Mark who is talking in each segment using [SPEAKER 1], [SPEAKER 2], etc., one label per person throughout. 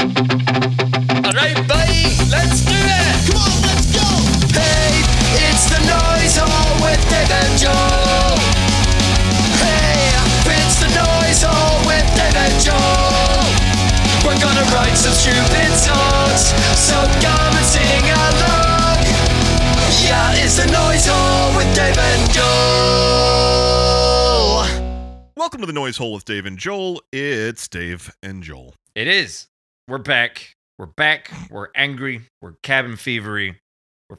[SPEAKER 1] All right, buddy, let's do it.
[SPEAKER 2] Come on, let's go!
[SPEAKER 1] Hey, it's the noise hall with Dave and Joel. Hey, it's the noise hall with Dave and Joel. We're gonna write some stupid songs, so come and sing along. Yeah, it's the noise hall with Dave and Joel.
[SPEAKER 3] Welcome to the Noise Hole with Dave and Joel. It's Dave and Joel.
[SPEAKER 4] It is. We're back. We're back. We're angry. We're cabin fevery. We're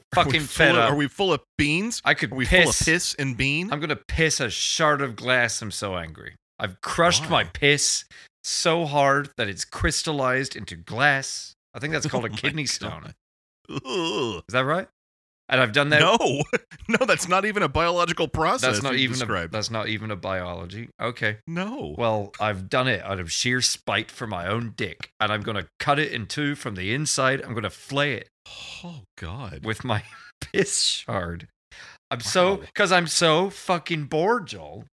[SPEAKER 3] Are we
[SPEAKER 4] fucking
[SPEAKER 3] full
[SPEAKER 4] fed
[SPEAKER 3] of-
[SPEAKER 4] up.
[SPEAKER 3] Are we full of beans?
[SPEAKER 4] I could
[SPEAKER 3] Are we
[SPEAKER 4] piss.
[SPEAKER 3] full of piss and bean?
[SPEAKER 4] I'm gonna piss a shard of glass. I'm so angry. I've crushed
[SPEAKER 3] Why?
[SPEAKER 4] my piss so hard that it's crystallized into glass. I think that's called
[SPEAKER 3] Oh
[SPEAKER 4] a
[SPEAKER 3] my
[SPEAKER 4] kidney
[SPEAKER 3] God.
[SPEAKER 4] stone. Is
[SPEAKER 3] Ugh.
[SPEAKER 4] that right? And I've done that.
[SPEAKER 3] no, no, that's not even a biological process.
[SPEAKER 4] that's not
[SPEAKER 3] you
[SPEAKER 4] even a,
[SPEAKER 3] described.
[SPEAKER 4] that's not even a biology. Okay.
[SPEAKER 3] no.
[SPEAKER 4] Well, I've done it out of sheer spite for my own dick, and I'm gonna cut it in two from the inside. I'm gonna flay it.
[SPEAKER 3] oh God.
[SPEAKER 4] with my piss shard. I'm so
[SPEAKER 3] Wow.
[SPEAKER 4] because I'm so fucking bored, Joel.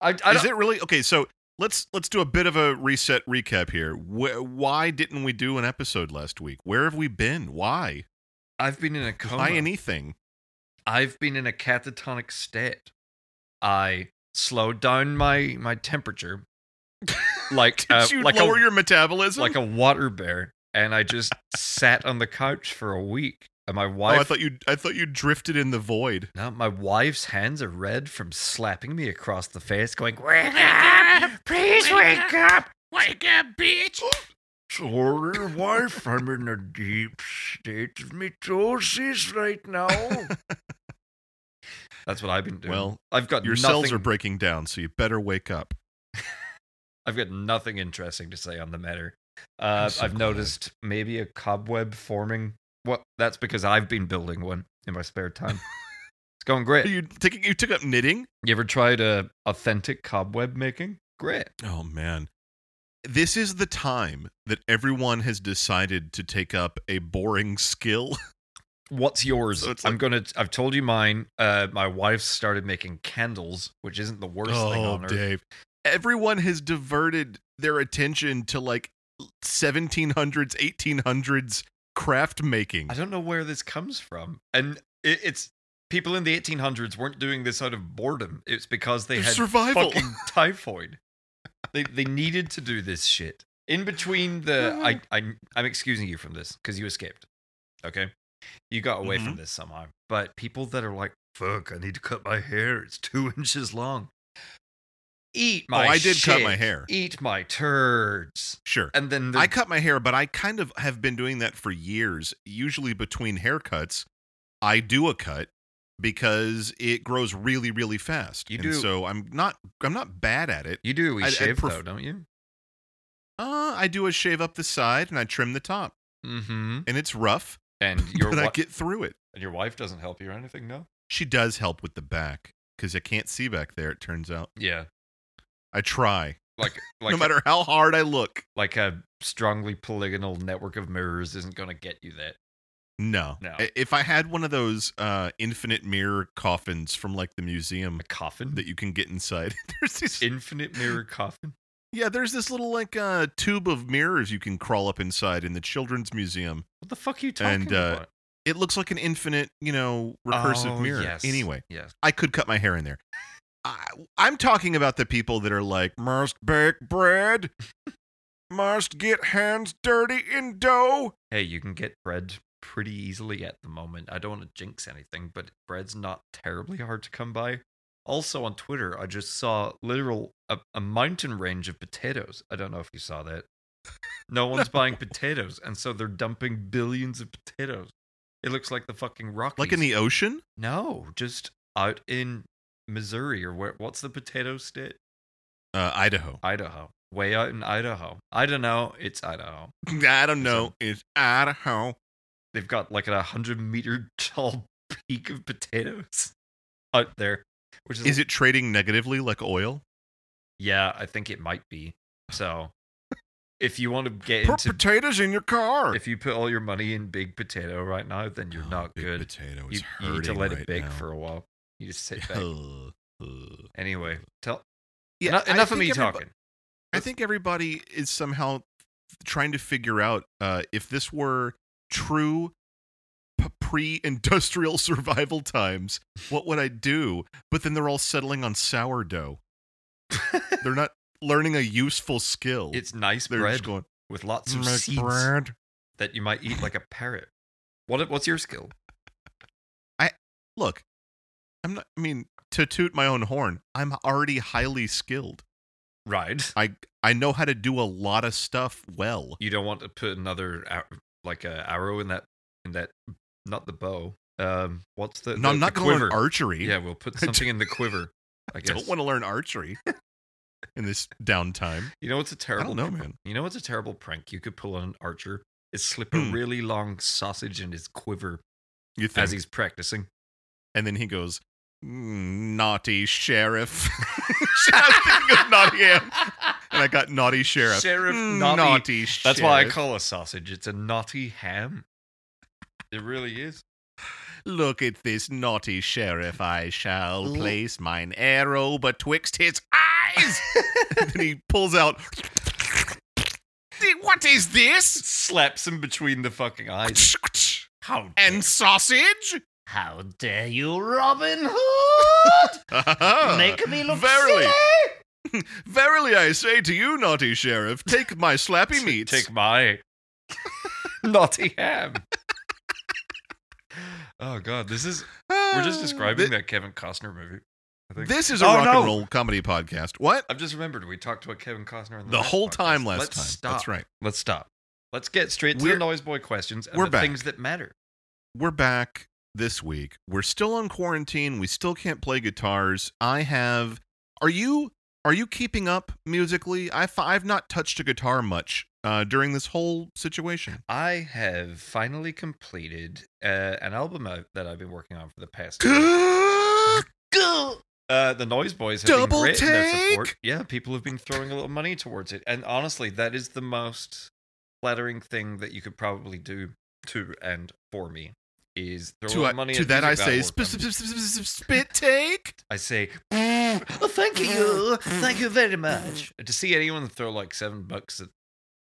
[SPEAKER 4] I, I
[SPEAKER 3] Is
[SPEAKER 4] don't-
[SPEAKER 3] it really okay? So let's let's do a bit of a reset recap here. Wh- why didn't we do an episode last week? Where have we been? Why?
[SPEAKER 4] I've been in a coma.
[SPEAKER 3] Why anything?
[SPEAKER 4] I've been in a catatonic state. I slowed down my my temperature, like
[SPEAKER 3] Did
[SPEAKER 4] uh,
[SPEAKER 3] you
[SPEAKER 4] like
[SPEAKER 3] lower
[SPEAKER 4] a
[SPEAKER 3] your metabolism?
[SPEAKER 4] like a water bear, and I just sat on the couch for a week. And my
[SPEAKER 3] oh,
[SPEAKER 4] wife,
[SPEAKER 3] I thought you I thought you drifted in the void.
[SPEAKER 4] no, my wife's hands are red from slapping me across the face, going,
[SPEAKER 5] Wake up! Please wake up! Wake up, bitch!
[SPEAKER 4] Sorry, wife, I'm in a deep state of mitosis right now. That's what I've been doing.
[SPEAKER 3] Well,
[SPEAKER 4] I've got
[SPEAKER 3] Your
[SPEAKER 4] nothing,
[SPEAKER 3] cells are breaking down, so you better wake up.
[SPEAKER 4] I've got nothing interesting to say on the matter. Uh,
[SPEAKER 3] so
[SPEAKER 4] I've
[SPEAKER 3] glad.
[SPEAKER 4] noticed maybe a cobweb forming. Well, that's because I've been building one in my spare time. it's going great.
[SPEAKER 3] Are
[SPEAKER 4] You
[SPEAKER 3] you taking you took up knitting?
[SPEAKER 4] ever tried a authentic cobweb making? Great.
[SPEAKER 3] Oh man. This is the time that everyone has decided to take up a boring skill.
[SPEAKER 4] What's yours?
[SPEAKER 3] So it's
[SPEAKER 4] I'm gonna. I've told you mine. Uh, my wife started making candles, which isn't the worst thing on earth.
[SPEAKER 3] Oh, Dave. Everyone has diverted their attention to like 1700s, 1800s craft making.
[SPEAKER 4] I don't know where this comes from. And it, it's people in the 1800s weren't doing this out of boredom. It's because they
[SPEAKER 3] It's
[SPEAKER 4] had
[SPEAKER 3] survival.
[SPEAKER 4] fucking typhoid. They they needed to do this shit. In between the
[SPEAKER 3] Mm-hmm.
[SPEAKER 4] I I I'm excusing you from this cuz you escaped. Okay? You got away
[SPEAKER 3] Mm-hmm.
[SPEAKER 4] from this somehow. But people that are like, "Fuck, I need to cut my hair. It's 2 inches long." Eat my
[SPEAKER 3] Oh, I did cut
[SPEAKER 4] shit.
[SPEAKER 3] my hair.
[SPEAKER 4] Eat my turds.
[SPEAKER 3] Sure.
[SPEAKER 4] And then the,
[SPEAKER 3] I cut my hair, but I kind of have been doing that for years. Usually between haircuts, I do a cut because it grows really, really fast.
[SPEAKER 4] You
[SPEAKER 3] and
[SPEAKER 4] do-
[SPEAKER 3] so I'm not I'm not bad at it.
[SPEAKER 4] you do we
[SPEAKER 3] I- I
[SPEAKER 4] shave
[SPEAKER 3] pref-
[SPEAKER 4] though, don't you?
[SPEAKER 3] Uh, I do a shave up the side and I trim the top,
[SPEAKER 4] Mhm.
[SPEAKER 3] and it's rough,
[SPEAKER 4] And your
[SPEAKER 3] but I
[SPEAKER 4] wi-
[SPEAKER 3] get through it.
[SPEAKER 4] And your wife doesn't help you or anything, no?
[SPEAKER 3] She does help with the back because I can't see back there. It turns out
[SPEAKER 4] Yeah.
[SPEAKER 3] I try,
[SPEAKER 4] Like like
[SPEAKER 3] no matter how hard I look.
[SPEAKER 4] like a strongly polygonal network of mirrors isn't gonna get you that.
[SPEAKER 3] No,
[SPEAKER 4] No.
[SPEAKER 3] I- If I had one of those uh, infinite mirror coffins from like the museum
[SPEAKER 4] A coffin?
[SPEAKER 3] that you can get inside, there's this,
[SPEAKER 4] Infinite mirror coffin?
[SPEAKER 3] yeah, there's this little like uh, tube of mirrors you can crawl up inside in the children's museum.
[SPEAKER 4] What the fuck are you talking
[SPEAKER 3] And, uh,
[SPEAKER 4] about?
[SPEAKER 3] It looks like an infinite, you know, recursive
[SPEAKER 4] Oh,
[SPEAKER 3] mirror.
[SPEAKER 4] yes.
[SPEAKER 3] Anyway,
[SPEAKER 4] Yes.
[SPEAKER 3] I could cut my hair in there. I, I'm talking about the people that are like, must bake bread, must get hands dirty in dough.
[SPEAKER 4] Hey, you can get bread pretty easily at the moment. I don't want to jinx anything, but bread's not terribly hard to come by. Also on Twitter, I just saw literal a, a mountain range of potatoes. I don't know if you saw that. No one's buying potatoes, and so they're dumping billions of potatoes. It looks like the fucking Rockies.
[SPEAKER 3] Like in the ocean?
[SPEAKER 4] No, just out in Missouri or where? What's the potato state?
[SPEAKER 3] Uh, Idaho.
[SPEAKER 4] Idaho. Way out in Idaho. I don't know. It's Idaho.
[SPEAKER 3] I don't know. It's Idaho.
[SPEAKER 4] They've got like a hundred meter tall peak of potatoes out there, which is,
[SPEAKER 3] Is it trading negatively like oil?
[SPEAKER 4] Yeah, I think it might be. So, if you want to get
[SPEAKER 3] Put
[SPEAKER 4] into,
[SPEAKER 3] potatoes in your car.
[SPEAKER 4] if you put all your money in big potato right now, then you're
[SPEAKER 3] Oh,
[SPEAKER 4] not
[SPEAKER 3] big
[SPEAKER 4] good.
[SPEAKER 3] Potato
[SPEAKER 4] You,
[SPEAKER 3] is
[SPEAKER 4] you need to
[SPEAKER 3] hurting
[SPEAKER 4] let
[SPEAKER 3] right
[SPEAKER 4] it bake
[SPEAKER 3] now.
[SPEAKER 4] for a while. You just sit back.
[SPEAKER 3] Ugh, ugh.
[SPEAKER 4] Anyway, tell
[SPEAKER 3] Yeah,
[SPEAKER 4] enough,
[SPEAKER 3] I
[SPEAKER 4] enough of
[SPEAKER 3] think
[SPEAKER 4] me
[SPEAKER 3] everybo-
[SPEAKER 4] talking.
[SPEAKER 3] I think everybody is somehow trying to figure out uh, if this were true p- pre-industrial survival times. What would I do? But then they're all settling on sourdough. they're not learning a useful skill.
[SPEAKER 4] It's nice
[SPEAKER 3] Oh, they're
[SPEAKER 4] bread
[SPEAKER 3] just going
[SPEAKER 4] with lots of
[SPEAKER 3] "Make
[SPEAKER 4] seeds
[SPEAKER 3] bread.
[SPEAKER 4] that you might eat like a parrot. What what's your skill?
[SPEAKER 3] Look, I'm not. I mean, to toot my own horn, I'm already highly skilled.
[SPEAKER 4] Right.
[SPEAKER 3] I I know how to do a lot of stuff well.
[SPEAKER 4] You don't want to put another ar- like a arrow in that in that not the bow. Um, what's the
[SPEAKER 3] No,
[SPEAKER 4] the,
[SPEAKER 3] I'm not
[SPEAKER 4] the
[SPEAKER 3] going to
[SPEAKER 4] quiver?
[SPEAKER 3] learn archery.
[SPEAKER 4] Yeah, we'll put something in the quiver. I
[SPEAKER 3] I
[SPEAKER 4] guess.
[SPEAKER 3] don't want to learn archery in this downtime.
[SPEAKER 4] You know what's a
[SPEAKER 3] I
[SPEAKER 4] terrible?
[SPEAKER 3] don't know,
[SPEAKER 4] pr-
[SPEAKER 3] man.
[SPEAKER 4] You know what's a terrible prank you could pull on an archer? Is slip a
[SPEAKER 3] Hmm.
[SPEAKER 4] really long sausage in his quiver
[SPEAKER 3] You think?
[SPEAKER 4] as he's practicing.
[SPEAKER 3] and then he goes, "Mm, "Naughty sheriff." I was thinking of naughty am, and I got naughty sheriff.
[SPEAKER 4] Sheriff,
[SPEAKER 3] Mm,
[SPEAKER 4] naughty-
[SPEAKER 3] sheriff.
[SPEAKER 4] That's why I call a sausage. It's a naughty ham. It really is.
[SPEAKER 3] Look at this naughty sheriff. I shall
[SPEAKER 4] Ooh.
[SPEAKER 3] place mine arrow betwixt his eyes. and then he pulls out. What is this?
[SPEAKER 4] Slaps him between the fucking eyes. How
[SPEAKER 3] And sausage?
[SPEAKER 5] How dare you, Robin Hood? Make me look
[SPEAKER 3] Verily,
[SPEAKER 5] silly?
[SPEAKER 3] verily, I say to you, naughty sheriff, take my slappy meats.
[SPEAKER 4] Take my naughty ham. oh god, this is we're just describing that Kevin Costner movie. I think
[SPEAKER 3] Uh, This is a
[SPEAKER 4] Oh,
[SPEAKER 3] rock
[SPEAKER 4] no.
[SPEAKER 3] and roll comedy podcast. What?
[SPEAKER 4] I've just remembered we talked about Kevin Costner in the,
[SPEAKER 3] The
[SPEAKER 4] last
[SPEAKER 3] whole
[SPEAKER 4] podcast.
[SPEAKER 3] time last
[SPEAKER 4] Let's
[SPEAKER 3] time.
[SPEAKER 4] Stop.
[SPEAKER 3] That's right.
[SPEAKER 4] Let's stop. Let's get straight to
[SPEAKER 3] We're-
[SPEAKER 4] the noise boy questions and
[SPEAKER 3] we're
[SPEAKER 4] the
[SPEAKER 3] back.
[SPEAKER 4] things that matter.
[SPEAKER 3] We're back this week. We're still on quarantine. We still can't play guitars. I have. Are you? Are you keeping up musically? I have not touched a guitar much uh, during this whole situation.
[SPEAKER 4] I have finally completed uh, an album I, that I've been working on for the past. year. Uh, the Noise Boys have
[SPEAKER 3] Double
[SPEAKER 4] been great in their
[SPEAKER 3] take?
[SPEAKER 4] support. Yeah, people have been throwing a little money towards it, and honestly, that is the most flattering thing that you could probably do to and for me is throw a
[SPEAKER 3] to
[SPEAKER 4] little
[SPEAKER 3] I-
[SPEAKER 4] money.
[SPEAKER 3] to
[SPEAKER 4] at
[SPEAKER 3] that, I
[SPEAKER 4] music
[SPEAKER 3] say
[SPEAKER 4] work on.
[SPEAKER 3] spit, spit, spit, spit, spit take.
[SPEAKER 4] I say, oh, thank you, thank you very much. To see anyone throw like seven bucks at you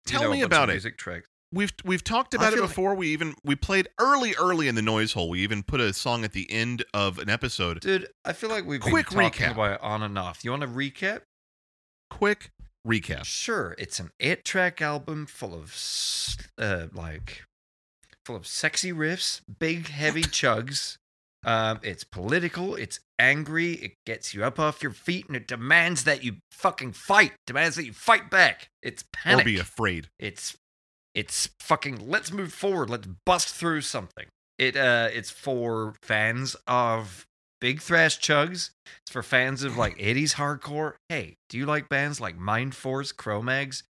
[SPEAKER 3] Tell
[SPEAKER 4] know, a
[SPEAKER 3] me
[SPEAKER 4] bunch of
[SPEAKER 3] about it.
[SPEAKER 4] Music tracks.
[SPEAKER 3] We've we've talked
[SPEAKER 4] I
[SPEAKER 3] about it
[SPEAKER 4] feel like-
[SPEAKER 3] before. We even we played early, early in the noise hole. We even put a song at the end of an episode.
[SPEAKER 4] dude. I feel like we've
[SPEAKER 3] Quick
[SPEAKER 4] been talking
[SPEAKER 3] recap.
[SPEAKER 4] about it on and off. You want a recap?
[SPEAKER 3] Quick recap.
[SPEAKER 4] Sure, it's an eight-track album full of s- uh, like full of sexy riffs, big heavy chugs. Um, it's political. It's angry. It gets you up off your feet, and it demands that you fucking fight. Demands that you fight back. It's
[SPEAKER 3] Or
[SPEAKER 4] panic.
[SPEAKER 3] be afraid.
[SPEAKER 4] It's it's fucking let's move forward. Let's bust through something. It uh it's for fans of big thrash chugs. It's for fans of like 80s hardcore. Hey, do you like bands like Mind Force, Chromags,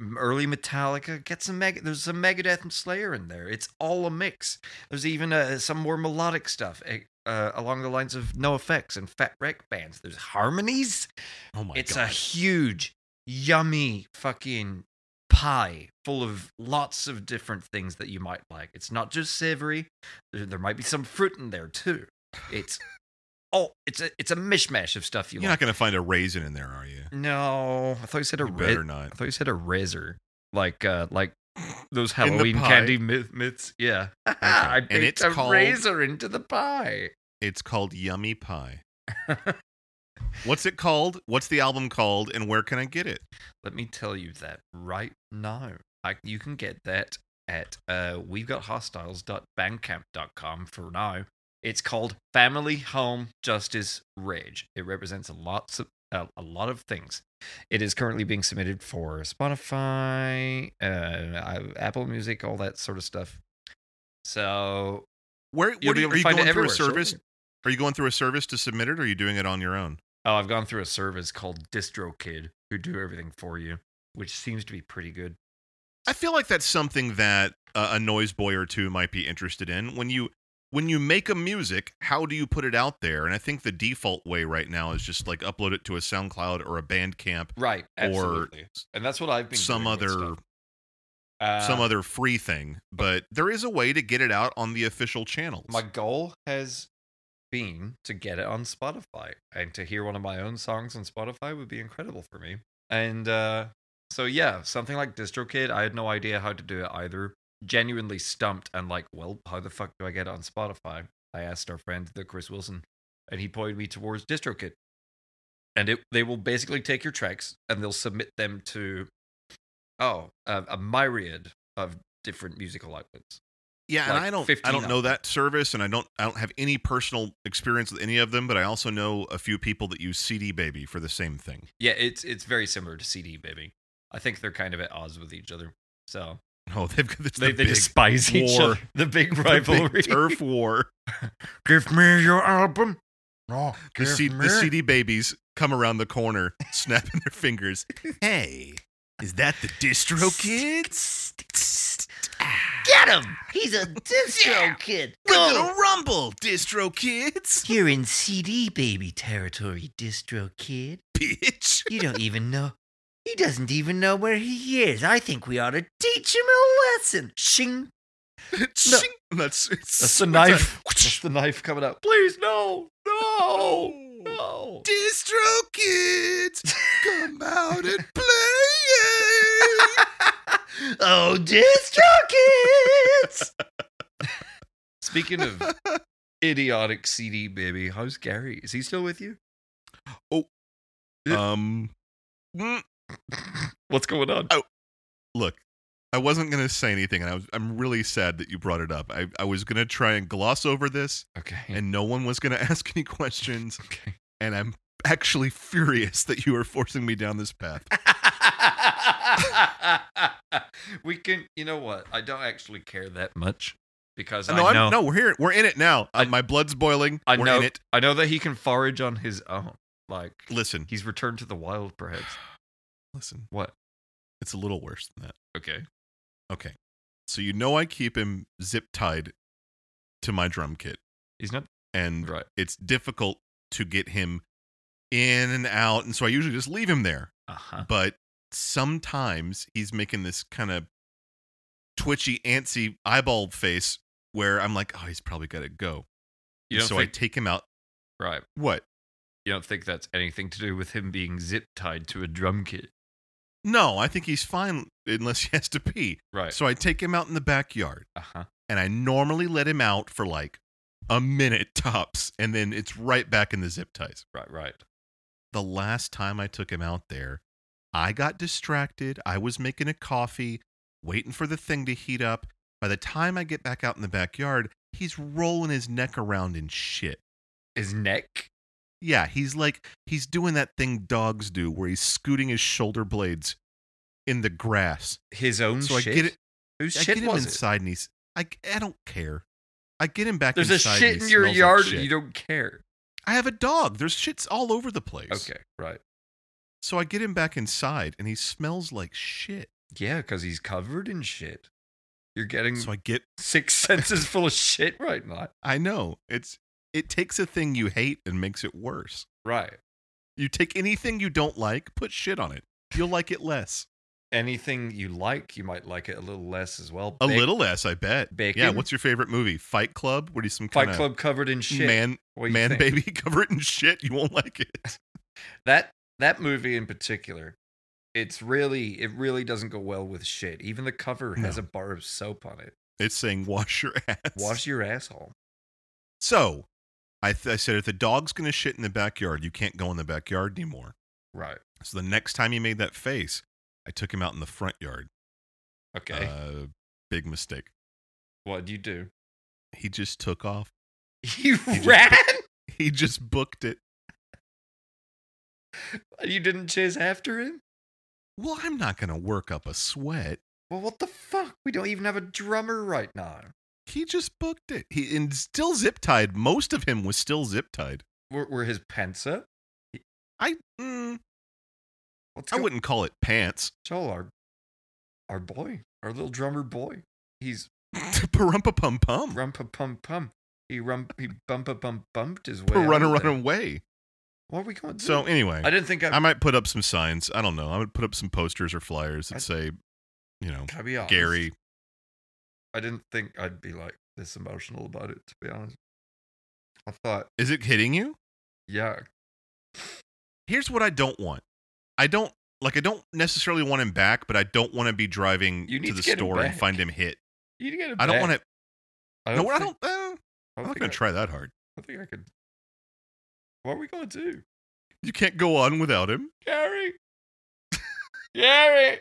[SPEAKER 4] m- early Metallica? Get some Meg there's some Megadeth and Slayer in there. It's all a mix. There's even uh, some more melodic stuff. eh, Uh, along the lines of no effects and fat wreck bands there's harmonies
[SPEAKER 3] Oh my
[SPEAKER 4] it's
[SPEAKER 3] god.
[SPEAKER 4] a huge, yummy fucking pie full of lots of different things that you might like. It's not just savory. There there might be some fruit in there too. It's oh, it's a it's a mishmash of stuff you
[SPEAKER 3] You're not
[SPEAKER 4] like.
[SPEAKER 3] going to find a raisin in there, are you?
[SPEAKER 4] no, I thought you said a
[SPEAKER 3] You better
[SPEAKER 4] ri-
[SPEAKER 3] not.
[SPEAKER 4] I thought you said a razor, like uh, like those Halloween
[SPEAKER 3] pie.
[SPEAKER 4] candy myth- myths. Yeah, I
[SPEAKER 3] And
[SPEAKER 4] baked
[SPEAKER 3] it's
[SPEAKER 4] a
[SPEAKER 3] called-
[SPEAKER 4] razor into the pie.
[SPEAKER 3] It's called Yummy Pie. What's it called? What's the album called? And where can I get it?
[SPEAKER 4] Let me tell you that right now. I, you can get that at uh, we've got hostiles.bandcamp.com for now. It's called Family Home Justice Rage. It represents a lots of uh, a, a lot of things. It is currently being submitted for Spotify, uh, I- Apple Music, all that sort of stuff. So
[SPEAKER 3] Where
[SPEAKER 4] you'll
[SPEAKER 3] what are,
[SPEAKER 4] be
[SPEAKER 3] you-
[SPEAKER 4] able
[SPEAKER 3] are
[SPEAKER 4] to
[SPEAKER 3] you
[SPEAKER 4] find it
[SPEAKER 3] going through a
[SPEAKER 4] everywhere.
[SPEAKER 3] service?
[SPEAKER 4] shortly.
[SPEAKER 3] Are you going through a service to submit it, or are you doing it on your own?
[SPEAKER 4] Oh, I've gone through a service called DistroKid, who do everything for you, which seems to be pretty good.
[SPEAKER 3] I feel like that's something that uh, a noise boy or two might be interested in. When you when you make a music, how do you put it out there? And I think the default way right now is just like upload it to a SoundCloud or a Bandcamp
[SPEAKER 4] Right. Absolutely.
[SPEAKER 3] or
[SPEAKER 4] and that's what I've been
[SPEAKER 3] some
[SPEAKER 4] doing with
[SPEAKER 3] other
[SPEAKER 4] stuff. Uh,
[SPEAKER 3] some other free thing. But there is a way to get it out on the official channels.
[SPEAKER 4] My goal has been to get it on Spotify, and to hear one of my own songs on Spotify would be incredible for me. And uh, So yeah, something like DistroKid, I had no idea how to do it either. Genuinely stumped and like, well, how the fuck do I get it on Spotify? I asked our friend, the Chris Wilson, and he pointed me towards DistroKid. And it, they will basically take your tracks and they'll submit them to, oh, a, a myriad of different musical outlets.
[SPEAKER 3] Yeah,
[SPEAKER 4] like
[SPEAKER 3] and I don't
[SPEAKER 4] 15
[SPEAKER 3] I don't know
[SPEAKER 4] of them.
[SPEAKER 3] that service and I don't I don't have any personal experience with any of them, but I also know a few people that use CD Baby for the same thing.
[SPEAKER 4] Yeah, it's it's very similar to CD Baby. I think they're kind of at odds with each other. So
[SPEAKER 3] Oh, they've got this
[SPEAKER 4] they,
[SPEAKER 3] the
[SPEAKER 4] they
[SPEAKER 3] big,
[SPEAKER 4] despise each
[SPEAKER 3] war.
[SPEAKER 4] other. The
[SPEAKER 3] the
[SPEAKER 4] big
[SPEAKER 3] big
[SPEAKER 4] rivalry.
[SPEAKER 3] turf war.
[SPEAKER 4] Give me your album. No,
[SPEAKER 3] The, C- the CD Babies come around the corner, snapping their fingers. Hey, is that the Distro Kids?
[SPEAKER 5] Get him! He's a distro kid. Go!
[SPEAKER 3] rumble, Distro Kids,
[SPEAKER 5] You're in CD baby territory, distro kid.
[SPEAKER 3] bitch.
[SPEAKER 5] You don't even know. He doesn't even know where he is. I think we ought to teach him a lesson. Shing.
[SPEAKER 3] Shing. That's it's,
[SPEAKER 4] That's the knife. That's the knife coming out. Please, no, no, no.
[SPEAKER 3] Distro Kids, come out and play.
[SPEAKER 5] Oh, distro kids!
[SPEAKER 4] Speaking of idiotic CD baby, how's Gary? Is he still with you?
[SPEAKER 3] um, mm,
[SPEAKER 4] What's going on?
[SPEAKER 3] look, I wasn't gonna say anything, and I was, I'm really sad that you brought it up. I, I was gonna try and gloss over this,
[SPEAKER 4] Okay.
[SPEAKER 3] and no one was gonna ask any questions,
[SPEAKER 4] okay.
[SPEAKER 3] and I'm actually furious that you are forcing me down this path.
[SPEAKER 4] we can. You know what? I don't actually care that much because
[SPEAKER 3] No,
[SPEAKER 4] I
[SPEAKER 3] I'm,
[SPEAKER 4] know.
[SPEAKER 3] no, we're here. We're in it now. Uh,
[SPEAKER 4] I-
[SPEAKER 3] My blood's boiling.
[SPEAKER 4] I
[SPEAKER 3] we're
[SPEAKER 4] know.
[SPEAKER 3] in it.
[SPEAKER 4] I know that he can forage on his own. Like
[SPEAKER 3] Listen,
[SPEAKER 4] he's returned to the wild, perhaps.
[SPEAKER 3] listen.
[SPEAKER 4] What?
[SPEAKER 3] It's a little worse than that.
[SPEAKER 4] Okay.
[SPEAKER 3] Okay. So you know I keep him zip tied to my drum kit,
[SPEAKER 4] He's not
[SPEAKER 3] and
[SPEAKER 4] right.
[SPEAKER 3] it's difficult to get him in and out, and so I usually just leave him there.
[SPEAKER 4] Uh huh.
[SPEAKER 3] But sometimes he's making this kind of twitchy, antsy eyeball face where I'm like, oh, he's probably got to go.
[SPEAKER 4] You
[SPEAKER 3] And
[SPEAKER 4] don't
[SPEAKER 3] so
[SPEAKER 4] think
[SPEAKER 3] I take him out.
[SPEAKER 4] right?
[SPEAKER 3] What?
[SPEAKER 4] You don't think that's anything to do with him being zip tied to a drum kit,
[SPEAKER 3] No, I think he's fine unless he has to pee.
[SPEAKER 4] right?
[SPEAKER 3] So I take him out in the backyard.
[SPEAKER 4] uh huh.
[SPEAKER 3] and I normally let him out for like a minute tops, and then it's right back in the zip ties.
[SPEAKER 4] Right, right.
[SPEAKER 3] The last time I took him out there, I got distracted. I was making a coffee, waiting for the thing to heat up. By the time I get back out in the backyard, he's rolling his neck around in shit.
[SPEAKER 4] His neck.
[SPEAKER 3] Yeah, he's like, he's doing that thing dogs do where he's scooting his shoulder blades in the grass.
[SPEAKER 4] His own
[SPEAKER 3] So I
[SPEAKER 4] shit.
[SPEAKER 3] get it-
[SPEAKER 4] Whose
[SPEAKER 3] I
[SPEAKER 4] shit
[SPEAKER 3] get him
[SPEAKER 4] was it?
[SPEAKER 3] inside and he's, I, I don't care. I get him back
[SPEAKER 4] There's a
[SPEAKER 3] inside. and
[SPEAKER 4] shit
[SPEAKER 3] he
[SPEAKER 4] in your
[SPEAKER 3] smells like
[SPEAKER 4] yard
[SPEAKER 3] shit.
[SPEAKER 4] and you don't care.
[SPEAKER 3] I have a dog. There's shits all over the place.
[SPEAKER 4] Okay, right.
[SPEAKER 3] So I get him back inside and he smells like shit.
[SPEAKER 4] Yeah, because he's covered in shit. You're getting
[SPEAKER 3] So I get
[SPEAKER 4] six senses full of shit right now.
[SPEAKER 3] I know. It's it takes a thing you hate and makes it worse.
[SPEAKER 4] Right.
[SPEAKER 3] You take anything you don't like, put shit on it. You'll like it less.
[SPEAKER 4] Anything you like, you might like it a little less as well.
[SPEAKER 3] A
[SPEAKER 4] Ba-
[SPEAKER 3] little less, I bet. Yeah,
[SPEAKER 4] Bacon?
[SPEAKER 3] what's your favorite movie? Fight Club? Where do some
[SPEAKER 4] Fight
[SPEAKER 3] kind of
[SPEAKER 4] Club covered in shit.
[SPEAKER 3] man
[SPEAKER 4] What do you
[SPEAKER 3] man
[SPEAKER 4] think?
[SPEAKER 3] baby covered in shit? You won't like it.
[SPEAKER 4] that that movie in particular it's really it really doesn't go well with shit even the cover has
[SPEAKER 3] No.
[SPEAKER 4] a bar of soap on it
[SPEAKER 3] It's saying wash your ass.
[SPEAKER 4] wash your asshole
[SPEAKER 3] So I, th- I said if the dog's gonna shit in the backyard, you can't go in the backyard anymore.
[SPEAKER 4] right
[SPEAKER 3] So the next time he made that face, I took him out in the front yard.
[SPEAKER 4] okay
[SPEAKER 3] Uh, big mistake.
[SPEAKER 4] what'd you do
[SPEAKER 3] He just took off.
[SPEAKER 4] you
[SPEAKER 3] just-
[SPEAKER 4] ran
[SPEAKER 3] He just booked it.
[SPEAKER 4] you didn't chase after him
[SPEAKER 3] Well, I'm not going to work up a sweat.
[SPEAKER 4] well what the fuck we don't even have a drummer right now
[SPEAKER 3] He just booked it. He and still zip tied. Most of him was still zip tied.
[SPEAKER 4] were, were his pants up
[SPEAKER 3] I mm,
[SPEAKER 4] What's
[SPEAKER 3] I
[SPEAKER 4] go-
[SPEAKER 3] wouldn't call it pants.
[SPEAKER 4] joel our our boy our little drummer boy he's
[SPEAKER 3] Parumpa pum pum.
[SPEAKER 4] rum pum pum he rum he bump a bump bumped his way out
[SPEAKER 3] Run
[SPEAKER 4] of
[SPEAKER 3] run
[SPEAKER 4] there.
[SPEAKER 3] away.
[SPEAKER 4] what are we going to
[SPEAKER 3] So
[SPEAKER 4] do?
[SPEAKER 3] anyway,
[SPEAKER 4] i didn't think i
[SPEAKER 3] I might put up some signs. I don't know. I would put up some posters or flyers that
[SPEAKER 4] I-
[SPEAKER 3] say, you know,
[SPEAKER 4] Can I be honest?
[SPEAKER 3] Gary.
[SPEAKER 4] I didn't think I'd be like this emotional about it, to be honest. I thought,
[SPEAKER 3] Is it hitting you?
[SPEAKER 4] yeah,
[SPEAKER 3] here's what I don't want. I don't like I don't necessarily want him back, but I don't want to be driving
[SPEAKER 4] You need
[SPEAKER 3] to
[SPEAKER 4] to
[SPEAKER 3] the
[SPEAKER 4] get him
[SPEAKER 3] store and
[SPEAKER 4] back.
[SPEAKER 3] find him hit.
[SPEAKER 4] You need to get it
[SPEAKER 3] I don't
[SPEAKER 4] back.
[SPEAKER 3] want to.
[SPEAKER 4] I
[SPEAKER 3] No, I
[SPEAKER 4] think-
[SPEAKER 3] don't. Uh,
[SPEAKER 4] I
[SPEAKER 3] I'm
[SPEAKER 4] don't
[SPEAKER 3] not
[SPEAKER 4] think
[SPEAKER 3] going to
[SPEAKER 4] I-
[SPEAKER 3] try that hard.
[SPEAKER 4] I think I could. What are we gonna do,
[SPEAKER 3] You can't go on without him.
[SPEAKER 4] Gary? Gary.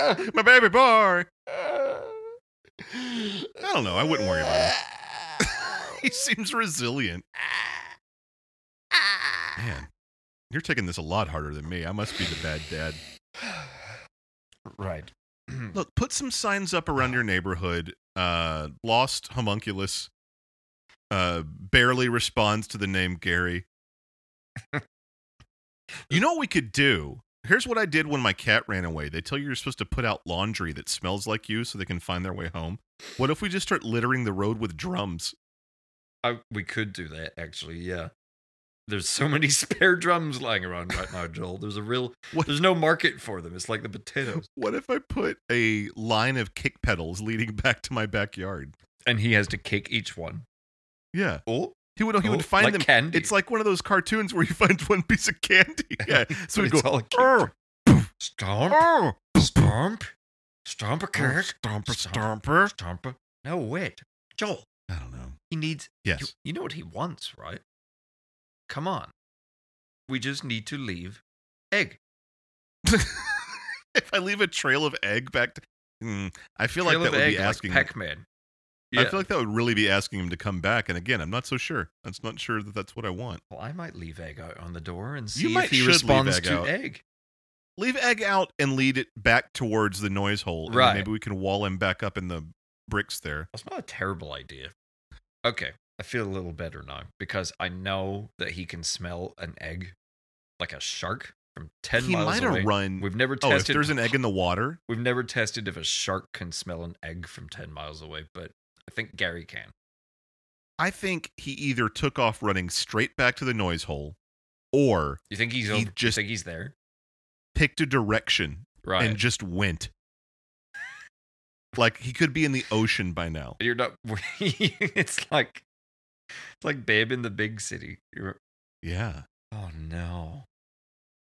[SPEAKER 4] Uh,
[SPEAKER 3] My baby boy.
[SPEAKER 4] uh.
[SPEAKER 3] I don't know. I wouldn't worry about him. He seems resilient. Man, you're taking this a lot harder than me. I must be the bad dad.
[SPEAKER 4] right.
[SPEAKER 3] Look, put some signs up around your neighborhood. Uh, lost homunculus uh, barely responds to the name Gary. you know what we could do? Here's what I did when my cat ran away. They tell you you're supposed to put out laundry that smells like you so they can find their way home. What if we just start littering the road with drums?
[SPEAKER 4] I, we could do that actually. Yeah. There's so many spare drums lying around right now, Joel. There's a real.
[SPEAKER 3] What-
[SPEAKER 4] There's no market for them. It's like the potatoes.
[SPEAKER 3] What if I put a line of kick pedals leading back to my backyard?
[SPEAKER 4] And he has to kick each one.
[SPEAKER 3] Yeah.
[SPEAKER 4] Oh,
[SPEAKER 3] He would he
[SPEAKER 4] Oh,
[SPEAKER 3] would find
[SPEAKER 4] like
[SPEAKER 3] them.
[SPEAKER 4] candy.
[SPEAKER 3] It's like one of those cartoons where you find one piece of candy. Yeah. So we
[SPEAKER 4] it's
[SPEAKER 3] go.
[SPEAKER 4] all a kick.
[SPEAKER 3] "Arr,
[SPEAKER 4] Stomp,
[SPEAKER 3] arr,
[SPEAKER 4] stomp, stomp a carrot,
[SPEAKER 3] Stomper,
[SPEAKER 4] Stomp.
[SPEAKER 3] stomper.
[SPEAKER 4] stomp a. No, wait, Joel.
[SPEAKER 3] I don't know.
[SPEAKER 4] He needs. You,
[SPEAKER 3] Yes.
[SPEAKER 4] you know what he wants, right? Come on. We just need to leave egg.
[SPEAKER 3] if I leave a trail of egg back, to, Hmm, I feel
[SPEAKER 4] Trail
[SPEAKER 3] like
[SPEAKER 4] of
[SPEAKER 3] that would
[SPEAKER 4] egg
[SPEAKER 3] be asking.
[SPEAKER 4] like Pac-Man.
[SPEAKER 3] I feel like that would really be asking him to come back. And again, I'm not so sure. I'm not sure that that's what I want.
[SPEAKER 4] Well, I might leave egg out on the door and see
[SPEAKER 3] might
[SPEAKER 4] if he
[SPEAKER 3] should leave
[SPEAKER 4] responds
[SPEAKER 3] egg
[SPEAKER 4] to
[SPEAKER 3] out.
[SPEAKER 4] egg.
[SPEAKER 3] Leave egg out and lead it back towards the noise hole. and
[SPEAKER 4] Right.
[SPEAKER 3] Maybe we can wall him back up in the bricks there.
[SPEAKER 4] That's not a terrible idea. Okay, I feel a little better now because I know that he can smell an egg, like a shark from ten
[SPEAKER 3] he
[SPEAKER 4] miles
[SPEAKER 3] might
[SPEAKER 4] away.
[SPEAKER 3] have run.
[SPEAKER 4] We've never
[SPEAKER 3] Oh, if
[SPEAKER 4] tested.
[SPEAKER 3] there's an egg in the water,
[SPEAKER 4] We've never tested if a shark can smell an egg from ten miles away, but I think Gary can.
[SPEAKER 3] I think he either took off running straight back to the noise hole or
[SPEAKER 4] You think he's
[SPEAKER 3] He
[SPEAKER 4] over,
[SPEAKER 3] just-
[SPEAKER 4] you think he's there?
[SPEAKER 3] picked a direction
[SPEAKER 4] Right.
[SPEAKER 3] and just went. like he could be in the ocean by now.
[SPEAKER 4] You're not. it's like it's like Babe in the Big City. You're,
[SPEAKER 3] Yeah.
[SPEAKER 4] oh no.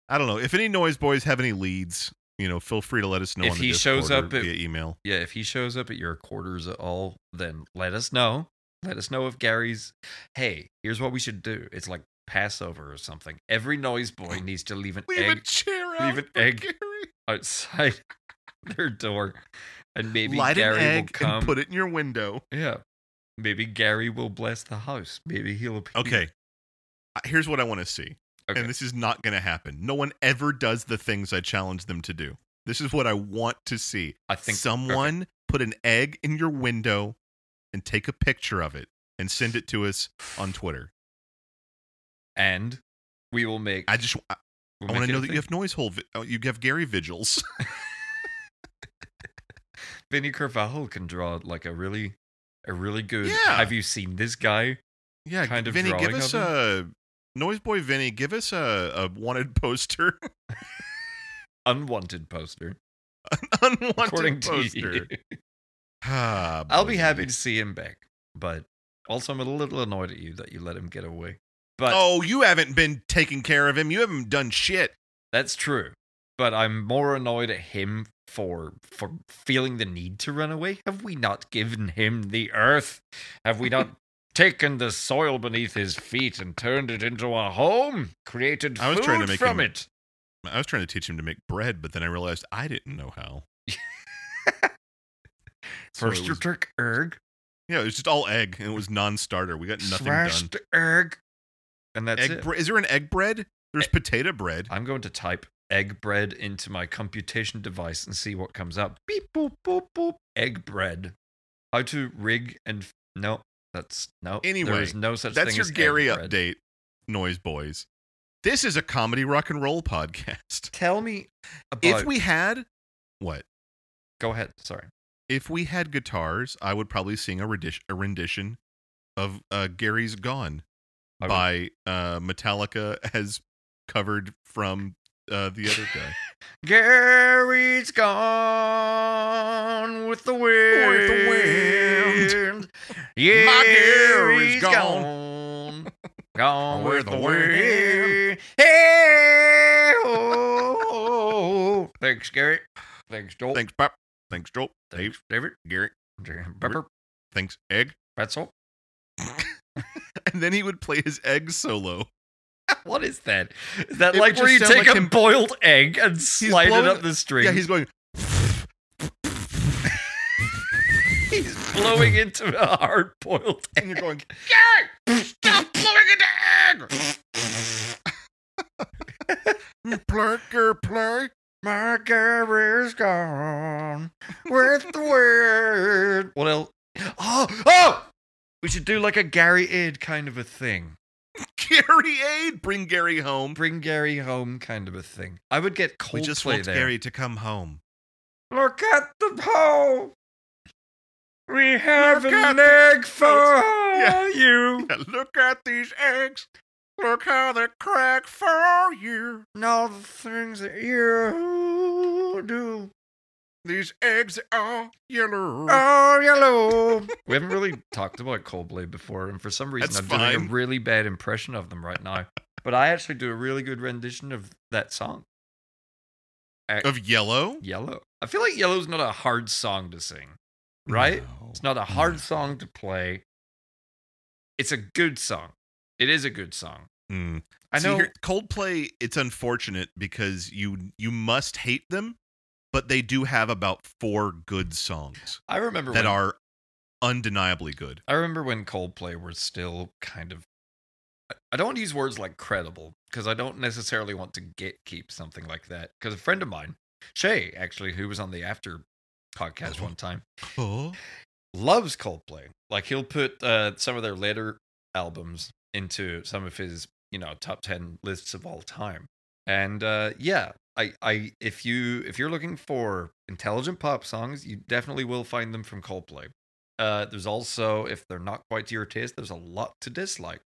[SPEAKER 3] I don't know. If any noise boys have any leads, you know, feel free to let us know
[SPEAKER 4] If
[SPEAKER 3] on the
[SPEAKER 4] he
[SPEAKER 3] Discord
[SPEAKER 4] shows
[SPEAKER 3] or
[SPEAKER 4] up at-
[SPEAKER 3] via email.
[SPEAKER 4] yeah, if he shows up at your quarters at all, then let us know. Let us know if Gary's, hey, here's what we should do. It's like Passover or something. Every noise
[SPEAKER 3] Oh,
[SPEAKER 4] boy needs to leave an egg
[SPEAKER 3] chair
[SPEAKER 4] leave an
[SPEAKER 3] for
[SPEAKER 4] egg.
[SPEAKER 3] Gary.
[SPEAKER 4] outside their door, and maybe
[SPEAKER 3] Light
[SPEAKER 4] Gary
[SPEAKER 3] an egg
[SPEAKER 4] will come.
[SPEAKER 3] and put it in your window.
[SPEAKER 4] yeah, maybe Gary will bless the house. Maybe he'll appear.
[SPEAKER 3] Okay. Uh, Here's what I want to see.
[SPEAKER 4] Okay.
[SPEAKER 3] And this is not going to happen. No one ever does the things I challenge them to do. This is what I want to see.
[SPEAKER 4] I think
[SPEAKER 3] someone put an egg in your window and take a picture of it and send it to us on Twitter.
[SPEAKER 4] and we will make.
[SPEAKER 3] I just I,
[SPEAKER 4] we'll
[SPEAKER 3] I want
[SPEAKER 4] make
[SPEAKER 3] to know
[SPEAKER 4] it a
[SPEAKER 3] that you
[SPEAKER 4] thing.
[SPEAKER 3] have noise hole. Vi- oh, you have Gary vigils.
[SPEAKER 4] Vinny Carvalho can draw like a really, a really good.
[SPEAKER 3] Yeah.
[SPEAKER 4] Have you seen this guy?
[SPEAKER 3] yeah,
[SPEAKER 4] Kind of
[SPEAKER 3] Vinny, give
[SPEAKER 4] drawing
[SPEAKER 3] us
[SPEAKER 4] of
[SPEAKER 3] a noise boy. Vinny, give us a, a wanted poster,
[SPEAKER 4] Unwanted poster.
[SPEAKER 3] an unwanted
[SPEAKER 4] according
[SPEAKER 3] poster.
[SPEAKER 4] to you.
[SPEAKER 3] Ah,
[SPEAKER 4] I'll be
[SPEAKER 3] boy.
[SPEAKER 4] happy to see him back, but also I'm a little annoyed at you that you let him get away. But
[SPEAKER 3] Oh, you haven't been taking care of him. You haven't done shit.
[SPEAKER 4] that's true. But I'm more annoyed at him for for feeling the need to run away. Have we not given him the earth? Have we not taken the soil beneath his feet and turned it into a home? Created
[SPEAKER 3] I was
[SPEAKER 4] food
[SPEAKER 3] trying to make
[SPEAKER 4] from
[SPEAKER 3] him-
[SPEAKER 4] it.
[SPEAKER 3] I was trying to teach him to make bread, but then I realized I didn't know how. So
[SPEAKER 4] First
[SPEAKER 3] it
[SPEAKER 4] you
[SPEAKER 3] was-
[SPEAKER 4] took egg,
[SPEAKER 3] yeah, it was just all egg, and it was non-starter. We got nothing done.
[SPEAKER 4] smashed egg, and that's
[SPEAKER 3] egg
[SPEAKER 4] it. Eh,
[SPEAKER 3] bre- is there an egg bread? There's potato bread.
[SPEAKER 4] I'm going to type egg bread into my computation device and see what comes up. Beep boop boop boop. Egg bread. How to rig and f- no, that's no. there
[SPEAKER 3] Anyway,
[SPEAKER 4] is no such
[SPEAKER 3] That's
[SPEAKER 4] thing
[SPEAKER 3] your
[SPEAKER 4] as egg
[SPEAKER 3] Gary
[SPEAKER 4] bread.
[SPEAKER 3] update, Noise Boys. This is a comedy rock and roll podcast.
[SPEAKER 4] Tell me about.
[SPEAKER 3] if we had what?
[SPEAKER 4] go ahead. Sorry.
[SPEAKER 3] If we had guitars, I would probably sing a rendition, a rendition of uh, Gary's Gone
[SPEAKER 4] I would-
[SPEAKER 3] by uh, Metallica as covered from uh, the other guy.
[SPEAKER 4] Gary's gone with the wind.
[SPEAKER 3] With the
[SPEAKER 4] wind. Yeah,
[SPEAKER 3] My
[SPEAKER 4] Gary's
[SPEAKER 3] Gary's
[SPEAKER 4] gone. Gone,
[SPEAKER 3] Gone
[SPEAKER 4] with
[SPEAKER 3] with
[SPEAKER 4] the
[SPEAKER 3] the
[SPEAKER 4] wind. Hey, oh. Thanks, Gary. Thanks, Joel.
[SPEAKER 3] Thanks, Pop. Thanks, Joel.
[SPEAKER 4] Thanks, David.
[SPEAKER 3] Garrett.
[SPEAKER 4] Pepper.
[SPEAKER 3] Thanks, Egg.
[SPEAKER 4] That's all.
[SPEAKER 3] And then he would play his egg solo.
[SPEAKER 4] What is that? Is that
[SPEAKER 3] It
[SPEAKER 4] like
[SPEAKER 3] would
[SPEAKER 4] where you
[SPEAKER 3] just sound
[SPEAKER 4] take
[SPEAKER 3] like
[SPEAKER 4] a
[SPEAKER 3] him-
[SPEAKER 4] boiled egg and slide
[SPEAKER 3] blowing-
[SPEAKER 4] it up the string?
[SPEAKER 3] Yeah, he's going.
[SPEAKER 4] He's blowing into a hard boiled
[SPEAKER 3] And you're
[SPEAKER 4] egg.
[SPEAKER 3] going.
[SPEAKER 4] Stop blowing into egg!
[SPEAKER 3] Plurker, "Hmm, plurk.
[SPEAKER 4] My career's gone with the word. What else? Oh, oh! We should do like a Gary Aid kind of a thing.
[SPEAKER 3] Gary Aid, bring Gary home.
[SPEAKER 4] Bring Gary home kind of a thing. I would get Coldplay
[SPEAKER 3] We just want
[SPEAKER 4] there.
[SPEAKER 3] Gary to come home.
[SPEAKER 4] Look at the pole. We have
[SPEAKER 3] Look
[SPEAKER 4] an
[SPEAKER 3] at the-
[SPEAKER 4] egg for
[SPEAKER 3] Yeah.
[SPEAKER 4] you.
[SPEAKER 3] Look at these eggs. Look how they crack for you.
[SPEAKER 4] And all the things that you do.
[SPEAKER 3] These eggs are yellow.
[SPEAKER 4] Oh, yellow. we haven't really talked about Coldplay before, and for some reason,
[SPEAKER 3] That's
[SPEAKER 4] I'm doing
[SPEAKER 3] fine.
[SPEAKER 4] a really bad impression of them right now. But I actually do a really good rendition of that song,
[SPEAKER 3] Of yellow?
[SPEAKER 4] Yellow. I feel like Yellow's not a hard song to sing, right?
[SPEAKER 3] No.
[SPEAKER 4] It's not a hard song to play. It's a good song. It is a good song.
[SPEAKER 3] Mm.
[SPEAKER 4] I
[SPEAKER 3] See,
[SPEAKER 4] know.
[SPEAKER 3] here- Coldplay. It's unfortunate because you you must hate them, but they do have about four good songs
[SPEAKER 4] I remember
[SPEAKER 3] that
[SPEAKER 4] when,
[SPEAKER 3] are undeniably good.
[SPEAKER 4] I remember when Coldplay were still kind of. I- I don't want to use words like credible because I don't necessarily want to gatekeep something like that. Because a friend of mine, Shay, actually, who was on the After podcast
[SPEAKER 3] Oh.
[SPEAKER 4] one time,
[SPEAKER 3] Oh,
[SPEAKER 4] loves Coldplay. Like he'll put uh, some of their later albums into some of his, you know, top ten lists of all time. And uh, yeah, I, I, if you, if you're looking for intelligent pop songs, you definitely will find them from Coldplay. Uh, there's also, if they're not quite to your taste, there's a lot to dislike.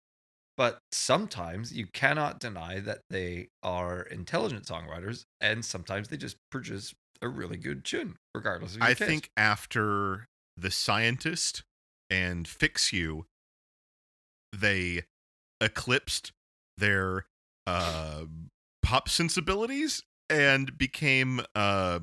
[SPEAKER 4] But sometimes you cannot deny that they are intelligent songwriters, and sometimes they just produce a really good tune, regardless of your
[SPEAKER 3] I
[SPEAKER 4] taste.
[SPEAKER 3] think after the scientist and fix you, they eclipsed their uh, pop sensibilities and became uh,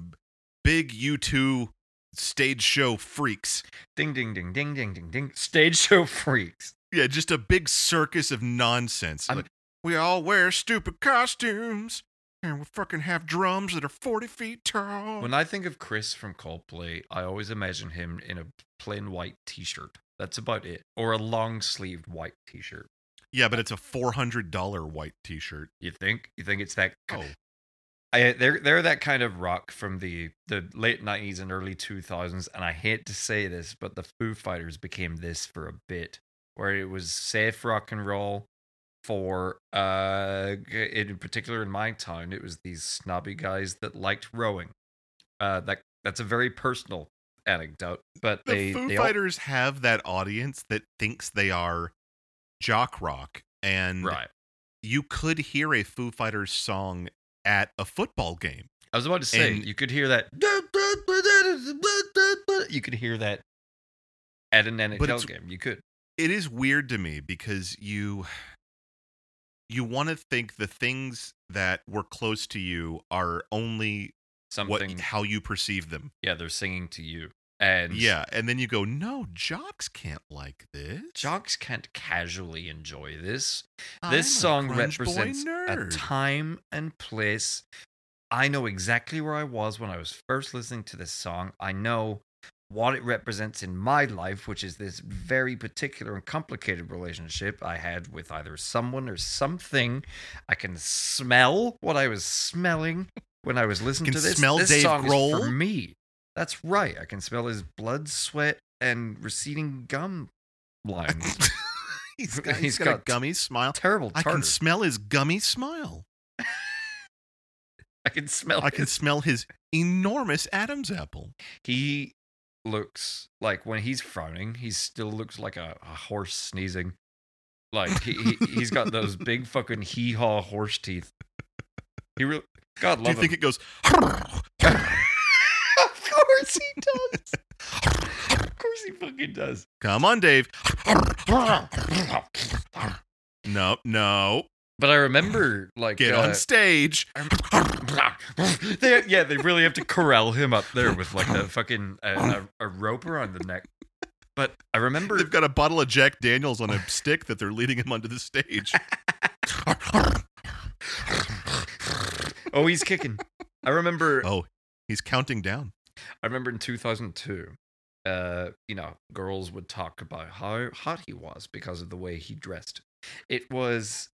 [SPEAKER 3] big U two stage show freaks.
[SPEAKER 4] Ding ding ding ding ding ding ding. Stage show freaks.
[SPEAKER 3] Yeah, just a big circus of nonsense.
[SPEAKER 4] I'm-
[SPEAKER 3] Like, we all wear stupid costumes, and we fucking have drums that are forty feet tall.
[SPEAKER 4] When I think of Chris from Coldplay, I always imagine him in a plain white t-shirt. That's about it, or a long sleeved white t-shirt.
[SPEAKER 3] yeah, but it's a four hundred dollar white T-shirt.
[SPEAKER 4] You think? You think it's that? ki-
[SPEAKER 3] Oh,
[SPEAKER 4] I, they're they're that kind of rock from the the late nineties and early two thousands. And I hate to say this, but the Foo Fighters became this for a bit, where it was safe rock and roll. For uh, g- in particular, in my town, it was these snobby guys that liked rowing. Uh, that that's a very personal anecdote, but
[SPEAKER 3] the
[SPEAKER 4] they
[SPEAKER 3] Foo
[SPEAKER 4] they all-
[SPEAKER 3] Fighters have that audience that thinks they are jock rock, and
[SPEAKER 4] right.
[SPEAKER 3] you could hear a Foo Fighters song at a football game.
[SPEAKER 4] I was about to say
[SPEAKER 3] And-
[SPEAKER 4] you could hear that. You could hear that at an
[SPEAKER 3] it's-
[SPEAKER 4] NHL game. You could.
[SPEAKER 3] it is weird to me because you you want to think the things that were close to you are only
[SPEAKER 4] Something
[SPEAKER 3] what how you perceive them.
[SPEAKER 4] yeah, they're singing to you. And
[SPEAKER 3] Yeah, and then you go, "No, jocks can't like this.
[SPEAKER 4] jocks can't casually enjoy this.
[SPEAKER 3] I'm a
[SPEAKER 4] this song
[SPEAKER 3] grunge boy
[SPEAKER 4] represents a
[SPEAKER 3] nerd."
[SPEAKER 4] time and place. I know exactly where I was when I was first listening to this song. I know what it represents in my life, which is this very particular and complicated relationship I had with either someone or something. I can smell what I was smelling when I was listening
[SPEAKER 3] Can
[SPEAKER 4] to this.
[SPEAKER 3] smell
[SPEAKER 4] this
[SPEAKER 3] Dave
[SPEAKER 4] song is for
[SPEAKER 3] Grohl?
[SPEAKER 4] me. That's right. I can smell his blood, sweat, and receding gum lines.
[SPEAKER 3] he's got,
[SPEAKER 4] He's
[SPEAKER 3] he's got a
[SPEAKER 4] got-
[SPEAKER 3] gummy smile.
[SPEAKER 4] Terrible
[SPEAKER 3] I
[SPEAKER 4] tartar.
[SPEAKER 3] can smell his gummy smile.
[SPEAKER 4] I can smell.
[SPEAKER 3] I can
[SPEAKER 4] his-
[SPEAKER 3] smell his enormous Adam's apple.
[SPEAKER 4] He looks like when he's frowning, he still looks like a, a horse sneezing. Like he, he he's got those big fucking hee haw horse teeth. He really God
[SPEAKER 3] Do you
[SPEAKER 4] love
[SPEAKER 3] think
[SPEAKER 4] him.
[SPEAKER 3] it goes?
[SPEAKER 4] of course he does. of course he fucking does.
[SPEAKER 3] Come on, Dave. No, no.
[SPEAKER 4] But I remember like
[SPEAKER 3] Get
[SPEAKER 4] uh,
[SPEAKER 3] on stage.
[SPEAKER 4] they, yeah, they really have to corral him up there with like a fucking uh, a, a rope around the neck. But I remember
[SPEAKER 3] They've got a bottle of Jack Daniels on a stick that they're leading him onto the stage.
[SPEAKER 4] oh he's kicking. I remember
[SPEAKER 3] Oh, he's counting down.
[SPEAKER 4] I remember in 2002, uh, you know, girls would talk about how hot he was because of the way he dressed. It was,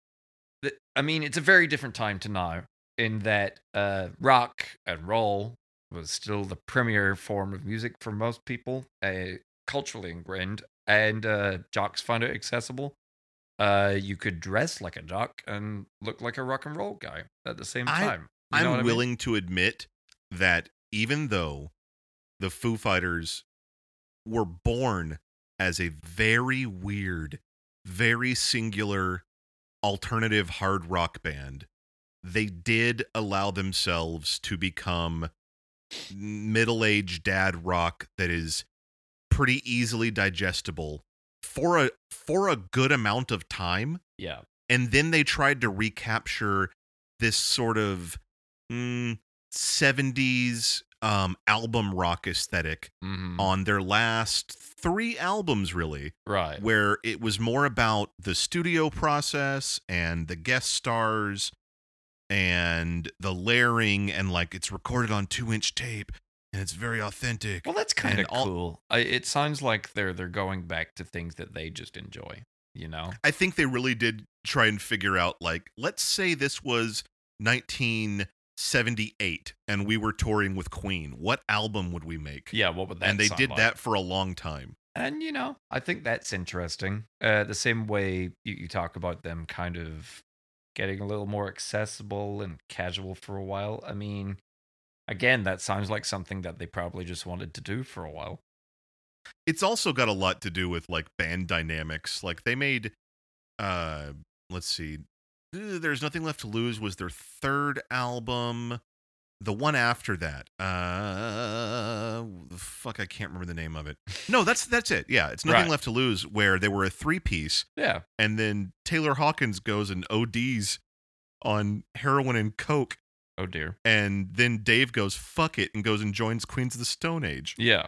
[SPEAKER 4] th- I mean, it's a very different time to now in that uh, rock and roll was still the premier form of music for most people, uh, culturally ingrained, and uh, jocks found it accessible. Uh, you could dress like a jock and look like a rock and roll guy at the same
[SPEAKER 3] I-
[SPEAKER 4] time. You know what I
[SPEAKER 3] I'm
[SPEAKER 4] mean?
[SPEAKER 3] willing to admit that even though the Foo Fighters were born as a very weird, very singular alternative hard rock band, they did allow themselves to become middle aged dad rock that is pretty easily digestible for a for a good amount of time
[SPEAKER 4] Yeah.
[SPEAKER 3] and then they tried to recapture this sort of mm, 70s um, album rock aesthetic
[SPEAKER 4] Mhm.
[SPEAKER 3] on their last three albums really
[SPEAKER 4] Right.
[SPEAKER 3] where it was more about the studio process and the guest stars and the layering and like it's recorded on two inch tape and it's very authentic
[SPEAKER 4] Well, that's kind of
[SPEAKER 3] and all-
[SPEAKER 4] cool. I, it sounds like they're they're going back to things that they just enjoy. You know,
[SPEAKER 3] I think they really did try and figure out like let's say this was 1978 and we were touring with Queen. What album would we make?
[SPEAKER 4] yeah. What would that?
[SPEAKER 3] and they
[SPEAKER 4] sound
[SPEAKER 3] did
[SPEAKER 4] like?
[SPEAKER 3] that for a long time.
[SPEAKER 4] and you know, I think that's interesting. Uh, the same way you, you talk about them kind of getting a little more accessible and casual for a while. I mean, again, that sounds like something that they probably just wanted to do for a while.
[SPEAKER 3] It's also got a lot to do with like band dynamics. Like they made uh let's see Uh, There's Nothing Left to Lose was their third album. The one after that. Uh fuck I can't remember the name of it. No, that's that's it. Yeah, it's Nothing
[SPEAKER 4] Right.
[SPEAKER 3] Left to Lose where they were a three piece
[SPEAKER 4] Yeah,
[SPEAKER 3] and then Taylor Hawkins goes and ODs on heroin and coke,
[SPEAKER 4] Oh dear.
[SPEAKER 3] and then Dave goes fuck it and goes and joins Queens of the Stone Age,
[SPEAKER 4] Yeah.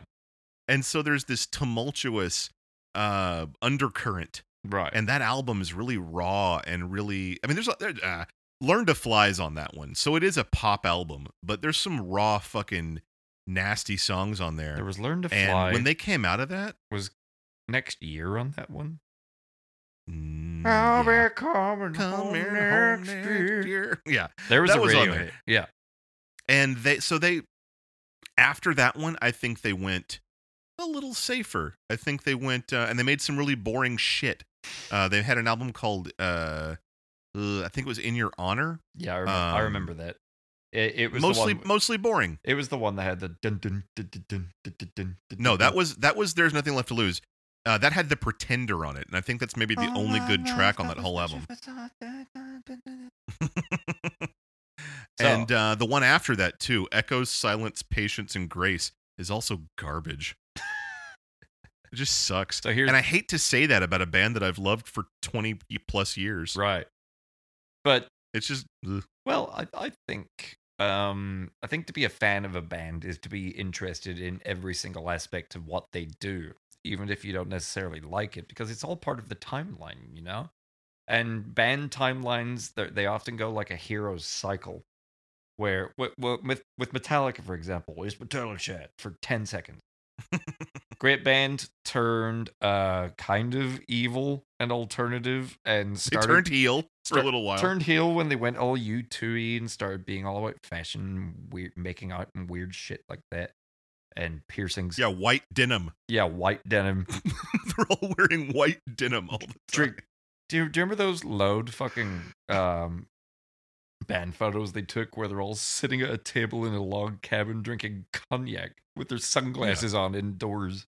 [SPEAKER 3] and so there's this tumultuous uh, undercurrent,
[SPEAKER 4] Right.
[SPEAKER 3] and that album is really raw and really. I mean, there's a- there, uh, Learn to Flies on that one, so it is a pop album, but there's some raw fucking nasty songs on there.
[SPEAKER 4] there was learn to fly.
[SPEAKER 3] and when they came out of that,
[SPEAKER 4] next year on that one.
[SPEAKER 3] mm,
[SPEAKER 4] I'll
[SPEAKER 3] yeah.
[SPEAKER 4] be coming home
[SPEAKER 3] Come here, home
[SPEAKER 4] next
[SPEAKER 3] next
[SPEAKER 4] year.
[SPEAKER 3] year. yeah.
[SPEAKER 4] There was
[SPEAKER 3] That
[SPEAKER 4] a
[SPEAKER 3] was on
[SPEAKER 4] radio
[SPEAKER 3] there.
[SPEAKER 4] hit. Yeah.
[SPEAKER 3] and they so they after that one i think they went a little safer i think they went uh, and they made some really boring shit uh, they had an album called uh, uh, i think it was in your honor
[SPEAKER 4] Yeah, I remember, I
[SPEAKER 3] Um,
[SPEAKER 4] remember that. It, it was
[SPEAKER 3] mostly
[SPEAKER 4] the one,
[SPEAKER 3] mostly boring
[SPEAKER 4] It was the one that had the dun dun dun dun dun dun dun. dun, dun
[SPEAKER 3] no
[SPEAKER 4] dun,
[SPEAKER 3] that
[SPEAKER 4] dun.
[SPEAKER 3] was that was there's nothing left to lose uh, that had the pretender on it and i think that's maybe the only good track on Oh, that whole album
[SPEAKER 4] So-
[SPEAKER 3] and uh, the one after that too echoes silence patience and grace is also garbage it just sucks
[SPEAKER 4] So here's
[SPEAKER 3] and I hate to say that about a band that I've loved for 20 plus years.
[SPEAKER 4] right, but
[SPEAKER 3] It's just ugh.
[SPEAKER 4] well, I I think um I think to be a fan of a band is to be interested in every single aspect of what they do, even if you don't necessarily like it, because it's all part of the timeline, you know. And band timelines they're- they often go like a hero's cycle, where wi- wi- with with Metallica for example, is Metallica for ten seconds. Great band turned uh kind of evil and alternative and
[SPEAKER 3] they
[SPEAKER 4] started
[SPEAKER 3] turned heel for a
[SPEAKER 4] start-
[SPEAKER 3] little while.
[SPEAKER 4] turned heel when they went all U two E and started being all about fashion, weird, making out and weird shit like that, and piercings.
[SPEAKER 3] yeah, white denim.
[SPEAKER 4] yeah, white denim.
[SPEAKER 3] They're all wearing white denim all the time.
[SPEAKER 4] Drink. Do you, do you remember those load fucking um, band photos they took where they're all sitting at a table in a log cabin drinking cognac with their sunglasses on indoors?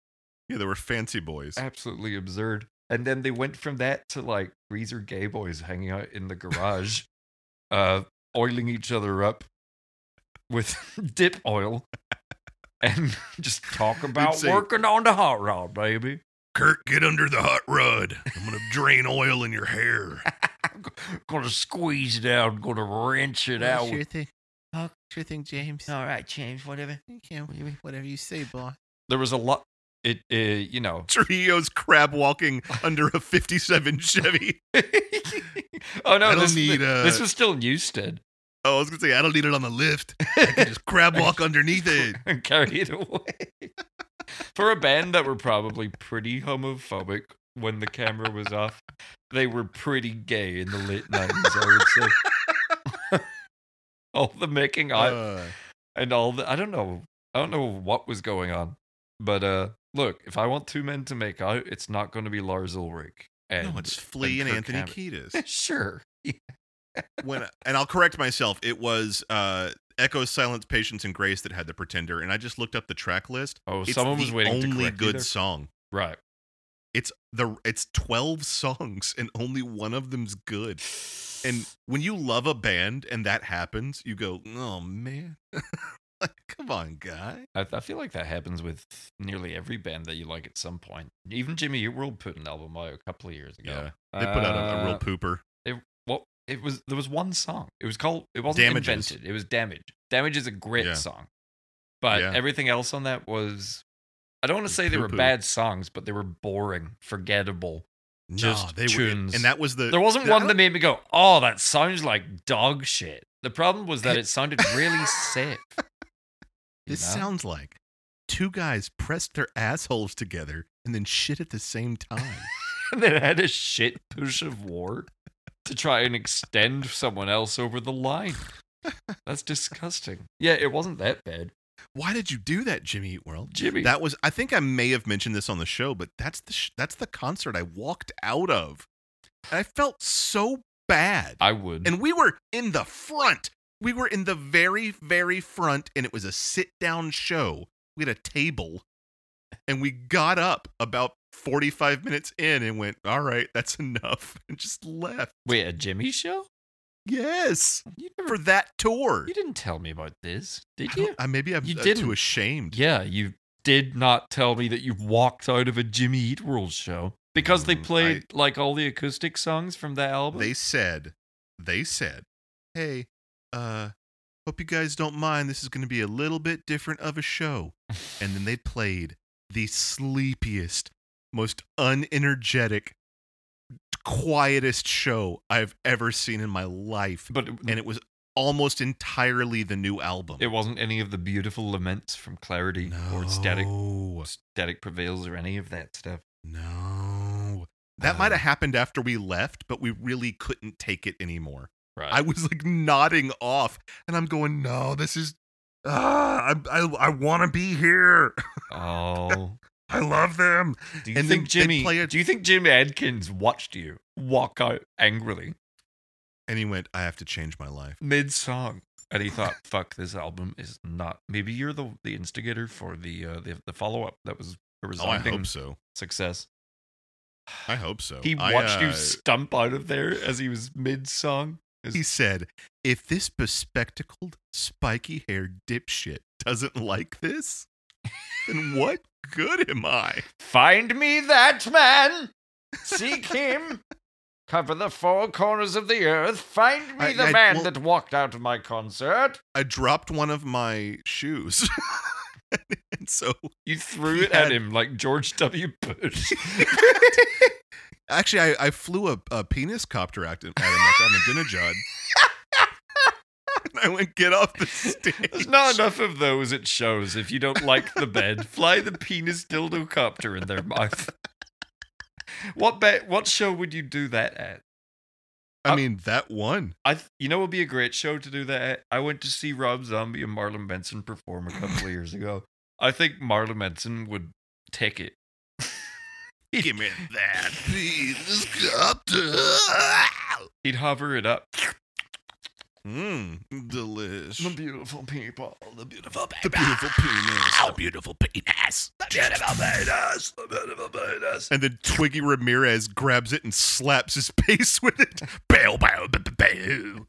[SPEAKER 3] Yeah, they were fancy boys.
[SPEAKER 4] Absolutely absurd. And then they went from that to like Greaser gay boys hanging out in the garage, uh, oiling each other up with dip oil and just talk about
[SPEAKER 3] say-
[SPEAKER 4] working on the hot rod, baby.
[SPEAKER 3] Kurt, get under the hot rod. I'm going to drain oil in your hair.
[SPEAKER 5] gonna squeeze it out. Gonna wrench it out.
[SPEAKER 2] Sure thing.
[SPEAKER 5] Huh?
[SPEAKER 2] Sure thing, James.
[SPEAKER 5] All right, James. Whatever.
[SPEAKER 2] Thank you. Whatever you say, boy.
[SPEAKER 4] There was a lot. It, uh, you know,
[SPEAKER 3] Trio's crab walking under a 57 Chevy.
[SPEAKER 4] oh
[SPEAKER 3] I
[SPEAKER 4] no,
[SPEAKER 3] don't
[SPEAKER 4] this,
[SPEAKER 3] need, uh,
[SPEAKER 4] this was still in Newstead.
[SPEAKER 3] Oh, I was going to say, I don't need it on the lift. I can just crab walk underneath it.
[SPEAKER 4] and carry it away. For a band that were probably pretty homophobic when the camera was off, they were pretty gay in the late nineties, I would say. all the making out
[SPEAKER 3] Uh,
[SPEAKER 4] and all the I don't know I don't know what was going on. But uh look, if I want two men to make out, it's not gonna be Lars Ulrich. And,
[SPEAKER 3] no, it's Flea and,
[SPEAKER 4] Kirk
[SPEAKER 3] Anthony
[SPEAKER 4] Hammett.
[SPEAKER 3] Kiedis.
[SPEAKER 4] sure.
[SPEAKER 3] when and I'll correct myself. It was uh Echoes, Silence, Patience, and Grace that had the Pretender, and I just looked up the track list.
[SPEAKER 4] Oh,
[SPEAKER 3] It's
[SPEAKER 4] someone
[SPEAKER 3] the
[SPEAKER 4] was waiting to
[SPEAKER 3] only
[SPEAKER 4] correct you
[SPEAKER 3] good
[SPEAKER 4] there.
[SPEAKER 3] song.
[SPEAKER 4] Right.
[SPEAKER 3] It's the it's twelve songs, and only one of them's good. And when you love a band and that happens, you go, "Oh man, like come on, guy."
[SPEAKER 4] I, I feel like that happens with nearly every band that you like at some point. Even Jimmy Eat World put an album out a couple of years ago.
[SPEAKER 3] They put out a, a real
[SPEAKER 4] Uh,
[SPEAKER 3] pooper.
[SPEAKER 4] It, well, it was there was one song. It was called. It wasn't
[SPEAKER 3] Damages.
[SPEAKER 4] invented. It was damage. Damage is a great
[SPEAKER 3] Yeah.
[SPEAKER 4] song, but
[SPEAKER 3] Yeah.
[SPEAKER 4] everything else on that was. I don't want to
[SPEAKER 3] Was
[SPEAKER 4] say they were
[SPEAKER 3] poo-poo.
[SPEAKER 4] bad songs, but they were boring, forgettable. just tunes.
[SPEAKER 3] and that was the
[SPEAKER 4] There wasn't
[SPEAKER 3] the- I
[SPEAKER 4] one that made me go, "Oh, that sounds like dog shit." The problem was that it sounded really safe. you
[SPEAKER 3] This
[SPEAKER 4] know?
[SPEAKER 3] sounds like two guys pressed their assholes together and then shit at the same time.
[SPEAKER 4] and then had a shit push of war to try and extend someone else over the line. That's disgusting. Yeah, it wasn't that bad.
[SPEAKER 3] Why did you do that, Jimmy Eat World?
[SPEAKER 4] Jimmy.
[SPEAKER 3] That was I think I may have mentioned this on the show, but that's the sh- that's the concert I walked out of. And I felt so bad.
[SPEAKER 4] I would.
[SPEAKER 3] And we were in the front. We were in the very very front and it was a sit-down show. We had a table and we got up about 45 minutes in and went, "All right, that's enough." And just left.
[SPEAKER 4] Wait, a Jimmy show?
[SPEAKER 3] Yes.
[SPEAKER 4] You never.
[SPEAKER 3] For that tour.
[SPEAKER 4] You didn't tell me about this,
[SPEAKER 3] I
[SPEAKER 4] did
[SPEAKER 3] don't-
[SPEAKER 4] you?
[SPEAKER 3] I, maybe I'm
[SPEAKER 4] You
[SPEAKER 3] uh,
[SPEAKER 4] didn't.
[SPEAKER 3] too ashamed.
[SPEAKER 4] Yeah, you did not tell me that you walked out of a Jimmy Eat World show because they
[SPEAKER 3] Mm, I-
[SPEAKER 4] played like all the acoustic songs from that album.
[SPEAKER 3] They said, they said, hey, uh, hope you guys don't mind. This is going to be a little bit different of a show. and then they played the sleepiest, most unenergetic, quietest show I've ever seen in my life.
[SPEAKER 4] but it,
[SPEAKER 3] And it was almost entirely the new album.
[SPEAKER 4] Mm. it wasn't any of the beautiful laments from Clarity or Static
[SPEAKER 3] No.
[SPEAKER 4] Static Prevails or any of that stuff.
[SPEAKER 3] No. That might have happened after we left, but we really couldn't take it anymore.
[SPEAKER 4] Right.
[SPEAKER 3] I was like nodding off, and I'm going, "No, this is, ah, I, I, I want to be here.
[SPEAKER 4] Oh,
[SPEAKER 3] I love them."
[SPEAKER 4] do you
[SPEAKER 3] And then
[SPEAKER 4] think
[SPEAKER 3] they
[SPEAKER 4] Jimmy?
[SPEAKER 3] play a-
[SPEAKER 4] Do you think Jim Adkins watched you walk out angrily
[SPEAKER 3] And he went, "I have to change my life."
[SPEAKER 4] mid song, and he thought, "Fuck, this album is not." Maybe you're the the instigator for the uh, the, the follow up that was a
[SPEAKER 3] Oh, I
[SPEAKER 4] resounding
[SPEAKER 3] hope so.
[SPEAKER 4] success.
[SPEAKER 3] I hope so.
[SPEAKER 4] He
[SPEAKER 3] I,
[SPEAKER 4] watched you
[SPEAKER 3] uh,
[SPEAKER 4] stump out of there as he was mid song.
[SPEAKER 3] He said, "If this bespectacled, spiky-haired dipshit doesn't like this, then what good am I?"
[SPEAKER 5] Find me that man. Seek him. Cover the four corners of the earth. Find
[SPEAKER 3] me I- the I- man well- that
[SPEAKER 5] walked out of my concert.
[SPEAKER 3] I dropped one of my shoes. and so
[SPEAKER 4] You threw
[SPEAKER 3] He
[SPEAKER 4] it at
[SPEAKER 3] had-
[SPEAKER 4] him like George W. Bush.
[SPEAKER 3] actually I, I flew a, a penis copter at him, at him like I'm a dinajad. and I went get off the
[SPEAKER 4] There's
[SPEAKER 3] stage.
[SPEAKER 4] not enough of those at shows. If you don't like the bed, fly the penis dildo copter in their mouth. What bet? What show would you do that at?
[SPEAKER 3] I mean that one.
[SPEAKER 4] I, th- you know, would be a great show to do that. At? I went to see Rob Zombie and Marlon Benson perform a couple of years ago. I think Marlon Benson would take it.
[SPEAKER 3] Give me that penis copter.
[SPEAKER 4] He'd hover it up.
[SPEAKER 3] Mmm,
[SPEAKER 1] Mmm,
[SPEAKER 3] delish.
[SPEAKER 4] beautiful people, the beautiful
[SPEAKER 3] The beautiful penis.
[SPEAKER 1] The beautiful penis. The beautiful penis. The beautiful penis.
[SPEAKER 3] And then Twiggy Ramirez grabs it and slaps his face with it.
[SPEAKER 1] Bow, bow, bow, bow, bow.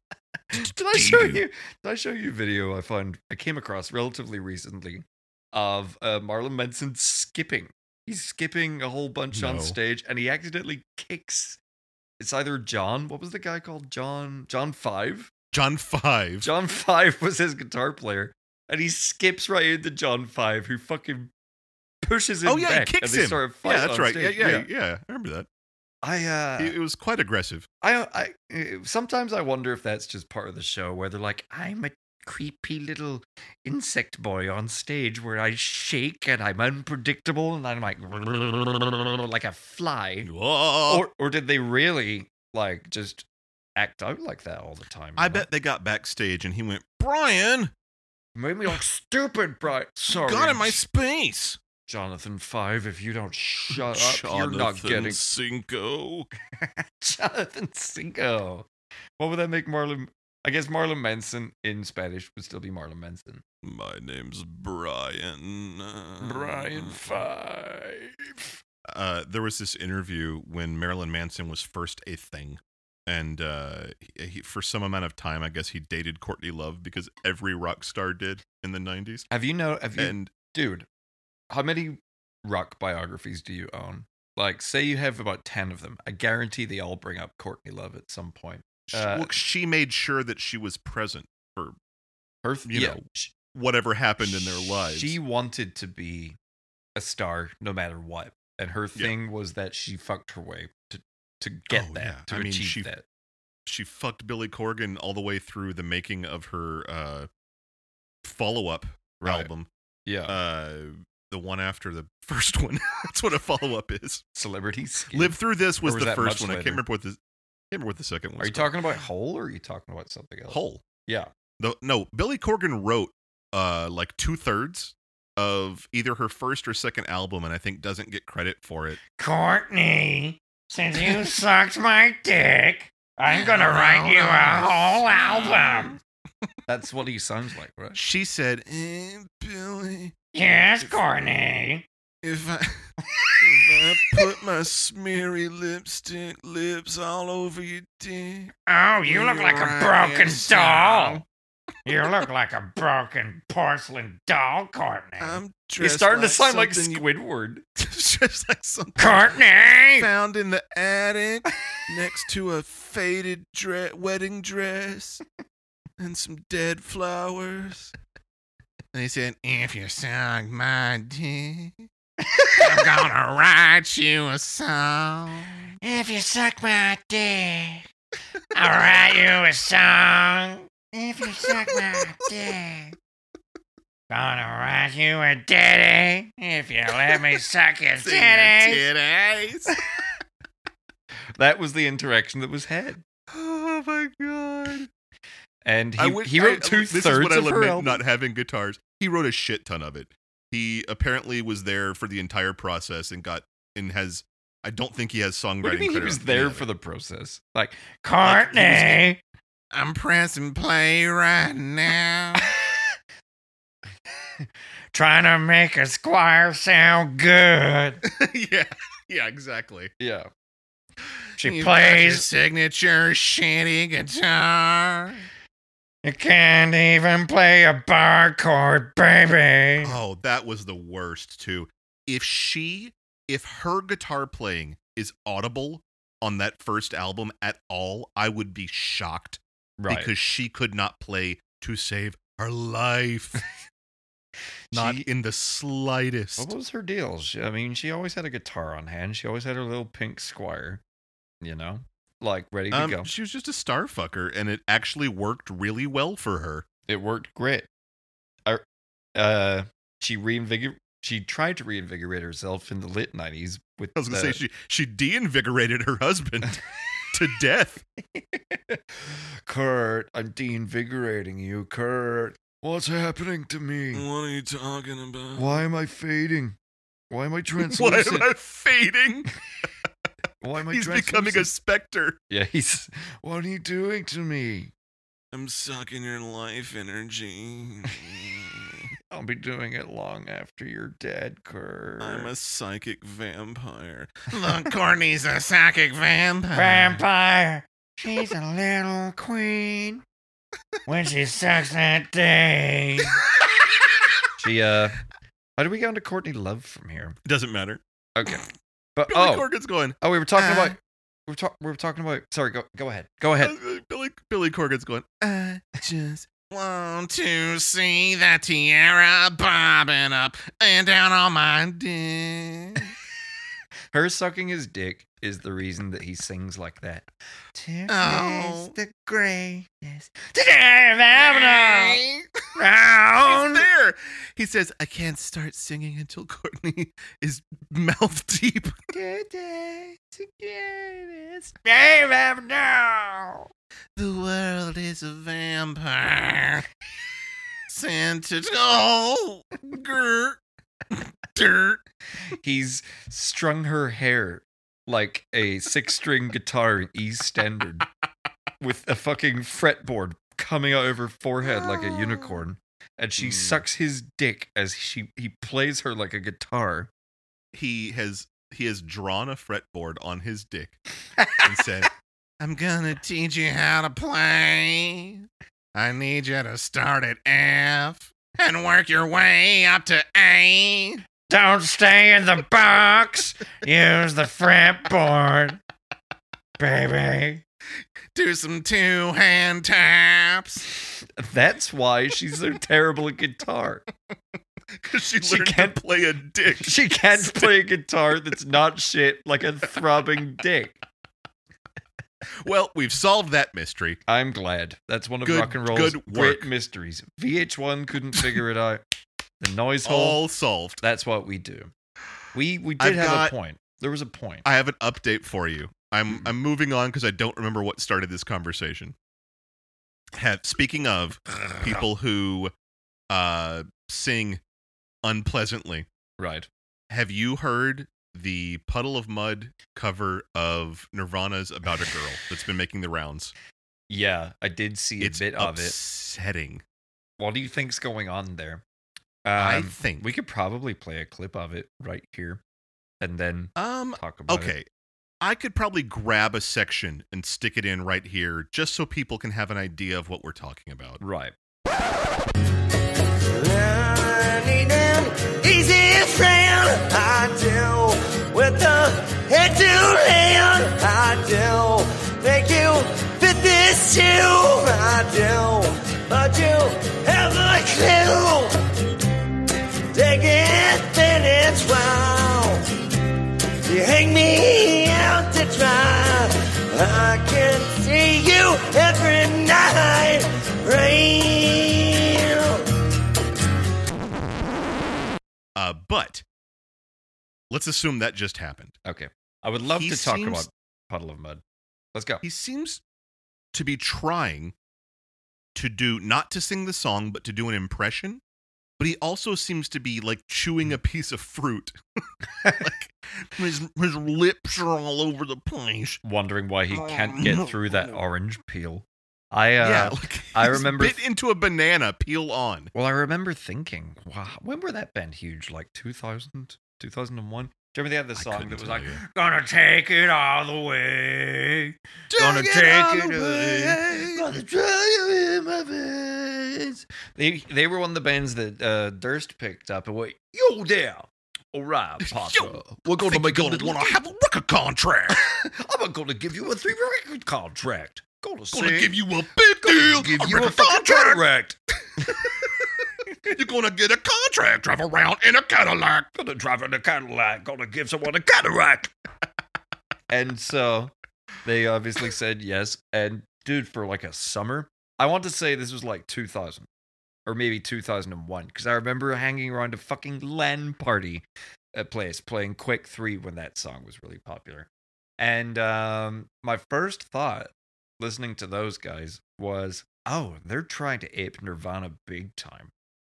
[SPEAKER 4] Did I show you? Did I show you a video I found? I came across relatively recently of uh, Marlon Benson skipping. He's skipping a whole bunch
[SPEAKER 3] No.
[SPEAKER 4] on stage, and he accidentally kicks It's either John. What was the guy called? John. John Five.
[SPEAKER 3] John Five.
[SPEAKER 4] John Five was his guitar player, and he skips right into John Five, who fucking pushes him.
[SPEAKER 3] oh yeah,
[SPEAKER 4] back,
[SPEAKER 3] he kicks
[SPEAKER 4] and they
[SPEAKER 3] him.
[SPEAKER 4] Start a fight
[SPEAKER 3] Yeah, that's
[SPEAKER 4] on
[SPEAKER 3] right. Yeah,
[SPEAKER 4] stage.
[SPEAKER 3] yeah, yeah, I remember that.
[SPEAKER 4] I uh,
[SPEAKER 3] it, it was quite aggressive.
[SPEAKER 4] I, I sometimes I wonder if that's just part of the show where they're like, I'm a creepy little insect boy on stage where I shake and I'm unpredictable and I'm like like a fly.
[SPEAKER 3] Whoa.
[SPEAKER 4] Or or did they really like just act out like that all the time?
[SPEAKER 3] I bet they got backstage and he went, Brian,
[SPEAKER 4] made me look stupid, Bright. Sorry,
[SPEAKER 3] got in my space.
[SPEAKER 4] Jonathan Five. If you don't shut up, Uh, you're not
[SPEAKER 3] Jonathan
[SPEAKER 4] getting
[SPEAKER 3] Cinco.
[SPEAKER 4] Jonathan Cinco. What would that make Marlon? I guess Marlon Manson in Spanish would still be Marlon Manson.
[SPEAKER 3] My name's Brian.
[SPEAKER 4] Brian Five.
[SPEAKER 3] Uh, there was this interview when Marilyn Manson was first a thing. And uh, he, he- for some amount of time, I guess he dated Courtney Love because every rock star did in the 90s.
[SPEAKER 4] Have you know? Have you,
[SPEAKER 3] And
[SPEAKER 4] dude? How many rock biographies do you own? Like, say you have about ten of them. I guarantee they all bring up Courtney Love at some point.
[SPEAKER 3] she,
[SPEAKER 4] Uh,
[SPEAKER 3] well, she made sure that she was present for
[SPEAKER 4] Her,
[SPEAKER 3] You know, whatever happened in their lives.
[SPEAKER 4] She wanted to be a star no matter what, and her
[SPEAKER 3] Yeah.
[SPEAKER 4] thing was that she fucked her way to to get
[SPEAKER 3] Oh,
[SPEAKER 4] that
[SPEAKER 3] yeah.
[SPEAKER 4] to
[SPEAKER 3] I mean,
[SPEAKER 4] achieve
[SPEAKER 3] she-
[SPEAKER 4] that.
[SPEAKER 3] she fucked Billy Corgan all the way through the making of her uh, follow up
[SPEAKER 4] Right.
[SPEAKER 3] album,
[SPEAKER 4] Yeah,
[SPEAKER 3] uh, the one after the first one. That's what a follow up is.
[SPEAKER 4] celebrities.
[SPEAKER 3] Live through this was,
[SPEAKER 4] Or was
[SPEAKER 3] the
[SPEAKER 4] that much
[SPEAKER 3] first one. I
[SPEAKER 4] later?
[SPEAKER 3] can't remember what the can't remember what the second one.
[SPEAKER 4] Are you talking about Hole or are you talking about something else?
[SPEAKER 3] whole?
[SPEAKER 4] Yeah.
[SPEAKER 3] The, no, Billy Corgan wrote uh, like two thirds of either her first or second album, and I think doesn't get credit for it.
[SPEAKER 5] Courtney, since you sucked my dick, I'm gonna write you a whole album.
[SPEAKER 4] That's what he sounds like, right?
[SPEAKER 3] She said, eh, "Billy,
[SPEAKER 5] Yes, Courtney.
[SPEAKER 3] If I, if I put my smeary lipstick lips all over your dick.
[SPEAKER 5] Oh, you look like a broken doll. You look like a broken porcelain doll, Courtney.
[SPEAKER 3] I'm dressed
[SPEAKER 4] He's starting
[SPEAKER 3] like
[SPEAKER 4] to sound like
[SPEAKER 3] something
[SPEAKER 4] Squidward.
[SPEAKER 3] You, dressed like something
[SPEAKER 5] Courtney!
[SPEAKER 3] found in the attic next to a faded dre- wedding dress and some dead flowers. And he said, If you suck my dick, I'm gonna write you a song.
[SPEAKER 5] If you suck my dick, I'll write you a song. If you suck my dick, gonna write you a ditty. If you let me suck your
[SPEAKER 3] Sing your
[SPEAKER 5] titty.
[SPEAKER 3] titties.
[SPEAKER 4] That was the interaction that was had.
[SPEAKER 3] Oh my god.
[SPEAKER 4] And
[SPEAKER 3] I
[SPEAKER 4] he,
[SPEAKER 3] wish-
[SPEAKER 4] he
[SPEAKER 3] I-
[SPEAKER 4] wrote
[SPEAKER 3] I-
[SPEAKER 4] two
[SPEAKER 3] This
[SPEAKER 4] thirds
[SPEAKER 3] is what I
[SPEAKER 4] of her
[SPEAKER 3] lament
[SPEAKER 4] album.
[SPEAKER 3] not having guitars. He wrote a shit ton of it. He apparently was there for the entire process and got and has. I don't think he has songwriting.
[SPEAKER 4] What do you mean he
[SPEAKER 3] credit
[SPEAKER 4] was
[SPEAKER 3] on
[SPEAKER 4] there
[SPEAKER 3] any of
[SPEAKER 4] for
[SPEAKER 3] it.
[SPEAKER 4] the process? Like,
[SPEAKER 5] Courtney!
[SPEAKER 2] I'm pressing play right now.
[SPEAKER 5] Trying to make a squire sound good.
[SPEAKER 3] yeah, yeah, exactly.
[SPEAKER 4] yeah.
[SPEAKER 5] She
[SPEAKER 2] You've got your
[SPEAKER 5] plays.
[SPEAKER 2] signature shitty guitar.
[SPEAKER 5] You can't even play a bar chord, baby.
[SPEAKER 3] Oh, that was the worst too. If she, if her guitar playing is audible on that first album at all, I would be shocked
[SPEAKER 4] Right.
[SPEAKER 3] because she could not play to save her life. Not
[SPEAKER 4] She- Oh,
[SPEAKER 3] in the slightest.
[SPEAKER 4] what was her deal? She, I mean, she always had a guitar on hand. She always had her little pink squire, you know, like ready to go.
[SPEAKER 3] Um, she was just a star fucker, and it actually worked really well for her.
[SPEAKER 4] it worked great. I, uh, she reinvigor she tried to reinvigorate herself in the late nineties with
[SPEAKER 3] I was gonna
[SPEAKER 4] the-
[SPEAKER 3] say she she deinvigorated her husband to death.
[SPEAKER 4] Oh. Kurt, I'm deinvigorating you, Kurt. What's happening to me?
[SPEAKER 3] are you talking about?
[SPEAKER 4] Why am I fading? Why am I
[SPEAKER 3] Why
[SPEAKER 4] translucent?
[SPEAKER 3] am I fading?
[SPEAKER 4] Why am I
[SPEAKER 3] He's becoming a
[SPEAKER 4] translucent?
[SPEAKER 3] specter.
[SPEAKER 4] Yeah, he's. What are you doing to me?
[SPEAKER 3] I'm sucking your life energy.
[SPEAKER 4] I'll be doing it long after you're dead, Kurt.
[SPEAKER 3] psychic vampire.
[SPEAKER 2] Look, Courtney's a psychic vampire.
[SPEAKER 5] Vampire. She's a little queen. When she sucks that thing.
[SPEAKER 4] she uh. How do we get into Courtney Love from here?
[SPEAKER 3] Doesn't matter. Ah.
[SPEAKER 4] Okay, but
[SPEAKER 3] Billy
[SPEAKER 4] oh,
[SPEAKER 3] Corgan's going.
[SPEAKER 4] Oh, we were talking
[SPEAKER 2] Uh,
[SPEAKER 4] about we're talk- we're talking about. Sorry, go go ahead. Go ahead.
[SPEAKER 3] uh, Billy Billy Corgan's going.
[SPEAKER 2] I just want to see that tiara bobbing up and down on my dick.
[SPEAKER 4] Her sucking his dick is the reason that he sings like that.
[SPEAKER 2] Oh.
[SPEAKER 5] the greatest. Avenue. Round.
[SPEAKER 3] He's there. He says, "I can't start singing until Courtney is mouth deep."
[SPEAKER 5] Today, together, it's Dave Avenue.
[SPEAKER 2] The world is a vampire. Sent to oh, grr, dirt.
[SPEAKER 4] He's strung her hair like a six string guitar in E standard with a fucking fretboard coming out of her forehead like a unicorn. And she
[SPEAKER 3] Mm.
[SPEAKER 4] sucks his dick as she he plays her like a guitar.
[SPEAKER 3] He has he has drawn a fretboard on his dick and said,
[SPEAKER 2] I'm gonna teach you how to play. I need you to start at F and work your way up to A.
[SPEAKER 5] Don't stay in the box. Use the fretboard, baby.
[SPEAKER 2] Do some two hand taps.
[SPEAKER 4] That's why she's so terrible at guitar.
[SPEAKER 3] "Because she,
[SPEAKER 4] She
[SPEAKER 3] learned
[SPEAKER 4] can't-
[SPEAKER 3] to play a dick."
[SPEAKER 4] She can't play a guitar that's not shit like a throbbing dick.
[SPEAKER 3] Well, we've solved that mystery.
[SPEAKER 4] I'm glad. That's one of
[SPEAKER 3] Good-
[SPEAKER 4] rock and roll's
[SPEAKER 3] good work.
[SPEAKER 4] great mysteries. VH1 couldn't figure it out. The noise hole.
[SPEAKER 3] All solved.
[SPEAKER 4] That's what we do. We we did
[SPEAKER 3] I've
[SPEAKER 4] have
[SPEAKER 3] got-
[SPEAKER 4] a point. There was a point.
[SPEAKER 3] I have an update for you. I'm
[SPEAKER 4] Mm.
[SPEAKER 3] I'm moving on because I don't remember what started this conversation. Have speaking of people who uh sing unpleasantly,
[SPEAKER 4] right.
[SPEAKER 3] have you heard the Puddle of Mud cover of Nirvana's About a Girl that's been making the rounds?
[SPEAKER 4] Yeah, I did see a
[SPEAKER 3] It's
[SPEAKER 4] bit of it.
[SPEAKER 3] upsetting.
[SPEAKER 4] What do you think's going on there?
[SPEAKER 3] I
[SPEAKER 4] Um,
[SPEAKER 3] think
[SPEAKER 4] we could probably play a clip of it right here, and then
[SPEAKER 3] um
[SPEAKER 4] talk about it.
[SPEAKER 3] okay. I could probably grab a section and stick it in right here just so people can have an idea of what we're talking about.
[SPEAKER 4] Right.
[SPEAKER 6] I need an easy friend. I deal with the head to hand. I deal. Make you fit this shoe. I deal. But you have a clue. Take it, then it's wild. You hang me out to dry. I can see you every night. Rain.
[SPEAKER 3] Uh, but let's assume that just happened.
[SPEAKER 4] Okay. I would love
[SPEAKER 3] He
[SPEAKER 4] to talk
[SPEAKER 3] seems-
[SPEAKER 4] about Puddle of Mud. Let's go.
[SPEAKER 3] He seems to be trying to do not to sing the song, but to do an impression. But he also seems to be like chewing a piece of fruit. like, his, his lips are all over the place.
[SPEAKER 4] Wondering why he can't get through that orange peel. I uh,
[SPEAKER 3] yeah, like,
[SPEAKER 4] I
[SPEAKER 3] he's
[SPEAKER 4] remember-
[SPEAKER 3] bit into a banana. Peel on.
[SPEAKER 4] Well, I remember thinking, wow, when were that band huge? Like 2000, 2001? Do you remember they had the
[SPEAKER 3] I
[SPEAKER 4] song
[SPEAKER 3] couldn't
[SPEAKER 4] that was
[SPEAKER 3] tell
[SPEAKER 4] like,
[SPEAKER 3] you.
[SPEAKER 5] Gonna take it all the way. Gonna
[SPEAKER 2] Take
[SPEAKER 5] take it
[SPEAKER 2] away.
[SPEAKER 4] "Gonna drown you in my veins." They, they were one of the bands that uh, Durst picked up and went, yo there. All right, partner. we're going to
[SPEAKER 2] Think
[SPEAKER 4] make a
[SPEAKER 2] you're gonna
[SPEAKER 4] little...
[SPEAKER 2] want to have a record contract.
[SPEAKER 4] I'm going to give you a three record contract. Going to
[SPEAKER 2] Gonna
[SPEAKER 4] sing.
[SPEAKER 2] give you a big deal.
[SPEAKER 4] give
[SPEAKER 2] a
[SPEAKER 4] you a
[SPEAKER 2] record
[SPEAKER 4] fucking contract.
[SPEAKER 2] You're gonna get a contract. Drive around in a Cadillac.
[SPEAKER 4] Gonna drive in a Cadillac. Gonna give someone a Cadillac. and so they obviously said yes. And dude, for like a summer, I want to say this was like 2000 or maybe 2001 because I remember hanging around a fucking LAN party uh place playing Quake 3 when that song was really popular. And um, my first thought listening to those guys was, oh, they're trying to ape Nirvana big time.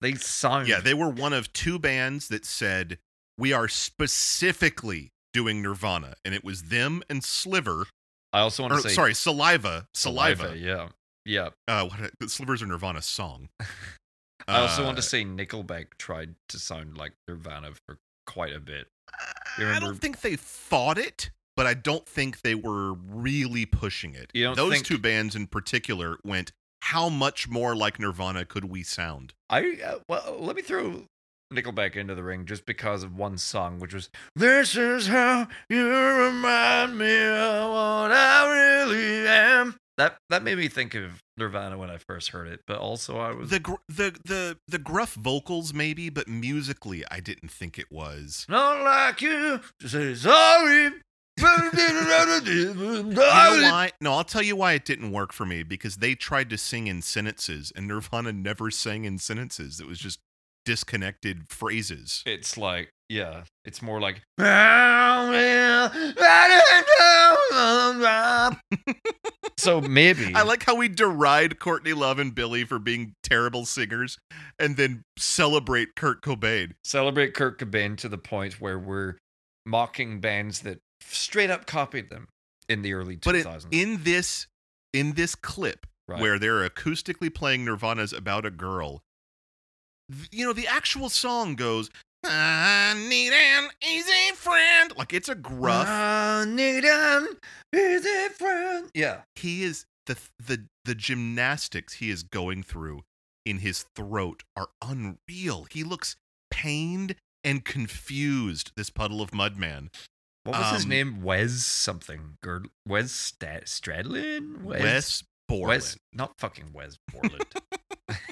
[SPEAKER 4] They sound
[SPEAKER 3] Yeah, they were one of two bands that said we are specifically doing Nirvana, and it was them and Sliver.
[SPEAKER 4] I also want
[SPEAKER 3] Or
[SPEAKER 4] to say
[SPEAKER 3] sorry, Saliva, Saliva.
[SPEAKER 4] Yeah, yeah.
[SPEAKER 3] Uh, what a, Sliver's a Nirvana song.
[SPEAKER 4] I also want
[SPEAKER 3] Uh,
[SPEAKER 4] to say Nickelback tried to sound like Nirvana for quite a bit. You
[SPEAKER 3] I
[SPEAKER 4] remember-
[SPEAKER 3] don't think they fought it, but I don't think they were really pushing it.
[SPEAKER 4] You don't
[SPEAKER 3] Those
[SPEAKER 4] think-
[SPEAKER 3] two bands in particular went. How much more like Nirvana could we sound?
[SPEAKER 4] I uh, well, let me throw Nickelback into the ring just because of one song, which was "This is how you remind me of what I really am." That that made me think of Nirvana when I first heard it, but also I was
[SPEAKER 3] The gr- the the the gruff vocals maybe, but musically I didn't think it was.
[SPEAKER 4] not like you. Just say sorry.
[SPEAKER 3] You know why? No, I'll tell you why it didn't work for me because they tried to sing in sentences and Nirvana never sang in sentences. It was just disconnected phrases.
[SPEAKER 4] It's like yeah, it's more like so maybe
[SPEAKER 3] I like how we deride Courtney Love and Billy for being terrible singers and then celebrate Kurt Cobain.
[SPEAKER 4] celebrate Kurt Cobain to the point where we're mocking bands that straight up copied them in the early 2000s.
[SPEAKER 3] But in, in this in this clip
[SPEAKER 4] Right.
[SPEAKER 3] where they're acoustically playing Nirvana's About a Girl, th- you know, the actual song goes, I need an easy friend. Like it's a gruff.
[SPEAKER 4] I need an easy friend. Yeah.
[SPEAKER 3] he is the the the gymnastics he is going through in his throat are unreal. He looks pained and confused. This puddle of mud man,
[SPEAKER 4] What was his
[SPEAKER 3] Um,
[SPEAKER 4] name? Wes something. Gerd, Wes Stat- Stradlin?
[SPEAKER 3] Wes, Borland.
[SPEAKER 4] Wes, not fucking Wes Borland.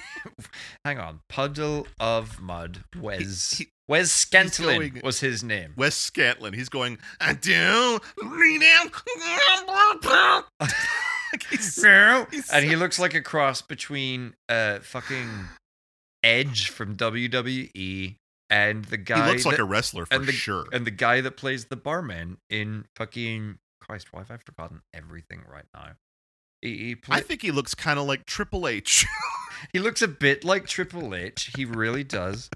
[SPEAKER 4] Hang on. Puddle of Mud. Wes.
[SPEAKER 3] he-
[SPEAKER 4] Wes Scantlin
[SPEAKER 3] going-
[SPEAKER 4] was his name.
[SPEAKER 3] Wes Scantlin. He's going. I do read him. He's- he's-
[SPEAKER 4] and he looks like a cross between uh fucking Edge from WWE and the
[SPEAKER 3] he
[SPEAKER 4] guy
[SPEAKER 3] looks like
[SPEAKER 4] that-
[SPEAKER 3] a wrestler for
[SPEAKER 4] and the-
[SPEAKER 3] sure.
[SPEAKER 4] and the guy that plays the barman in fucking Christ, why have I forgotten everything right now? He he, play-
[SPEAKER 3] I think he looks kind of like Triple H.
[SPEAKER 4] he looks a bit like Triple H. He really does,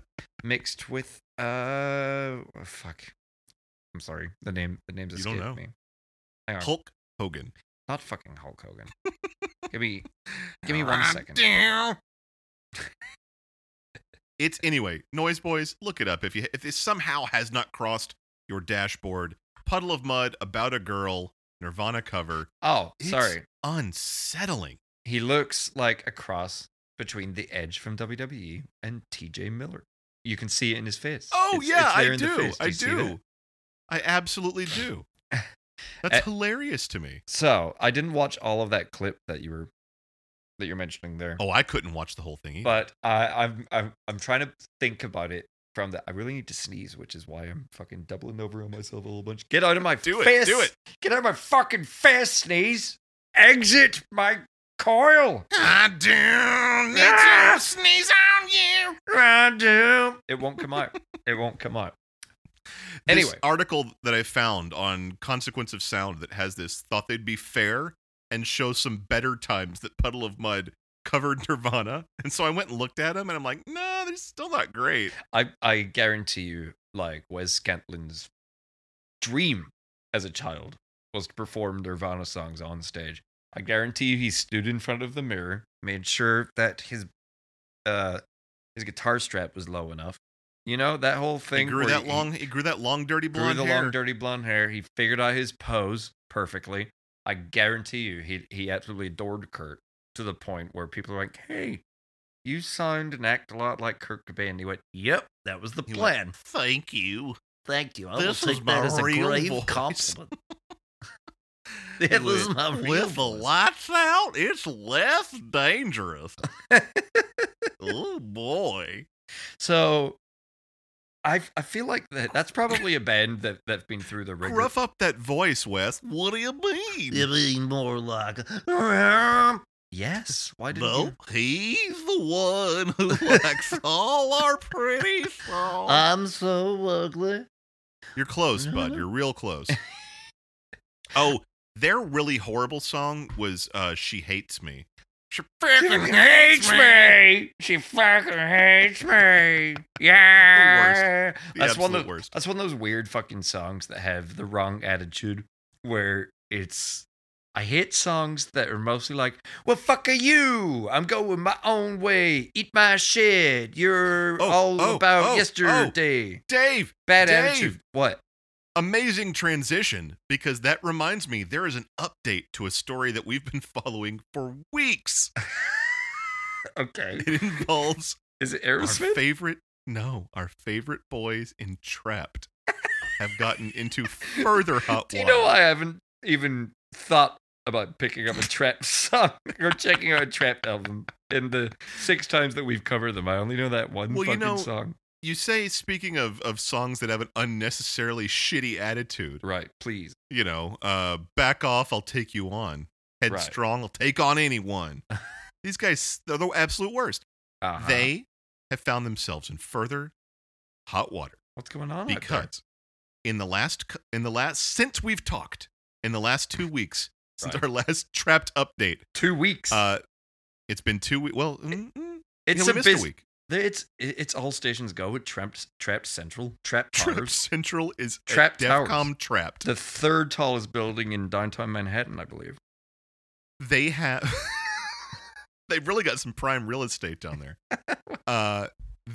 [SPEAKER 4] mixed with uh oh, fuck. I'm sorry, the name the names
[SPEAKER 3] You don't
[SPEAKER 4] escaped
[SPEAKER 3] know.
[SPEAKER 4] me. Hang on,
[SPEAKER 3] Hulk Hogan.
[SPEAKER 4] not fucking Hulk Hogan. give me, give me
[SPEAKER 3] Ah,
[SPEAKER 4] one second.
[SPEAKER 3] It's anyway, Noise Boys, look it up if you if this somehow has not crossed your dashboard. Puddle of Mud about a girl, Nirvana cover.
[SPEAKER 4] Oh,
[SPEAKER 3] It's-
[SPEAKER 4] sorry.
[SPEAKER 3] Unsettling.
[SPEAKER 4] He looks like a cross between the Edge from WWE and TJ Miller. You can see it in his face.
[SPEAKER 3] Oh
[SPEAKER 4] It's-
[SPEAKER 3] yeah,
[SPEAKER 4] it's there
[SPEAKER 3] I
[SPEAKER 4] in the
[SPEAKER 3] do.
[SPEAKER 4] face.
[SPEAKER 3] I
[SPEAKER 4] you see that?
[SPEAKER 3] do. I absolutely do. That's
[SPEAKER 4] Uh,
[SPEAKER 3] hilarious to me.
[SPEAKER 4] So I didn't watch all of that clip that you were that you're mentioning there,
[SPEAKER 3] Oh, I couldn't watch the whole thing either.
[SPEAKER 4] but I, I'm I'm I'm trying to think about it from the. I really need to sneeze, which is why I'm fucking doubling over on myself a whole bunch. Get out of my
[SPEAKER 3] Do it,
[SPEAKER 4] face.
[SPEAKER 3] do it.
[SPEAKER 4] Get out of my fucking face. Sneeze. Exit my coil. Ah!
[SPEAKER 2] I do need to sneeze on you.
[SPEAKER 4] I do. It won't come out. It won't come out.
[SPEAKER 3] This
[SPEAKER 4] Anyway.
[SPEAKER 3] article that I found on Consequence of Sound that has this thought they'd be fair and show some better times that Puddle of Mud covered Nirvana. And so I went and looked at them and I'm like, no, they're still not great.
[SPEAKER 4] I I guarantee you, like Wes Scantlin's dream as a child was to perform Nirvana songs on stage. I guarantee you, he stood in front of the mirror, made sure that his uh his guitar strap was low enough. You know that whole
[SPEAKER 3] He
[SPEAKER 4] thing.
[SPEAKER 3] grew
[SPEAKER 4] where
[SPEAKER 3] that long he grew that long dirty
[SPEAKER 4] grew
[SPEAKER 3] blonde
[SPEAKER 4] the
[SPEAKER 3] hair.
[SPEAKER 4] long, dirty blonde hair. He figured out his pose perfectly. I guarantee you, he he absolutely adored Kurt to the point where people are like, "Hey, you sound and act a lot like Kurt Cobain." And he went, "Yep, that was the
[SPEAKER 3] He went,
[SPEAKER 4] plan."
[SPEAKER 3] Thank you.
[SPEAKER 5] Thank you. I
[SPEAKER 3] This
[SPEAKER 5] will
[SPEAKER 3] is
[SPEAKER 5] take that
[SPEAKER 3] my
[SPEAKER 5] as a
[SPEAKER 3] real
[SPEAKER 5] grave
[SPEAKER 3] voice.
[SPEAKER 5] compliment.
[SPEAKER 4] That was my real
[SPEAKER 3] with the
[SPEAKER 4] voice.
[SPEAKER 3] lights out, it's less dangerous. oh boy.
[SPEAKER 4] So I I feel like that, that's probably a band that that's been through the ringer.
[SPEAKER 3] Rough up that voice, Wes. What do you mean?
[SPEAKER 5] It'd be more like
[SPEAKER 4] Yes. Why did
[SPEAKER 3] no,
[SPEAKER 4] you?
[SPEAKER 3] he's the one who likes all our pretty songs.
[SPEAKER 5] I'm so ugly.
[SPEAKER 3] You're close, bud. You're real close. oh, their really horrible song was uh, "She Hates Me."
[SPEAKER 2] She fucking hates me.
[SPEAKER 5] She fucking hates me.
[SPEAKER 4] Yeah.
[SPEAKER 3] The
[SPEAKER 4] That's
[SPEAKER 3] absolute
[SPEAKER 4] one of the
[SPEAKER 3] worst.
[SPEAKER 4] That's one of those weird fucking songs that have the wrong attitude where it's I hate songs that are mostly like, Well fuck are you? I'm going my own way. Eat my shit. You're
[SPEAKER 3] Oh,
[SPEAKER 4] all
[SPEAKER 3] oh,
[SPEAKER 4] about
[SPEAKER 3] oh, oh.
[SPEAKER 4] yesterday.
[SPEAKER 3] Dave,
[SPEAKER 4] Bad
[SPEAKER 3] Dave.
[SPEAKER 4] attitude. What?
[SPEAKER 3] amazing transition because that reminds me there is an update to a story that we've been following for weeks.
[SPEAKER 4] Okay.
[SPEAKER 3] It involves
[SPEAKER 4] Is it
[SPEAKER 3] our
[SPEAKER 4] Aerosmith?
[SPEAKER 3] favorite No, our favorite boys in Trapped have gotten into further hot
[SPEAKER 4] Do you
[SPEAKER 3] water.
[SPEAKER 4] know I haven't even thought about picking up a trap song or checking out a trap album in the six times that we've covered them? I only know that one
[SPEAKER 3] Well, you
[SPEAKER 4] fucking
[SPEAKER 3] know-
[SPEAKER 4] song.
[SPEAKER 3] You say, speaking of, of songs that have an unnecessarily shitty attitude,
[SPEAKER 4] Right, please.
[SPEAKER 3] you know, uh, back off, I'll take you on. Headstrong, I'll take on anyone. These guys, they're the absolute worst.
[SPEAKER 4] Uh-huh.
[SPEAKER 3] They have found themselves in further hot water.
[SPEAKER 4] What's going on? out there?
[SPEAKER 3] because in the last c- in the last since we've talked in the last two weeks since
[SPEAKER 4] Right.
[SPEAKER 3] our last trapped update
[SPEAKER 4] two weeks.
[SPEAKER 3] uh it's been two weeks well mm, mm, yeah,
[SPEAKER 4] it's
[SPEAKER 3] we
[SPEAKER 4] a
[SPEAKER 3] missed
[SPEAKER 4] bus-
[SPEAKER 3] a week
[SPEAKER 4] It's it's all stations go with trapped, trapped central, trapped
[SPEAKER 3] Trap
[SPEAKER 4] towers.
[SPEAKER 3] central is at
[SPEAKER 4] Trapped
[SPEAKER 3] defcom
[SPEAKER 4] Towers.
[SPEAKER 3] trapped
[SPEAKER 4] The third tallest building in downtown Manhattan, I believe.
[SPEAKER 3] they have they've really got some prime real estate down there uh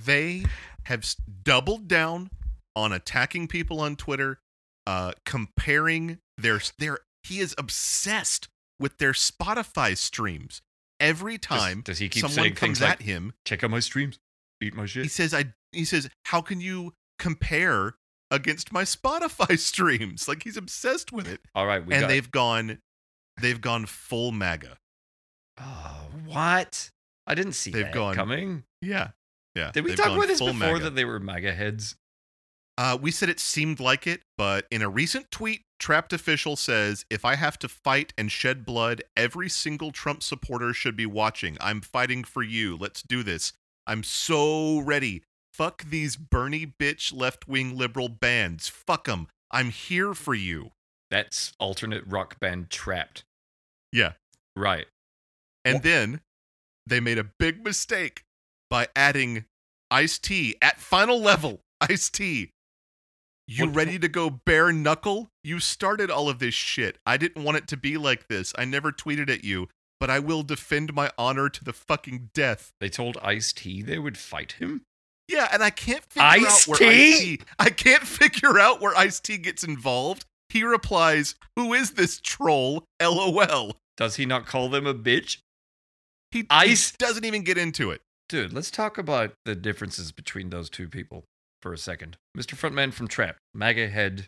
[SPEAKER 3] they have s- doubled down on attacking people on twitter uh comparing their their he is obsessed with their spotify streams every
[SPEAKER 4] Does-
[SPEAKER 3] time
[SPEAKER 4] Does, he keep
[SPEAKER 3] someone
[SPEAKER 4] saying
[SPEAKER 3] comes
[SPEAKER 4] things like,
[SPEAKER 3] at him
[SPEAKER 4] "Check out my streams, eat my shit"?
[SPEAKER 3] he says i he says how can you compare against my spotify streams like he's obsessed with it
[SPEAKER 4] all right, we
[SPEAKER 3] and
[SPEAKER 4] got.
[SPEAKER 3] they've gone they've gone full maga
[SPEAKER 4] oh, what? I didn't see
[SPEAKER 3] They've
[SPEAKER 4] that
[SPEAKER 3] gone-
[SPEAKER 4] coming.
[SPEAKER 3] yeah yeah
[SPEAKER 4] Did we
[SPEAKER 3] they've
[SPEAKER 4] talk
[SPEAKER 3] gone
[SPEAKER 4] about this
[SPEAKER 3] full
[SPEAKER 4] before
[SPEAKER 3] MAGA.
[SPEAKER 4] that they were MAGA heads?
[SPEAKER 3] Uh, we said it seemed like it, but in a recent tweet, Trapped Official says, If I have to fight and shed blood, every single Trump supporter should be watching. I'm fighting for you. Let's do this. I'm so ready. Fuck these Bernie bitch left wing liberal bands. Fuck them. I'm here for you.
[SPEAKER 4] That's alternate rock band Trapped.
[SPEAKER 3] Yeah.
[SPEAKER 4] Right.
[SPEAKER 3] And
[SPEAKER 4] What?
[SPEAKER 3] then they made a big mistake by adding Ice T at final level. Ice T. You
[SPEAKER 4] What-
[SPEAKER 3] ready to go bare knuckle? You started all of this shit. I didn't want it to be like this. I never tweeted at you, but I will defend my honor to the fucking death.
[SPEAKER 4] They told Ice T they would fight him.
[SPEAKER 3] Yeah, and I can't figure
[SPEAKER 4] Ice
[SPEAKER 3] out
[SPEAKER 4] T?
[SPEAKER 3] where Ice T. I can't figure out where Ice T gets involved. He replies, "Who is this troll?" LOL.
[SPEAKER 4] Does he not call them a bitch?
[SPEAKER 3] He,
[SPEAKER 4] Ice-
[SPEAKER 3] he doesn't even get into it.
[SPEAKER 4] Dude, let's talk about the differences between those two people for a second. Mr. Frontman from Trap, MAGA head,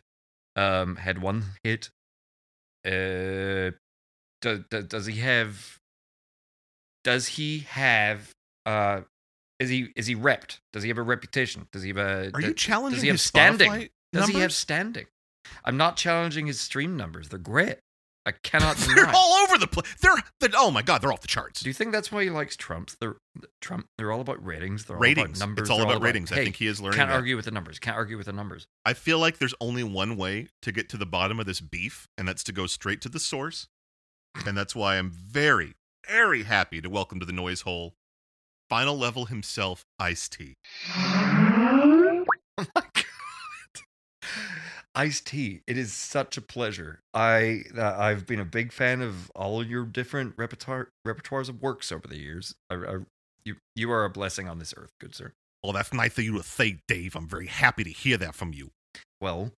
[SPEAKER 4] um, had one hit. Uh, does, does he have? Does he have? Uh, is he is he repped? Does he have a reputation? Does he have a?
[SPEAKER 3] Are
[SPEAKER 4] d-
[SPEAKER 3] you challenging
[SPEAKER 4] does he have
[SPEAKER 3] his
[SPEAKER 4] standing?
[SPEAKER 3] Spotify
[SPEAKER 4] Does he have
[SPEAKER 3] numbers?
[SPEAKER 4] standing? I'm not challenging his stream numbers. They're great. I cannot
[SPEAKER 3] They're
[SPEAKER 4] deny. it.
[SPEAKER 3] all over the place. They're, they're oh my god, they're off the charts.
[SPEAKER 4] Do you think that's why he likes Trump? They're Trump. They're all about ratings. They're all about
[SPEAKER 3] ratings.
[SPEAKER 4] numbers.
[SPEAKER 3] it's all
[SPEAKER 4] they're
[SPEAKER 3] about ratings. I
[SPEAKER 4] hey,
[SPEAKER 3] think he is learning.
[SPEAKER 4] Can't
[SPEAKER 3] that.
[SPEAKER 4] argue with the numbers. Can't argue with the numbers.
[SPEAKER 3] I feel like there's only one way to get to the bottom of this beef, and that's to go straight to the source. And that's why I'm very, very happy to welcome to the noise hole final level himself, Ice T.
[SPEAKER 4] Oh Ice T. It is such a pleasure. I uh, I've been a big fan of all your different repertoire repertoires of works over the years. I, I, you you are a blessing on this earth, good sir.
[SPEAKER 3] Oh, that's nice of you to say, Dave. I'm very happy to hear that from you.
[SPEAKER 4] Well,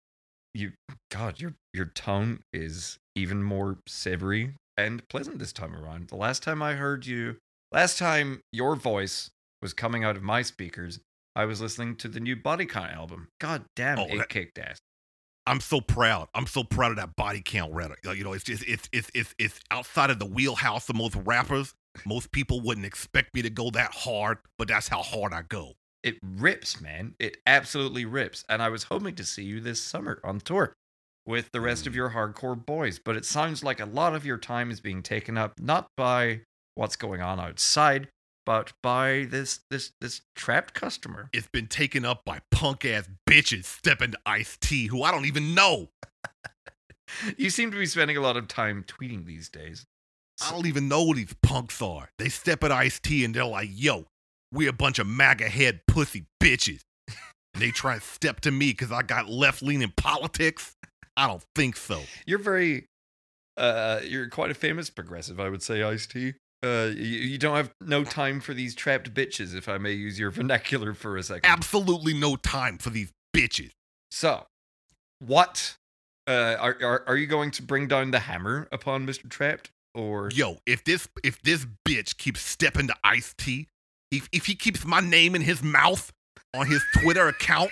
[SPEAKER 4] you God, your your tone is even more savory and pleasant this time around. The last time I heard you, last time your voice was coming out of my speakers, I was listening to the new Body Count album. God damn,
[SPEAKER 3] Oh,
[SPEAKER 4] it
[SPEAKER 3] that-
[SPEAKER 4] kicked ass.
[SPEAKER 3] I'm so proud. I'm so proud of that body count rhetoric. You know, it's just it's it's it's, it's outside of the wheelhouse of most rappers. Most people wouldn't expect me to go that hard, but that's how hard I go.
[SPEAKER 4] It rips, man. It absolutely rips. And I was hoping to see you this summer on tour with the rest of your hardcore boys, but it sounds like a lot of your time is being taken up not by what's going on outside, but by this this this trapped customer.
[SPEAKER 3] It's been taken up by punk ass bitches stepping to Ice T, who I don't even know.
[SPEAKER 4] You seem to be spending a lot of time tweeting these days.
[SPEAKER 3] I don't even know who these punks are. They step at Ice T and they're like, "Yo, we a bunch of MAGA head pussy bitches." And they try and step to me because I got left leaning politics. I don't think so.
[SPEAKER 4] You're very uh you're quite a famous progressive, I would say, Ice T. Uh, you, you don't have no time for these trapped bitches, if I may use your vernacular for a second.
[SPEAKER 3] Absolutely no time for these bitches.
[SPEAKER 4] So, what uh, are, are are you going to bring down the hammer upon Mr. Trapped, or
[SPEAKER 3] Yo, if this if this bitch keeps stepping to Ice T, if if he keeps my name in his mouth, on his Twitter account.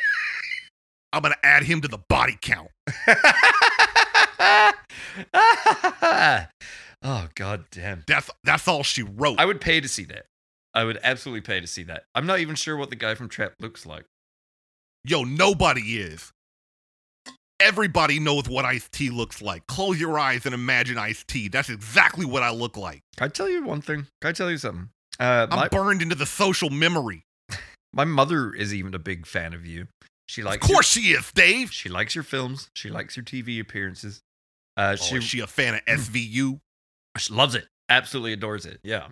[SPEAKER 3] I'm gonna add him to the body count.
[SPEAKER 4] oh god damn.
[SPEAKER 3] That's that's all she wrote.
[SPEAKER 4] I would pay to see that. I would absolutely pay to see that. I'm not even sure what the guy from Trap looks like.
[SPEAKER 3] Yo, nobody is. Everybody knows what Ice T looks like. Close your eyes and imagine Ice T. That's exactly what I look like.
[SPEAKER 4] Can I tell you one thing? Can I tell you something? Uh,
[SPEAKER 3] I'm
[SPEAKER 4] my,
[SPEAKER 3] burned into the social memory.
[SPEAKER 4] my mother is even a big fan of you. She likes
[SPEAKER 3] of course she is,
[SPEAKER 4] your,
[SPEAKER 3] Dave.
[SPEAKER 4] she likes your films. She likes your TV appearances. Uh,
[SPEAKER 3] Oh,
[SPEAKER 4] she,
[SPEAKER 3] is she a fan of SVU?
[SPEAKER 4] she loves it. Absolutely adores it. Yeah,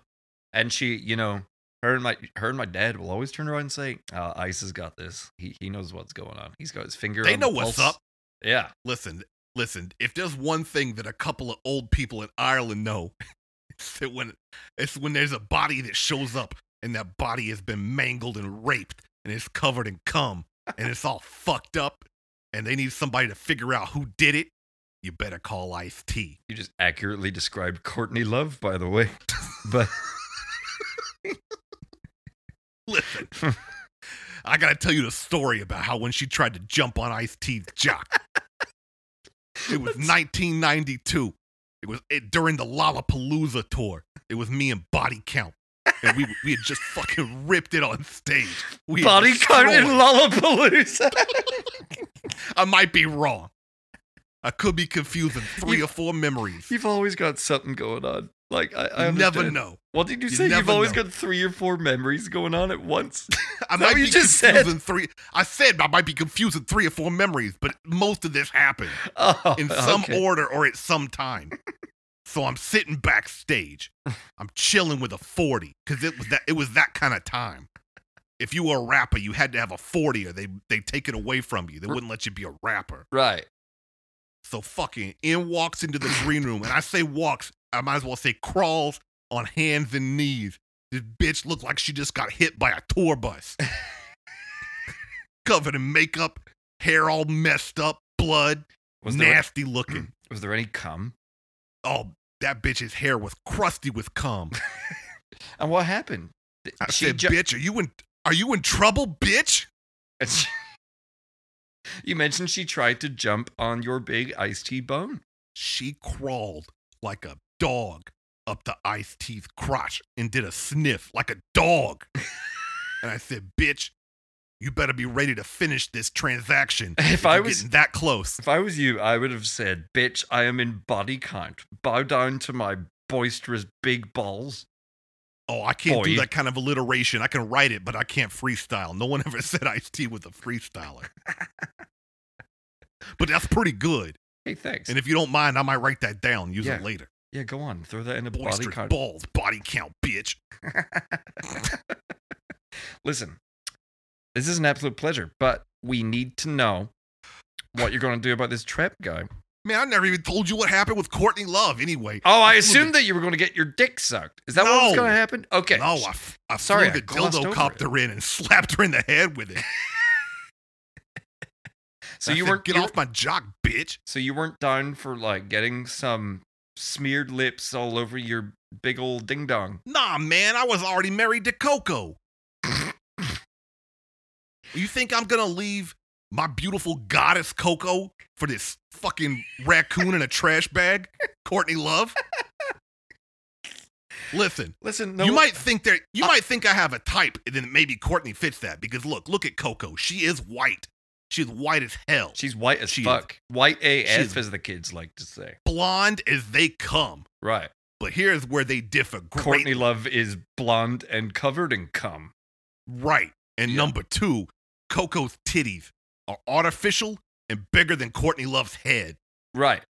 [SPEAKER 4] and she, you know, her and my her and my dad will always turn around and say, uh, "Ice has got this. He he knows what's going on. He's got his finger.
[SPEAKER 3] They
[SPEAKER 4] on
[SPEAKER 3] know
[SPEAKER 4] the
[SPEAKER 3] what's
[SPEAKER 4] pulse."
[SPEAKER 3] up.
[SPEAKER 4] Yeah,
[SPEAKER 3] Listen, listen. If there's one thing that a couple of old people in Ireland know, it's that when it's when there's a body that shows up and that body has been mangled and raped and it's covered in cum and it's all fucked up and they need somebody to figure out who did it. You better call Ice T.
[SPEAKER 4] you just accurately described Courtney Love, by the way. But
[SPEAKER 3] Listen, I gotta tell you the story about how when she tried to jump on Ice T's jock. it was 1992. It was it, during the Lollapalooza tour. It was me and Body Count, and we we had just fucking ripped it on stage. We had
[SPEAKER 4] body count in
[SPEAKER 3] destroyed-
[SPEAKER 4] Lollapalooza.
[SPEAKER 3] I might be wrong. I could be confusing three
[SPEAKER 4] You-
[SPEAKER 3] or four memories. You,
[SPEAKER 4] You've always got something going on. Like I, I
[SPEAKER 3] never
[SPEAKER 4] understand.
[SPEAKER 3] know.
[SPEAKER 4] What did you,
[SPEAKER 3] You
[SPEAKER 4] say? You've
[SPEAKER 3] never
[SPEAKER 4] always
[SPEAKER 3] know.
[SPEAKER 4] got three or four memories going on at once.
[SPEAKER 3] I
[SPEAKER 4] that
[SPEAKER 3] might
[SPEAKER 4] what
[SPEAKER 3] be
[SPEAKER 4] you just said?
[SPEAKER 3] confusing three. I said I might be confusing three or four memories, but most of this happened.
[SPEAKER 4] Oh,
[SPEAKER 3] in some
[SPEAKER 4] okay.
[SPEAKER 3] order or at some time. so I'm sitting backstage. I'm chilling with a 40 because it was that it was that kind of time. If you were a rapper, you had to have a 40 or they they take it away from you. They wouldn't let you be a rapper.
[SPEAKER 4] Right.
[SPEAKER 3] So fucking in walks into the green room, and I say walks, I might as well say crawls on hands and knees. This bitch looked like she just got hit by a tour bus. Covered in makeup, hair all messed up, blood,
[SPEAKER 4] Was there
[SPEAKER 3] nasty looking.
[SPEAKER 4] was there any cum?
[SPEAKER 3] Oh, that bitch's hair was crusty with cum.
[SPEAKER 4] And what happened? Th-
[SPEAKER 3] I
[SPEAKER 4] she
[SPEAKER 3] said,
[SPEAKER 4] ju-
[SPEAKER 3] "Bitch, are you in? Are you in trouble, bitch?"
[SPEAKER 4] you mentioned she tried to jump on your big iced tea bone.
[SPEAKER 3] She crawled like a dog up to Ice T's crotch and did a sniff like a dog. and I said, "Bitch, you better be ready to finish this transaction."
[SPEAKER 4] If I
[SPEAKER 3] you're
[SPEAKER 4] was-
[SPEAKER 3] getting that close,
[SPEAKER 4] If I was you, I would have said, "Bitch, I am in body count. Bow down to my boisterous big balls."
[SPEAKER 3] oh, I can't do
[SPEAKER 4] Boy.
[SPEAKER 3] that kind of alliteration. I can write it, but I can't freestyle. No one ever said Ice T was a freestyler. but that's pretty good.
[SPEAKER 4] Hey, thanks.
[SPEAKER 3] And if you don't mind, I might write that down, use
[SPEAKER 4] Yeah.
[SPEAKER 3] it later.
[SPEAKER 4] yeah, go on. Throw that in a body
[SPEAKER 3] boisterous
[SPEAKER 4] count.
[SPEAKER 3] balls, body count, bitch.
[SPEAKER 4] Listen, this is an absolute pleasure, but we need to know what you're going to do about this trap guy.
[SPEAKER 3] Man, I never even told you what happened with Courtney Love. Anyway,
[SPEAKER 4] Oh, I
[SPEAKER 3] flew the-
[SPEAKER 4] assumed that you were going to get your dick sucked. Is that what was
[SPEAKER 3] No.
[SPEAKER 4] going to happen? Okay.
[SPEAKER 3] no, oh, I, f- I
[SPEAKER 4] Sorry, I
[SPEAKER 3] threw the
[SPEAKER 4] glossed over
[SPEAKER 3] dildo copter in and slapped her in the head with it.
[SPEAKER 4] so
[SPEAKER 3] I
[SPEAKER 4] you
[SPEAKER 3] said,
[SPEAKER 4] weren't
[SPEAKER 3] get
[SPEAKER 4] you-
[SPEAKER 3] off my jock, bitch.
[SPEAKER 4] So you weren't down for like getting some smeared lips all over your big old ding dong.
[SPEAKER 3] Nah, man, I was already married to Coco. you think I'm gonna leave my beautiful goddess Coco for this fucking raccoon in a trash bag, Courtney Love? Listen,
[SPEAKER 4] Listen, no, uh,
[SPEAKER 3] you might think there. You might think I have a type, and then maybe Courtney fits that. Because look, look at Coco. She is white. She's white as hell. She's
[SPEAKER 4] She's white as
[SPEAKER 3] She is-
[SPEAKER 4] fuck. White AF,
[SPEAKER 3] is-
[SPEAKER 4] as the kids like to say.
[SPEAKER 3] blonde as they come.
[SPEAKER 4] Right.
[SPEAKER 3] But here's where they differ. Great.
[SPEAKER 4] Courtney Love is blonde and covered in cum.
[SPEAKER 3] right? And
[SPEAKER 4] Yeah.
[SPEAKER 3] number two, Coco's titties are artificial and bigger than Courtney Love's head.
[SPEAKER 4] Right.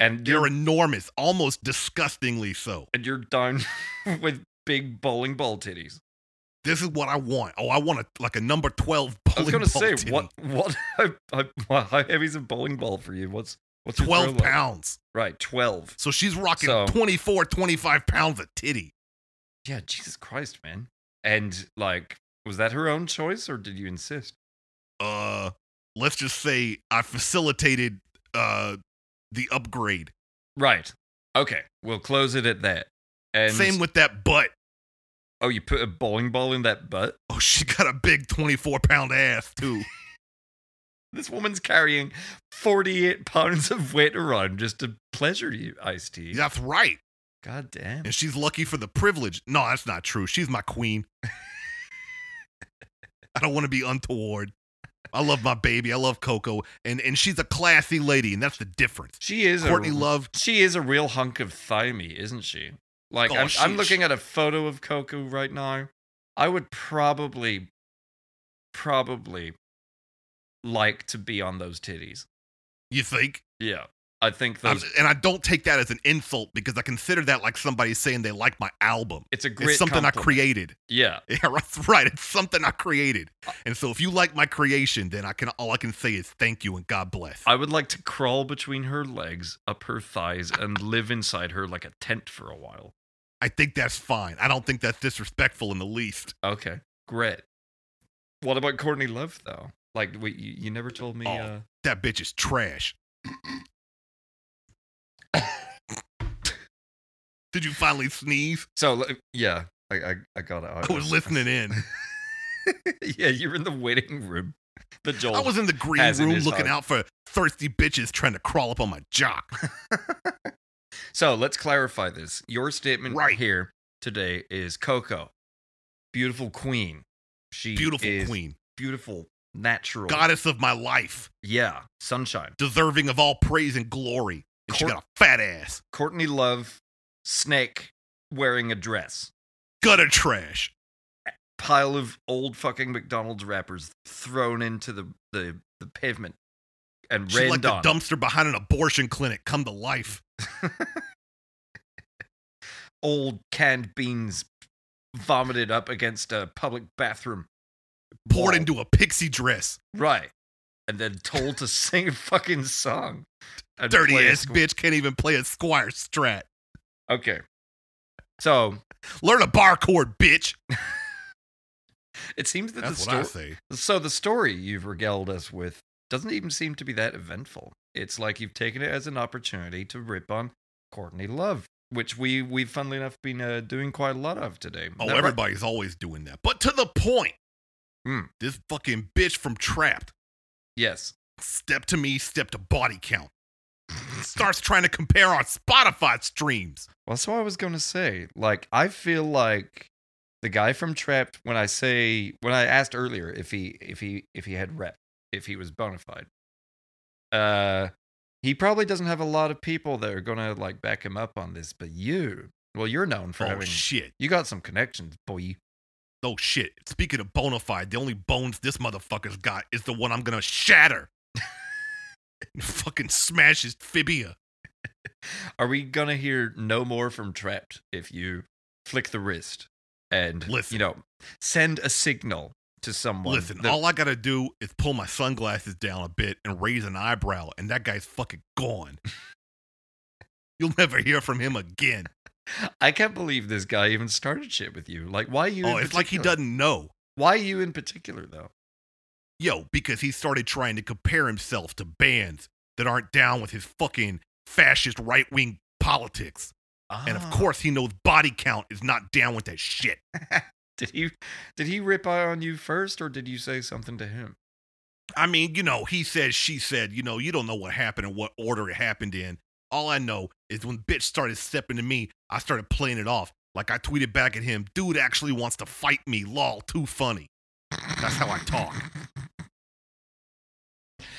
[SPEAKER 4] And
[SPEAKER 3] They're
[SPEAKER 4] you're
[SPEAKER 3] enormous, almost disgustingly so.
[SPEAKER 4] and you're down with big bowling ball titties.
[SPEAKER 3] This is what I want. Oh, I want a like a number twelve
[SPEAKER 4] I
[SPEAKER 3] bowling
[SPEAKER 4] was gonna
[SPEAKER 3] ball
[SPEAKER 4] say
[SPEAKER 3] titty.
[SPEAKER 4] what what how, how, how heavy's a bowling ball for you? What's what's your throw
[SPEAKER 3] Twelve
[SPEAKER 4] like?
[SPEAKER 3] pounds.
[SPEAKER 4] Right, twelve.
[SPEAKER 3] So she's rocking
[SPEAKER 4] So-
[SPEAKER 3] twenty four, twenty five 24, 25 pounds of titty.
[SPEAKER 4] Yeah, Jesus Christ, man. And like, was that her own choice or did you insist?
[SPEAKER 3] uh let's just say I facilitated uh the upgrade.
[SPEAKER 4] Right. Okay. We'll close it at that. And
[SPEAKER 3] Same with that butt.
[SPEAKER 4] Oh, you put a bowling ball in that butt?
[SPEAKER 3] Oh, she got a big 24 pound ass, too.
[SPEAKER 4] This woman's carrying 48 pounds of weight around just to pleasure you, Ice T.
[SPEAKER 3] That's right.
[SPEAKER 4] God damn.
[SPEAKER 3] And she's lucky for the privilege. No, that's not true. She's my queen. I don't want to be untoward. I love my baby. I love Coco. And and she's a classy lady, and that's the difference.
[SPEAKER 4] She is
[SPEAKER 3] Courtney
[SPEAKER 4] a,
[SPEAKER 3] Love,
[SPEAKER 4] She is a real hunk of thymie, isn't she? Like
[SPEAKER 3] Oh,
[SPEAKER 4] I'm,
[SPEAKER 3] she-
[SPEAKER 4] I'm looking at a photo of Coco right now. I would probably, probably like to be on those titties.
[SPEAKER 3] you think?
[SPEAKER 4] Yeah, I think
[SPEAKER 3] I'm-
[SPEAKER 4] those.
[SPEAKER 3] and I don't take that as an insult because I consider that like somebody saying they like my album.
[SPEAKER 4] it's a great.
[SPEAKER 3] it's something I
[SPEAKER 4] compliment.
[SPEAKER 3] created.
[SPEAKER 4] Yeah,
[SPEAKER 3] Yeah, that's right. It's something I created. And so if you like my creation, then I can all I can say is thank you and God bless.
[SPEAKER 4] I would like to crawl between her legs, up her thighs, and live inside her like a tent for a while.
[SPEAKER 3] I think that's fine. I don't think that's disrespectful in the least.
[SPEAKER 4] Okay, great. What about Courtney Love though? Like, wait, you, you never told me.
[SPEAKER 3] Oh.
[SPEAKER 4] Uh,
[SPEAKER 3] That bitch is trash. Did you finally sneeze?
[SPEAKER 4] so like, yeah, I, I I got it. out.
[SPEAKER 3] I was listening in.
[SPEAKER 4] yeah, you're in the waiting room. The Joel.
[SPEAKER 3] I was in the green
[SPEAKER 4] As it
[SPEAKER 3] room
[SPEAKER 4] is
[SPEAKER 3] looking
[SPEAKER 4] hard.
[SPEAKER 3] out for thirsty bitches trying to crawl up on my jock.
[SPEAKER 4] so let's clarify this. Your statement
[SPEAKER 3] Right.
[SPEAKER 4] here today is Coco, beautiful queen. She
[SPEAKER 3] Beautiful
[SPEAKER 4] is
[SPEAKER 3] queen,
[SPEAKER 4] beautiful, natural.
[SPEAKER 3] goddess of my life,
[SPEAKER 4] Yeah, sunshine.
[SPEAKER 3] deserving of all praise and glory. And she
[SPEAKER 4] Court-
[SPEAKER 3] got a fat ass.
[SPEAKER 4] Courtney Love, snake wearing a dress.
[SPEAKER 3] Gutter trash.
[SPEAKER 4] Pile of old fucking McDonald's wrappers thrown into the the, the pavement and
[SPEAKER 3] She's like
[SPEAKER 4] rained
[SPEAKER 3] the
[SPEAKER 4] on.
[SPEAKER 3] dumpster behind an abortion clinic come to life.
[SPEAKER 4] old canned beans vomited up against a public bathroom.
[SPEAKER 3] poured
[SPEAKER 4] Whoa.
[SPEAKER 3] into a pixie dress.
[SPEAKER 4] Right. And then told to sing a fucking song. and
[SPEAKER 3] Dirty
[SPEAKER 4] play a
[SPEAKER 3] ass
[SPEAKER 4] squ-
[SPEAKER 3] bitch can't even play a Squire Strat.
[SPEAKER 4] Okay. So
[SPEAKER 3] Learn a bar chord, bitch.
[SPEAKER 4] it seems that
[SPEAKER 3] That's what
[SPEAKER 4] the
[SPEAKER 3] I
[SPEAKER 4] story.
[SPEAKER 3] say.
[SPEAKER 4] So the story you've regaled us with doesn't even seem to be that eventful. It's like you've taken it as an opportunity to rip on Courtney Love, which we we've funnily enough been uh, doing quite a lot of today.
[SPEAKER 3] Oh,
[SPEAKER 4] Is that right?
[SPEAKER 3] everybody's always doing that. But to the point,
[SPEAKER 4] Hmm.
[SPEAKER 3] this fucking bitch from Trapped,
[SPEAKER 4] Yes.
[SPEAKER 3] step to me, step to body count. Starts trying to compare our Spotify streams.
[SPEAKER 4] Well, that's what I was gonna say. Like, I feel like the guy from Trapped. When I say when I asked earlier if he if he if he had rep, if he was bona fide, uh, he probably doesn't have a lot of people that are gonna like back him up on this. But you, well, you're known for
[SPEAKER 3] Oh
[SPEAKER 4] having
[SPEAKER 3] shit!
[SPEAKER 4] you got some connections, boy.
[SPEAKER 3] Oh shit! Speaking of bona fide, the only bones this motherfucker's got is the one I'm gonna shatter. fucking smash his fibia.
[SPEAKER 4] Are we gonna hear no more from Trapped if you flick the wrist and
[SPEAKER 3] Listen.
[SPEAKER 4] you know send a signal to someone?
[SPEAKER 3] Listen,
[SPEAKER 4] that-
[SPEAKER 3] all I gotta do is pull my sunglasses down a bit and raise an eyebrow, and that guy's fucking gone. You'll never hear from him again.
[SPEAKER 4] I can't believe this guy even started shit with you. Like, why you?
[SPEAKER 3] oh,
[SPEAKER 4] in
[SPEAKER 3] it's like he
[SPEAKER 4] particular?
[SPEAKER 3] doesn't know.
[SPEAKER 4] Why you in particular, though?
[SPEAKER 3] Yo, because he started trying to compare himself to bands that aren't down with his fucking fascist right wing politics. And of
[SPEAKER 4] Ah.
[SPEAKER 3] course, he knows body count is not down with that shit.
[SPEAKER 4] did he did he rip out on you first, or did you say something to him?
[SPEAKER 3] I mean, you know, he said, she said, you know, you don't know what happened and what order it happened in. All I know is when bitch started stepping to me, I started playing it off. Like I tweeted back at him, dude actually wants to fight me. Lol, too funny. That's how I talk.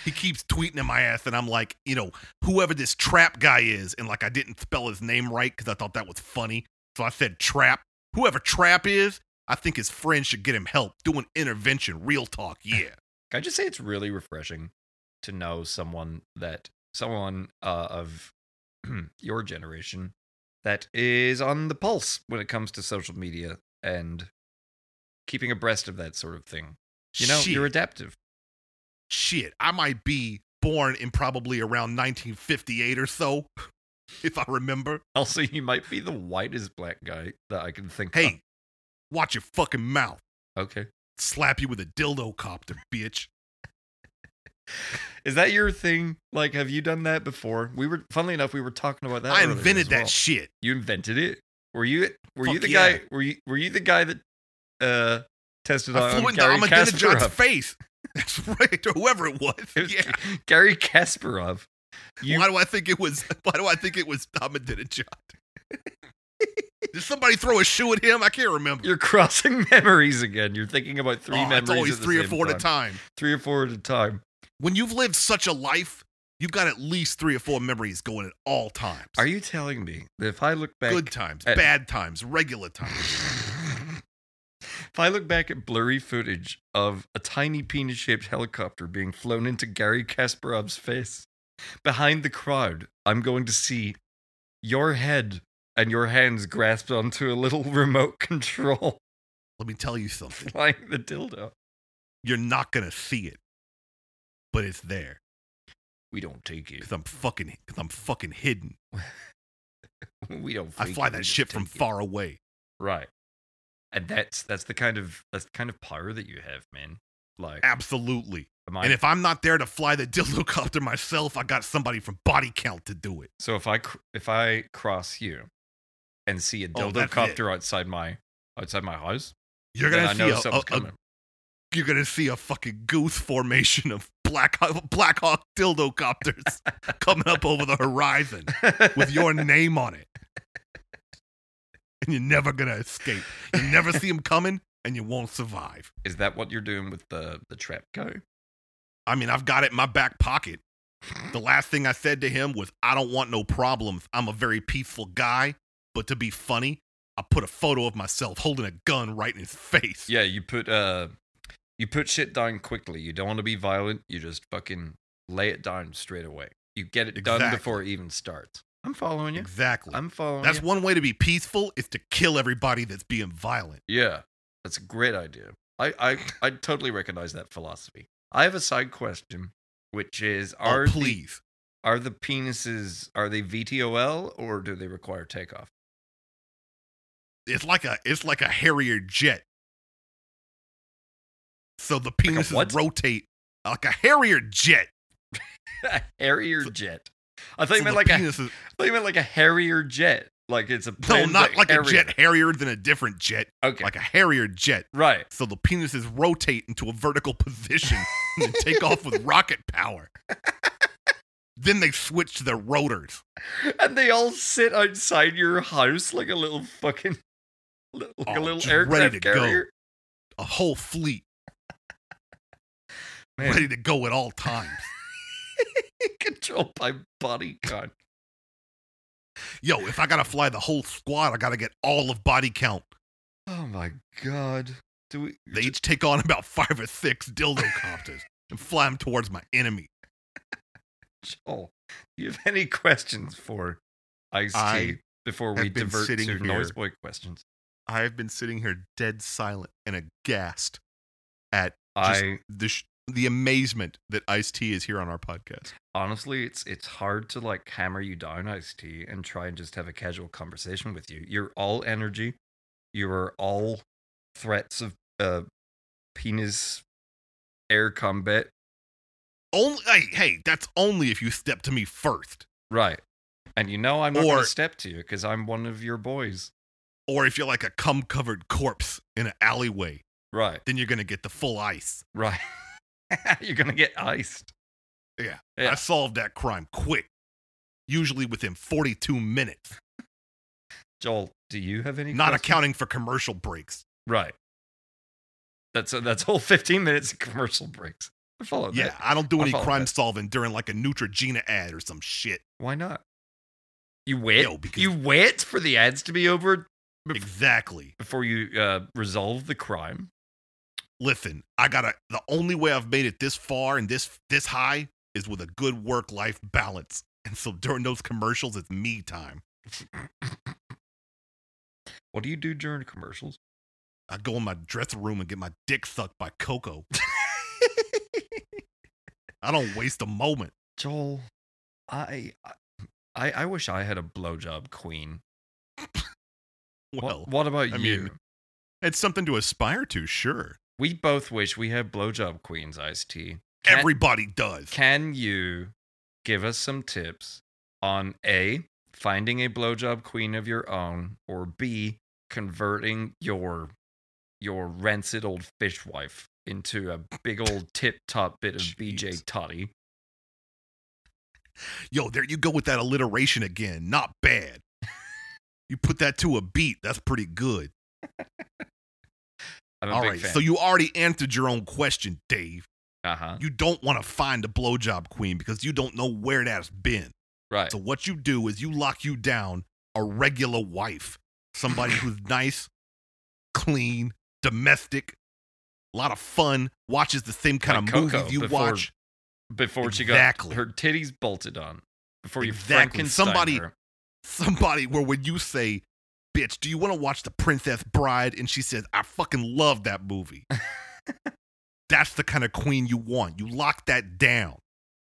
[SPEAKER 3] He keeps tweeting at my ass, and I'm like, you know, whoever this trap guy is, and like I didn't spell his name right because I thought that was funny. So I said trap. Whoever trap is, I think his friend should get him help. Do an intervention. Real talk. Yeah.
[SPEAKER 4] Can I just say it's really refreshing to know someone that someone uh, of your generation that is on the pulse when it comes to social media and keeping abreast of that sort of thing. You know,
[SPEAKER 3] Shit.
[SPEAKER 4] you're adaptive.
[SPEAKER 3] shit, I might be born in probably around 1958 or so, if I remember.
[SPEAKER 4] Also, you might be the whitest black guy that I can think.
[SPEAKER 3] Hey, watch your fucking mouth.
[SPEAKER 4] of. okay.
[SPEAKER 3] Slap you with a dildo copter, bitch.
[SPEAKER 4] Is that your thing? Like, have you done that before? We were, funnily enough, we were talking about that.
[SPEAKER 3] I
[SPEAKER 4] earlier
[SPEAKER 3] invented
[SPEAKER 4] as
[SPEAKER 3] that
[SPEAKER 4] well.
[SPEAKER 3] shit.
[SPEAKER 4] you invented it. Were you were you
[SPEAKER 3] Fuck
[SPEAKER 4] the
[SPEAKER 3] yeah.
[SPEAKER 4] guy? Were you were you the guy that uh tested
[SPEAKER 3] I
[SPEAKER 4] on
[SPEAKER 3] flew into
[SPEAKER 4] um, Gary
[SPEAKER 3] Ahmadinejad's
[SPEAKER 4] Kasparov?
[SPEAKER 3] face. That's right, or whoever it was.
[SPEAKER 4] It was
[SPEAKER 3] yeah.
[SPEAKER 4] Gary Kasparov. You-
[SPEAKER 3] Why do I think it was? Why do I think it was Ahmadinejad? Did somebody throw a shoe at him? I can't remember.
[SPEAKER 4] You're crossing memories again. You're thinking about three
[SPEAKER 3] Oh,
[SPEAKER 4] memories.
[SPEAKER 3] It's always
[SPEAKER 4] at the
[SPEAKER 3] three or
[SPEAKER 4] same
[SPEAKER 3] four
[SPEAKER 4] time.
[SPEAKER 3] at a time.
[SPEAKER 4] Three or four at a time.
[SPEAKER 3] When you've lived such a life, you've got at least three or four memories going at all times.
[SPEAKER 4] Are you Uh, telling me that if I look back
[SPEAKER 3] good times,
[SPEAKER 4] at-
[SPEAKER 3] bad times, regular times?
[SPEAKER 4] If I look back at blurry footage of a tiny penis shaped helicopter being flown into Gary Kasparov's face, behind the crowd, I'm going to see your head and your hands grasped onto a little remote control
[SPEAKER 3] Let me tell you something.
[SPEAKER 4] flying the dildo.
[SPEAKER 3] You're not gonna see it, but it's there
[SPEAKER 4] We don't take it.
[SPEAKER 3] because I'm fucking because I'm fucking hidden.
[SPEAKER 4] We don't.
[SPEAKER 3] I
[SPEAKER 4] fake
[SPEAKER 3] fly
[SPEAKER 4] it, we
[SPEAKER 3] that
[SPEAKER 4] just
[SPEAKER 3] shit from
[SPEAKER 4] take it.
[SPEAKER 3] far away.
[SPEAKER 4] Right. And that's that's the kind of that's the kind of power that you have, man. Like,
[SPEAKER 3] Absolutely.
[SPEAKER 4] am I,
[SPEAKER 3] And if I'm not there to fly the dildo copter myself, I got somebody from Body Count to do it.
[SPEAKER 4] So if I cr- if I cross you and see a
[SPEAKER 3] Oh,
[SPEAKER 4] dildo
[SPEAKER 3] that's it.
[SPEAKER 4] copter outside my outside my house,
[SPEAKER 3] You're
[SPEAKER 4] then
[SPEAKER 3] gonna
[SPEAKER 4] I
[SPEAKER 3] see
[SPEAKER 4] know
[SPEAKER 3] a,
[SPEAKER 4] something's
[SPEAKER 3] a- a-
[SPEAKER 4] coming.
[SPEAKER 3] you're gonna see a fucking goose formation of black Hawk- Black Hawk dildo copters coming up over the horizon with your name on it, and you're never gonna escape. You never see them coming, and you won't survive.
[SPEAKER 4] Is that what you're doing with the the trap guy?
[SPEAKER 3] I mean, I've got it in my back pocket. The last thing I said to him was, I don't want no problems. I'm a very peaceful guy. But to be funny, I put a photo of myself holding a gun right in his face.
[SPEAKER 4] Yeah, you put uh you put shit down quickly. You don't want to be violent. You just fucking lay it down straight away. You get it done
[SPEAKER 3] Exactly.
[SPEAKER 4] before it even starts. I'm following you.
[SPEAKER 3] Exactly.
[SPEAKER 4] I'm oh, following.
[SPEAKER 3] that's
[SPEAKER 4] you.
[SPEAKER 3] one way to be peaceful is to kill everybody that's being violent.
[SPEAKER 4] Yeah, that's a great idea. I I I totally recognize that philosophy. I have a side question, which is: Are
[SPEAKER 3] oh,
[SPEAKER 4] the
[SPEAKER 3] please.
[SPEAKER 4] Are the penises are they VTOL or do they require takeoff?
[SPEAKER 3] It's like a it's like a Harrier jet. So the
[SPEAKER 4] a
[SPEAKER 3] penises
[SPEAKER 4] what?
[SPEAKER 3] rotate like a Harrier jet.
[SPEAKER 4] a Harrier jet. I thought you
[SPEAKER 3] So
[SPEAKER 4] meant
[SPEAKER 3] the
[SPEAKER 4] like a, I
[SPEAKER 3] penises,
[SPEAKER 4] thought you meant like a Harrier jet. Like it's a
[SPEAKER 3] no,
[SPEAKER 4] plane
[SPEAKER 3] not like a
[SPEAKER 4] Harrier.
[SPEAKER 3] jet Harrier than a different jet,
[SPEAKER 4] Okay,
[SPEAKER 3] like a Harrier jet.
[SPEAKER 4] right.
[SPEAKER 3] so the penises rotate into a vertical position and then take off with rocket power. then they switch to their rotors.
[SPEAKER 4] And they all sit outside your house like a little fucking like a
[SPEAKER 3] Oh,
[SPEAKER 4] little
[SPEAKER 3] just
[SPEAKER 4] aircraft
[SPEAKER 3] ready to go.
[SPEAKER 4] carrier.
[SPEAKER 3] A whole fleet
[SPEAKER 4] Man.
[SPEAKER 3] ready to go at all times.
[SPEAKER 4] Controlled by body count.
[SPEAKER 3] Yo, if I gotta fly the whole squad, I gotta get all of body count.
[SPEAKER 4] Oh my god. Do we
[SPEAKER 3] They each take on about five or six dildo copters and fly them towards my enemy.
[SPEAKER 4] Joel, oh, do you have any questions for Ice T
[SPEAKER 3] I
[SPEAKER 4] before
[SPEAKER 3] have
[SPEAKER 4] we
[SPEAKER 3] been
[SPEAKER 4] divert to
[SPEAKER 3] sitting
[SPEAKER 4] Noise
[SPEAKER 3] here.
[SPEAKER 4] Boy questions?
[SPEAKER 3] I've been sitting here dead silent and aghast at Just-
[SPEAKER 4] I
[SPEAKER 3] the sh- the amazement that Ice T is here on our podcast.
[SPEAKER 4] honestly, it's it's hard to like hammer you down, Ice T, and try and just have a casual conversation with you. You're all energy. You are all threats of uh, penis air combat.
[SPEAKER 3] Only, hey, hey, that's only if you step to me first.
[SPEAKER 4] Right. And you know I'm not going
[SPEAKER 3] Or-
[SPEAKER 4] to step to you because I'm one of your boys.
[SPEAKER 3] or if you're like a cum covered corpse in an alleyway,
[SPEAKER 4] Right.
[SPEAKER 3] then you're gonna get the full ice.
[SPEAKER 4] Right. You're going to get iced. Yeah.
[SPEAKER 3] I solved that crime quick, usually within 42 minutes,
[SPEAKER 4] Joel, do you have any
[SPEAKER 3] not
[SPEAKER 4] questions?
[SPEAKER 3] accounting for commercial breaks.
[SPEAKER 4] Right. That's that's whole 15 minutes of commercial breaks. I follow Oh, that.
[SPEAKER 3] Yeah, I don't do
[SPEAKER 4] I
[SPEAKER 3] any
[SPEAKER 4] follow
[SPEAKER 3] crime
[SPEAKER 4] that.
[SPEAKER 3] solving during like a Neutrogena ad or some shit.
[SPEAKER 4] Why not? You wait.
[SPEAKER 3] Yo, because-
[SPEAKER 4] you wait for the ads to be over Bef-
[SPEAKER 3] Exactly.
[SPEAKER 4] before you uh, resolve the crime.
[SPEAKER 3] Listen, I gotta. The only way I've made it this far and this this high is with a good work life balance. And so during those commercials, it's me time.
[SPEAKER 4] What do you do during commercials?
[SPEAKER 3] I go in my dressing room and get my dick sucked by Coco. I don't waste a moment.
[SPEAKER 4] Joel, I I I wish I had a blowjob queen. What-
[SPEAKER 3] Well,
[SPEAKER 4] what, about
[SPEAKER 3] I
[SPEAKER 4] you?
[SPEAKER 3] mean- it's something to aspire to, sure.
[SPEAKER 4] we both wish we had blowjob queens, Ice T.
[SPEAKER 3] Everybody does.
[SPEAKER 4] Can you give us some tips on A, finding a blowjob queen of your own, or B, converting your your rancid old fishwife into a big old tip top bit of BJ
[SPEAKER 3] Jeez.
[SPEAKER 4] toddy.
[SPEAKER 3] Yo, there you go with that alliteration again. Not bad. you put that to a beat. That's pretty good.
[SPEAKER 4] I'm a
[SPEAKER 3] All
[SPEAKER 4] big
[SPEAKER 3] right.
[SPEAKER 4] fan.
[SPEAKER 3] So you already answered your own question, Dave.
[SPEAKER 4] uh-huh.
[SPEAKER 3] You don't want to find a blowjob queen because you don't know where that's been.
[SPEAKER 4] Right.
[SPEAKER 3] So what you do is you lock you down a regular wife, somebody who's nice, clean, domestic, a lot of fun, watches the same kind
[SPEAKER 4] Like
[SPEAKER 3] of
[SPEAKER 4] Coco
[SPEAKER 3] movies you
[SPEAKER 4] before
[SPEAKER 3] watch.
[SPEAKER 4] Before
[SPEAKER 3] Exactly.
[SPEAKER 4] she got her titties bolted on. Before you
[SPEAKER 3] Exactly.
[SPEAKER 4] Frankenstein
[SPEAKER 3] Somebody-
[SPEAKER 4] her.
[SPEAKER 3] Somebody where when you say, "Bitch, do you want to watch The Princess Bride?" and she says, "I fucking love that movie." That's the kind of queen you want. You lock that down,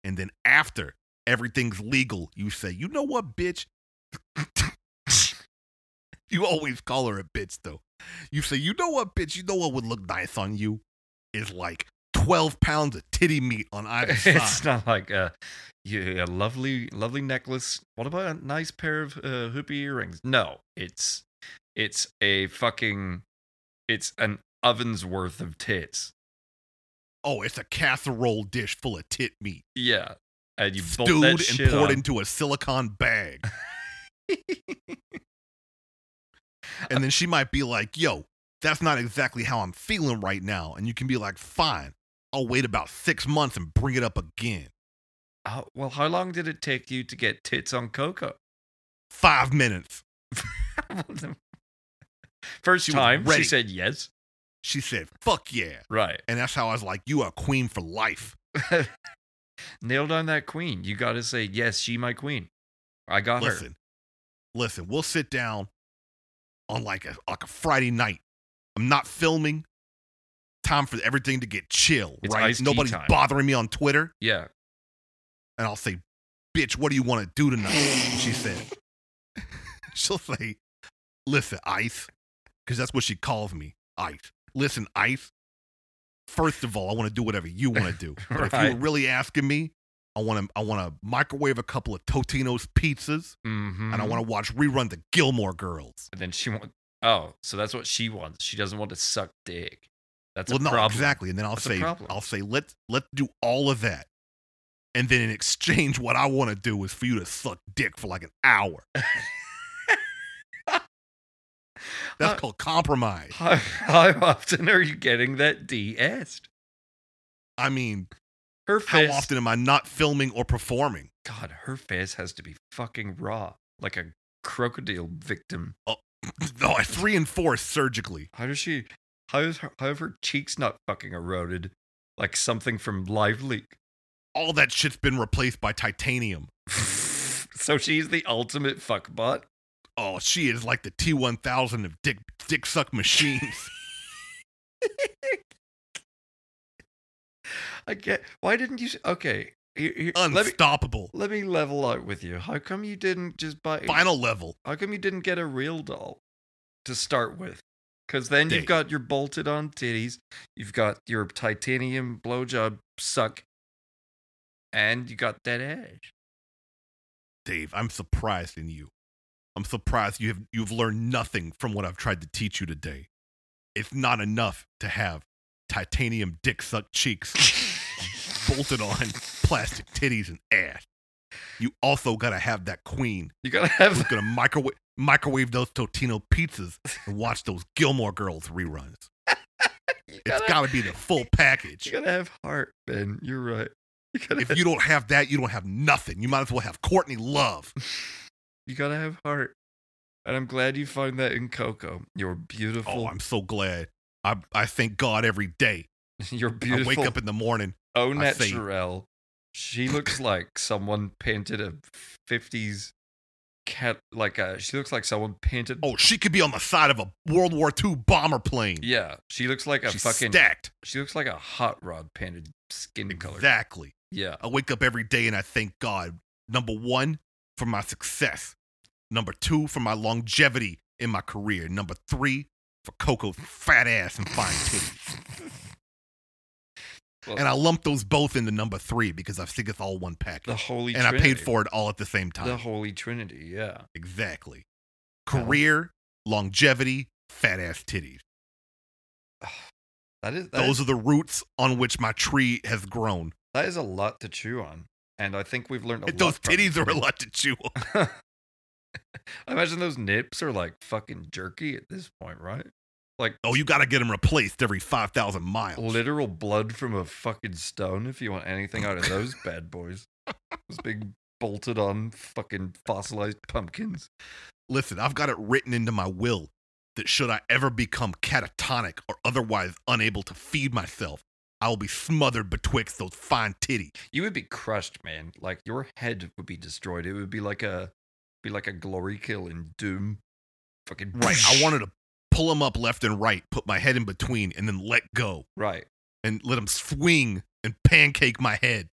[SPEAKER 3] and then after everything's legal, you say, "You know what, bitch." You always call her a bitch though. You say, you know what, bitch, you know what would look nice on you? Is like twelve pounds of titty meat on either
[SPEAKER 4] it's
[SPEAKER 3] side.
[SPEAKER 4] not like a, yeah, a lovely, lovely necklace. What about a nice pair of uh, hoopy earrings? No, it's it's a fucking it's an oven's worth of tits.
[SPEAKER 3] oh, it's a casserole dish full of tit meat.
[SPEAKER 4] Yeah, and you bolt
[SPEAKER 3] stewed
[SPEAKER 4] that
[SPEAKER 3] and
[SPEAKER 4] shit
[SPEAKER 3] poured
[SPEAKER 4] on.
[SPEAKER 3] into a silicone bag. and then she might be like, yo, that's not exactly how I'm feeling right now. And you can be like, fine, I'll wait about six months and bring it up again.
[SPEAKER 4] How- well, how long did it take you to get tits on Coco?
[SPEAKER 3] Five minutes.
[SPEAKER 4] First
[SPEAKER 3] She was
[SPEAKER 4] time she
[SPEAKER 3] ready.
[SPEAKER 4] said yes.
[SPEAKER 3] She said, fuck yeah.
[SPEAKER 4] Right,
[SPEAKER 3] And that's how I was like, you are queen for life.
[SPEAKER 4] nailed on that queen. You got to say yes. She my queen. I got her.
[SPEAKER 3] listen, listen, we'll sit down on like a like a Friday night. I'm not filming. Time for everything to get chill,
[SPEAKER 4] It's
[SPEAKER 3] right?
[SPEAKER 4] iced tea
[SPEAKER 3] Nobody's
[SPEAKER 4] time.
[SPEAKER 3] bothering me on Twitter,
[SPEAKER 4] Yeah,
[SPEAKER 3] and I'll say, "Bitch, what do you want to do tonight?" And she said, "She'll say, listen, Ice, because that's what she calls me, Ice. Listen, Ice. First of all, I want to do whatever you want to do. But if you
[SPEAKER 4] Right.
[SPEAKER 3] were really asking me, I want to I want to microwave a couple of Totino's pizzas."
[SPEAKER 4] mm-hmm.
[SPEAKER 3] and I want to watch rerun the Gilmore Girls.
[SPEAKER 4] And then she want oh, so that's what she wants. She doesn't want to suck dick. That's
[SPEAKER 3] well,
[SPEAKER 4] a
[SPEAKER 3] no,
[SPEAKER 4] problem.
[SPEAKER 3] exactly. And then I'll
[SPEAKER 4] That's a
[SPEAKER 3] say,
[SPEAKER 4] problem.
[SPEAKER 3] I'll say, let's let's do all of that, and then in exchange, what I want to do is for you to suck dick for like an hour. That's
[SPEAKER 4] Uh,
[SPEAKER 3] called compromise.
[SPEAKER 4] How, how often are you getting that D asked?
[SPEAKER 3] I mean,
[SPEAKER 4] Her
[SPEAKER 3] how
[SPEAKER 4] face.
[SPEAKER 3] often am I not filming or performing?
[SPEAKER 4] God, her face has to be fucking raw, like a crocodile victim.
[SPEAKER 3] No, I three and four surgically.
[SPEAKER 4] How does she? How is her? How have her cheeks not fucking eroded, like something from Live Leak?
[SPEAKER 3] All that shit's been replaced by titanium.
[SPEAKER 4] so she's the ultimate fuckbot.
[SPEAKER 3] Oh, she is like the T one thousand of dick dick suck machines.
[SPEAKER 4] I get. Why didn't you? s- Okay, here, here, let me
[SPEAKER 3] Unstoppable.
[SPEAKER 4] let me level out with you. How come you didn't just buy?
[SPEAKER 3] Final level.
[SPEAKER 4] How come you didn't get a real doll to start with? Because then you've
[SPEAKER 3] Dave.
[SPEAKER 4] got your bolted on titties, you've got your titanium blowjob suck, and you got that edge.
[SPEAKER 3] Dave, I'm surprised in you. I'm surprised you have you've learned nothing from what I've tried to teach you today. It's not enough to have titanium dick suck cheeks bolted on plastic titties and ass. You also gotta have that queen
[SPEAKER 4] You gotta
[SPEAKER 3] who's
[SPEAKER 4] have
[SPEAKER 3] gonna microwave microwave those Totino pizzas and watch those Gilmore Girls reruns.
[SPEAKER 4] you
[SPEAKER 3] It's
[SPEAKER 4] gotta,
[SPEAKER 3] gotta be the full package.
[SPEAKER 4] you gotta have heart, man. You're right. You gotta,
[SPEAKER 3] If you don't have that, you don't have nothing. You might as well have Courtney Love.
[SPEAKER 4] you gotta have heart. And I'm glad you found that in Coco. Your
[SPEAKER 3] Oh,
[SPEAKER 4] beautiful,
[SPEAKER 3] I'm so glad. I, I thank God every day
[SPEAKER 4] your
[SPEAKER 3] Oh,
[SPEAKER 4] beautiful.
[SPEAKER 3] I wake up in the morning.
[SPEAKER 4] au
[SPEAKER 3] I see.
[SPEAKER 4] naturel. She looks like someone painted a 50s cat, like a, she looks like someone painted.
[SPEAKER 3] Oh, she could be on the side of a World War II bomber plane.
[SPEAKER 4] yeah. She looks like a
[SPEAKER 3] She's
[SPEAKER 4] fucking,
[SPEAKER 3] stacked.
[SPEAKER 4] she looks like a hot rod painted skin color.
[SPEAKER 3] Exactly.
[SPEAKER 4] Yeah.
[SPEAKER 3] I wake up every day and I thank God. Number one, for my success. Number two, for my longevity in my career. Number three, for Coco's fat ass and fine titties.
[SPEAKER 4] Well-
[SPEAKER 3] and I lumped those both into number three because I think it's all one package.
[SPEAKER 4] The Holy
[SPEAKER 3] and I
[SPEAKER 4] Trinity.
[SPEAKER 3] paid for it all at the same time.
[SPEAKER 4] The Holy Trinity, yeah.
[SPEAKER 3] exactly.
[SPEAKER 4] Yeah.
[SPEAKER 3] Career, longevity, fat ass titties.
[SPEAKER 4] That is that
[SPEAKER 3] those
[SPEAKER 4] is-
[SPEAKER 3] are the roots on which my tree has grown.
[SPEAKER 4] that is a lot to chew on. And I think we've learned a lot.
[SPEAKER 3] those
[SPEAKER 4] from-
[SPEAKER 3] titties are a lot to chew on.
[SPEAKER 4] I imagine those nips are like fucking jerky at this point, right? Like
[SPEAKER 3] Oh, you got to get them replaced every 5,000 miles.
[SPEAKER 4] literal blood from a fucking stone if you want anything out of those bad boys. Those big bolted on fucking fossilized pumpkins.
[SPEAKER 3] Listen, I've got it written into my will that should I ever become catatonic or otherwise unable to feed myself, I will be smothered betwixt those fine titties.
[SPEAKER 4] You would be crushed, man. Like your head would be destroyed. It would be like a be like a glory kill in Doom. Fucking
[SPEAKER 3] Right. I wanted to pull them up left and right, put my head in between, and then let go
[SPEAKER 4] right.
[SPEAKER 3] and let them swing and pancake my head.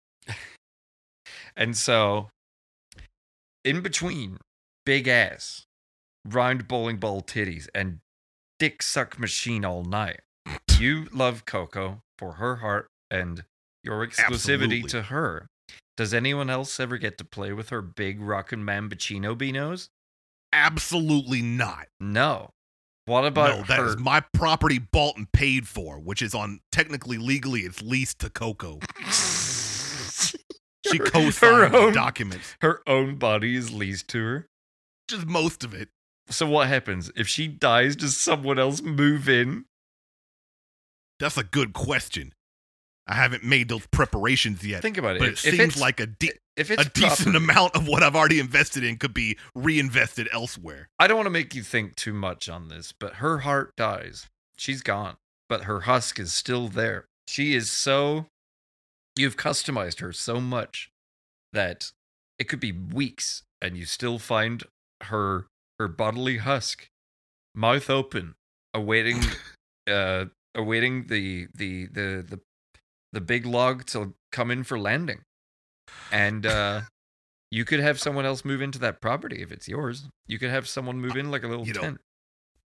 [SPEAKER 4] And so, in between big ass, round bowling ball titties, and dick suck machine all night, you love Coco for her heart and your exclusivity
[SPEAKER 3] Absolutely.
[SPEAKER 4] to her. Does anyone else ever get to play with her big rockin' mambuccino beanos?
[SPEAKER 3] Absolutely not.
[SPEAKER 4] No. What about
[SPEAKER 3] No, that
[SPEAKER 4] her?
[SPEAKER 3] is my property bought and paid for, which is on technically legally it's leased to Coco. She
[SPEAKER 4] Her- her
[SPEAKER 3] co-signed the
[SPEAKER 4] own-
[SPEAKER 3] documents,
[SPEAKER 4] her own body is leased to her.
[SPEAKER 3] just most of it.
[SPEAKER 4] So what happens if she dies? Does someone else move in?
[SPEAKER 3] That's a good question. I haven't made those preparations yet,
[SPEAKER 4] Think about it.
[SPEAKER 3] but it
[SPEAKER 4] If- if
[SPEAKER 3] seems
[SPEAKER 4] it's-
[SPEAKER 3] like a, de-
[SPEAKER 4] if
[SPEAKER 3] a
[SPEAKER 4] it's
[SPEAKER 3] decent
[SPEAKER 4] property-
[SPEAKER 3] amount of what I've already invested in could be reinvested elsewhere.
[SPEAKER 4] I don't want to make you think too much on this, but her heart dies. She's gone, but her husk is still there. She is so. You've customized her so much that it could be weeks and you still find her her bodily husk, mouth open, awaiting, uh, awaiting the the the the the big log to come in for landing, and uh, you could have someone else move into that property if it's yours. You could have someone move in like a little
[SPEAKER 3] You know,
[SPEAKER 4] tent.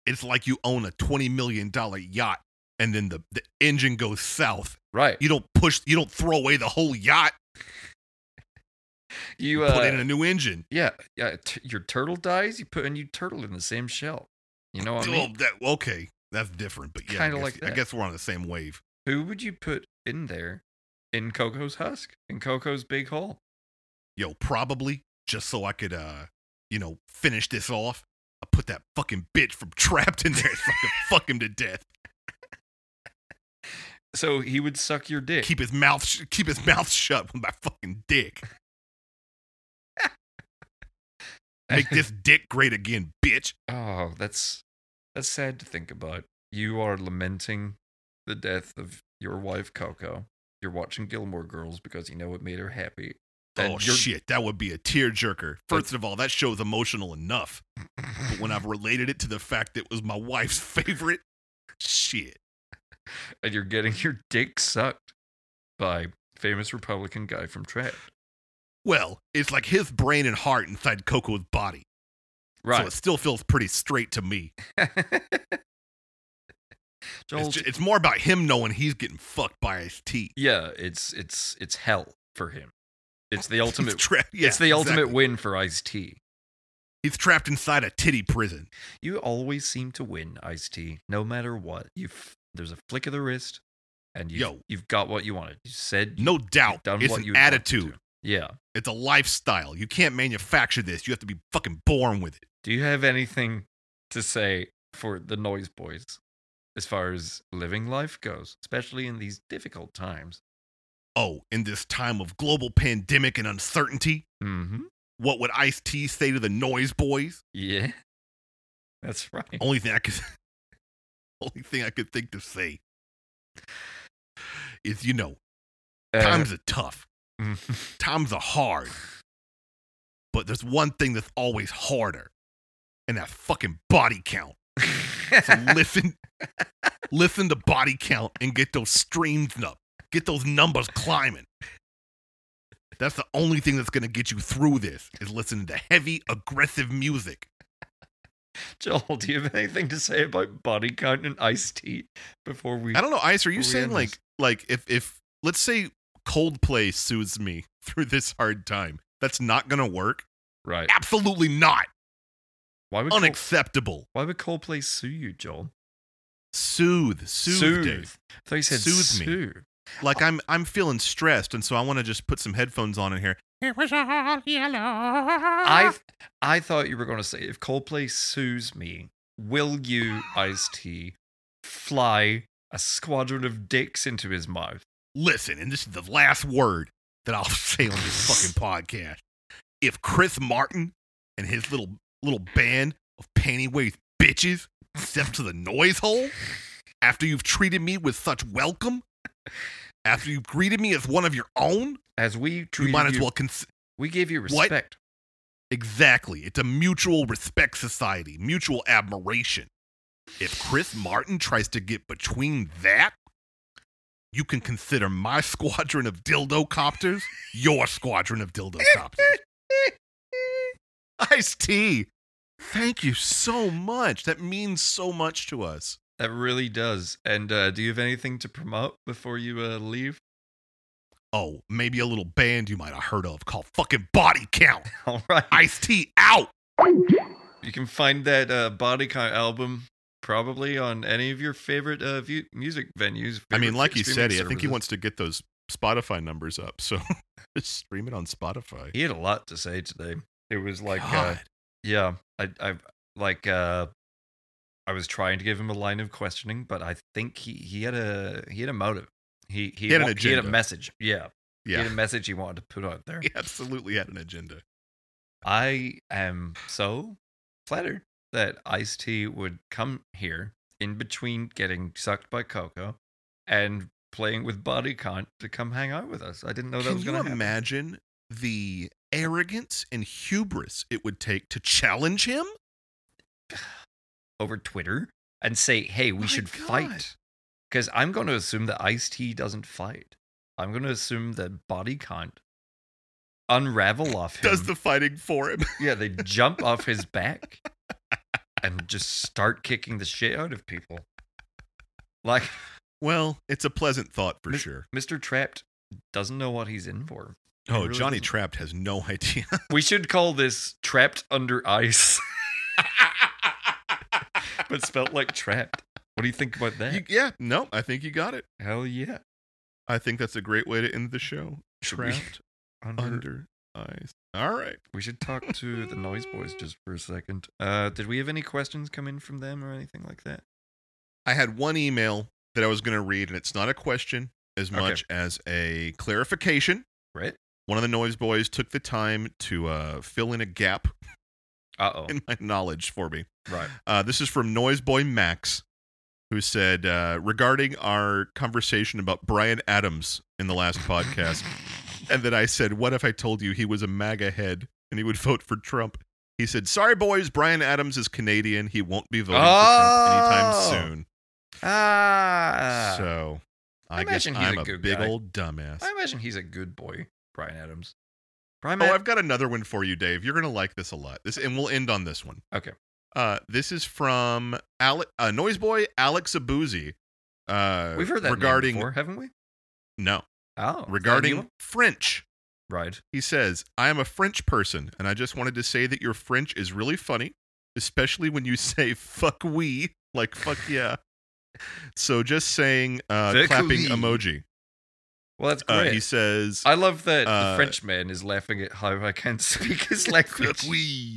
[SPEAKER 3] It's like you own a twenty million dollar yacht, and then the, the engine goes south.
[SPEAKER 4] Right.
[SPEAKER 3] You don't push. You don't throw away the whole yacht.
[SPEAKER 4] You
[SPEAKER 3] You
[SPEAKER 4] uh,
[SPEAKER 3] put in a new engine.
[SPEAKER 4] yeah yeah. T- your turtle dies. You put a new turtle in the same shell. You know what I
[SPEAKER 3] oh,
[SPEAKER 4] mean?
[SPEAKER 3] that okay. That's different, but yeah, I
[SPEAKER 4] Kinda
[SPEAKER 3] guess,
[SPEAKER 4] like
[SPEAKER 3] I
[SPEAKER 4] that.
[SPEAKER 3] guess we're on the same wave.
[SPEAKER 4] Who would you put in there? In Coco's husk? In Coco's big hole?
[SPEAKER 3] Yo, probably just so I could, uh, you know, finish this off. I put that fucking bitch from Trapped in there so I could fuck him to death.
[SPEAKER 4] So he would suck your dick.
[SPEAKER 3] Keep his mouth, sh- keep his mouth shut with my fucking dick. Make this dick great again, bitch.
[SPEAKER 4] Oh, that's that's sad to think about. You are lamenting the death of your wife Coco. You're watching Gilmore Girls because you know it made her happy. And
[SPEAKER 3] oh
[SPEAKER 4] you're-
[SPEAKER 3] shit, that would be a tearjerker. First of all, that show's emotional enough. But when I've related it to the fact that it was my wife's favorite, shit.
[SPEAKER 4] And you're getting your dick sucked by famous Republican guy from Trap.
[SPEAKER 3] Well, it's like his brain and heart inside Coco's body. So it
[SPEAKER 4] Right.
[SPEAKER 3] still feels pretty straight to me.
[SPEAKER 4] Joel,
[SPEAKER 3] It's, ju- it's more about him knowing he's getting fucked by his teeth.
[SPEAKER 4] yeah, it's it's it's hell for him. It's the
[SPEAKER 3] He's
[SPEAKER 4] ultimate
[SPEAKER 3] tra- yeah,
[SPEAKER 4] it's the ultimate
[SPEAKER 3] exactly.
[SPEAKER 4] win for Ice T.
[SPEAKER 3] He's trapped inside a titty prison.
[SPEAKER 4] You always seem to win, Ice T, no matter what. You f- there's a flick of the wrist, and you
[SPEAKER 3] Yo.
[SPEAKER 4] you've got what you wanted. You said you-
[SPEAKER 3] No
[SPEAKER 4] you've
[SPEAKER 3] doubt.
[SPEAKER 4] done
[SPEAKER 3] It's
[SPEAKER 4] what you
[SPEAKER 3] an
[SPEAKER 4] wanted
[SPEAKER 3] attitude.
[SPEAKER 4] to. Yeah.
[SPEAKER 3] It's a lifestyle. You can't manufacture this. You have to be fucking born with it.
[SPEAKER 4] Do you have anything to say for the Noise Boys as far as living life goes, especially in these difficult times?
[SPEAKER 3] Oh, in this time of global pandemic and uncertainty,
[SPEAKER 4] Mm-hmm.
[SPEAKER 3] what would Ice T say to the noise boys?
[SPEAKER 4] Yeah, that's right.
[SPEAKER 3] Only thing I could only thing I could think to say is, you know,
[SPEAKER 4] Uh,
[SPEAKER 3] times are tough.
[SPEAKER 4] mhm.
[SPEAKER 3] times are hard. But there's one thing that's always harder, and that fucking body count. So listen, listen to body count and get those streams up. Get those numbers climbing. That's the only thing that's gonna get you through this is listening to heavy, aggressive music.
[SPEAKER 4] Joel, do you have anything to say about body count and Ice T before we?
[SPEAKER 3] I don't know, Ice. Are you
[SPEAKER 4] Are we
[SPEAKER 3] saying
[SPEAKER 4] in
[SPEAKER 3] like
[SPEAKER 4] this?
[SPEAKER 3] like if if let's say Coldplay soothes me through this hard time. That's not going to work.
[SPEAKER 4] Right.
[SPEAKER 3] Absolutely not.
[SPEAKER 4] Why would Col-
[SPEAKER 3] Unacceptable.
[SPEAKER 4] why would Coldplay sue you, Joel?
[SPEAKER 3] Soothe, soothe, Dave.
[SPEAKER 4] I thought you said
[SPEAKER 3] Soothe me.
[SPEAKER 4] sue.
[SPEAKER 3] Like I'm, I'm feeling stressed, and so I want to just put some headphones on in here.
[SPEAKER 2] It was all yellow.
[SPEAKER 4] I I thought you were going to say if Coldplay sues me, will you, Ice T, fly a squadron of dicks into his mouth?
[SPEAKER 3] Listen, and this is the last word that I'll say on this fucking podcast. If Chris Martin and his little little band of pantywaist bitches step to the noise hole after you've treated me with such welcome, after you've greeted me as one of your own,
[SPEAKER 4] As we
[SPEAKER 3] you
[SPEAKER 4] treated
[SPEAKER 3] might as well cons-
[SPEAKER 4] we gave you
[SPEAKER 3] What?
[SPEAKER 4] respect.
[SPEAKER 3] Exactly. It's a mutual respect society, mutual admiration. If Chris Martin tries to get between that, you can consider my squadron of dildo copters your squadron of dildo copters. Ice T, thank you so much. That means so much to us.
[SPEAKER 4] That really does. And uh, do you have anything to promote before you uh, leave?
[SPEAKER 3] Oh, maybe a little band you might have heard of called fucking Body Count.
[SPEAKER 4] All right.
[SPEAKER 3] Ice T out.
[SPEAKER 4] You can find that uh, Body Count album probably on any of your favorite uh, vu- music venues.
[SPEAKER 3] I mean,
[SPEAKER 4] favorite
[SPEAKER 3] like you said,
[SPEAKER 4] streaming
[SPEAKER 3] I think he
[SPEAKER 4] services.
[SPEAKER 3] wants to get those Spotify numbers up. So just stream it on Spotify.
[SPEAKER 4] He had a lot to say today. It was like, uh,
[SPEAKER 3] God.
[SPEAKER 4] yeah, I, I, like, uh, I was trying to give him a line of questioning, but I think he, he had a he had a motive. He he,
[SPEAKER 3] He had an
[SPEAKER 4] wa- he had a
[SPEAKER 3] agenda.
[SPEAKER 4] message. Yeah, he had
[SPEAKER 3] yeah,
[SPEAKER 4] a message he wanted to put out there.
[SPEAKER 3] he absolutely had an agenda.
[SPEAKER 4] I am so flattered that Ice T would come here in between getting sucked by Coco and playing with Body Count to come hang out with us. I didn't know that
[SPEAKER 3] Can
[SPEAKER 4] was
[SPEAKER 3] you
[SPEAKER 4] going to happen.
[SPEAKER 3] imagine the arrogance and hubris it would take to challenge him?
[SPEAKER 4] over Twitter and say, "Hey, we
[SPEAKER 3] My
[SPEAKER 4] should
[SPEAKER 3] God.
[SPEAKER 4] fight," because I'm going to assume that Ice T doesn't fight. I'm going to assume that Body can't unravel off him.
[SPEAKER 3] Does the fighting for him?
[SPEAKER 4] yeah, they jump off his back and just start kicking the shit out of people. Like
[SPEAKER 3] Well, it's a pleasant thought for
[SPEAKER 4] Mis-
[SPEAKER 3] sure.
[SPEAKER 4] Mr. Trapped doesn't know what he's in for. He
[SPEAKER 3] Oh,
[SPEAKER 4] really
[SPEAKER 3] Johnny
[SPEAKER 4] doesn't.
[SPEAKER 3] Trapped has no idea.
[SPEAKER 4] We should call this Trapped Under Ice, but spelt like trapped. What do you think about that?
[SPEAKER 3] You- yeah, no, I think you got it.
[SPEAKER 4] Hell yeah.
[SPEAKER 3] I think that's a great way to end the show.
[SPEAKER 4] Should we-
[SPEAKER 3] Trapped under ice. All right.
[SPEAKER 4] We should talk to the Noise Boys just for a second. Uh, did we have any questions come in from them or anything like that?
[SPEAKER 3] I had one email that I was going to read, and it's not a question as
[SPEAKER 4] Okay.
[SPEAKER 3] much as a clarification.
[SPEAKER 4] Right?
[SPEAKER 3] One of the Noise Boys took the time to uh, fill in a gap
[SPEAKER 4] Uh oh.
[SPEAKER 3] in my knowledge for me.
[SPEAKER 4] Right.
[SPEAKER 3] Uh, this is from Noise Boy Max, who said uh, regarding our conversation about Brian Adams in the last podcast, and that I said, "What if I told you he was a MAGA head and he would vote for Trump?" He said, "Sorry, boys, Brian Adams is Canadian. He won't be voting for
[SPEAKER 4] Oh.
[SPEAKER 3] Trump anytime soon."
[SPEAKER 4] Ah.
[SPEAKER 3] so I,
[SPEAKER 4] I
[SPEAKER 3] guess
[SPEAKER 4] imagine he's
[SPEAKER 3] I'm
[SPEAKER 4] a
[SPEAKER 3] a,
[SPEAKER 4] good
[SPEAKER 3] big
[SPEAKER 4] guy.
[SPEAKER 3] old dumbass.
[SPEAKER 4] I imagine he's a good boy, Brian Adams. Brian
[SPEAKER 3] Oh,
[SPEAKER 4] Ad-
[SPEAKER 3] I've got another one for you, Dave. You're gonna like this a lot. This, and we'll end on this one.
[SPEAKER 4] Okay.
[SPEAKER 3] Uh, this is from Ale- uh, Noise Boy Alex Abuzi. Uh,
[SPEAKER 4] We've heard that
[SPEAKER 3] regarding
[SPEAKER 4] regarding, name before, haven't we?
[SPEAKER 3] no
[SPEAKER 4] Oh.
[SPEAKER 3] regarding
[SPEAKER 4] is that a new one?
[SPEAKER 3] French.
[SPEAKER 4] Right.
[SPEAKER 3] He says, "I am a French person, and I just wanted to say that your French is really funny, especially when you say fuck we like fuck yeah." So just saying, uh,
[SPEAKER 4] Fuck
[SPEAKER 3] clapping
[SPEAKER 4] oui.
[SPEAKER 3] emoji.
[SPEAKER 4] Well, that's
[SPEAKER 3] Uh,
[SPEAKER 4] great.
[SPEAKER 3] he says,
[SPEAKER 4] I love that the
[SPEAKER 3] uh,
[SPEAKER 4] Frenchman is laughing at how I can't speak his language.
[SPEAKER 3] oui.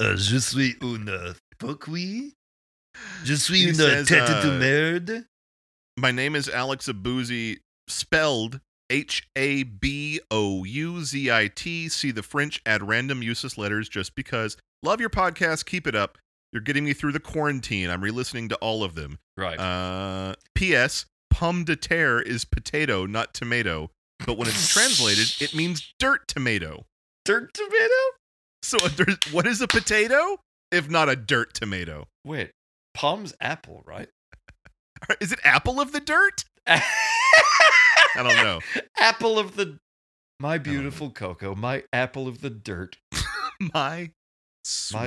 [SPEAKER 4] Uh, je suis une fuckweed. Je suis
[SPEAKER 3] He
[SPEAKER 4] une
[SPEAKER 3] says,
[SPEAKER 4] tête de
[SPEAKER 3] uh,
[SPEAKER 4] merde.
[SPEAKER 3] My name is Alex Abuzi, spelled H A B O U Z I T. See the French, add random useless letters just because. Love your podcast. Keep it up. You're getting me through the quarantine. I'm re listening to all of them.
[SPEAKER 4] Right.
[SPEAKER 3] Uh, P.S. Pomme de terre is potato, not tomato. But when it's translated, it means dirt tomato.
[SPEAKER 4] Dirt tomato?
[SPEAKER 3] So a dirt, what is a potato if not a dirt tomato?
[SPEAKER 4] Wait, palm's apple, right?
[SPEAKER 3] Is it apple of the dirt? I don't know.
[SPEAKER 4] apple of the. My beautiful Coco, my apple of the dirt,
[SPEAKER 3] My
[SPEAKER 4] my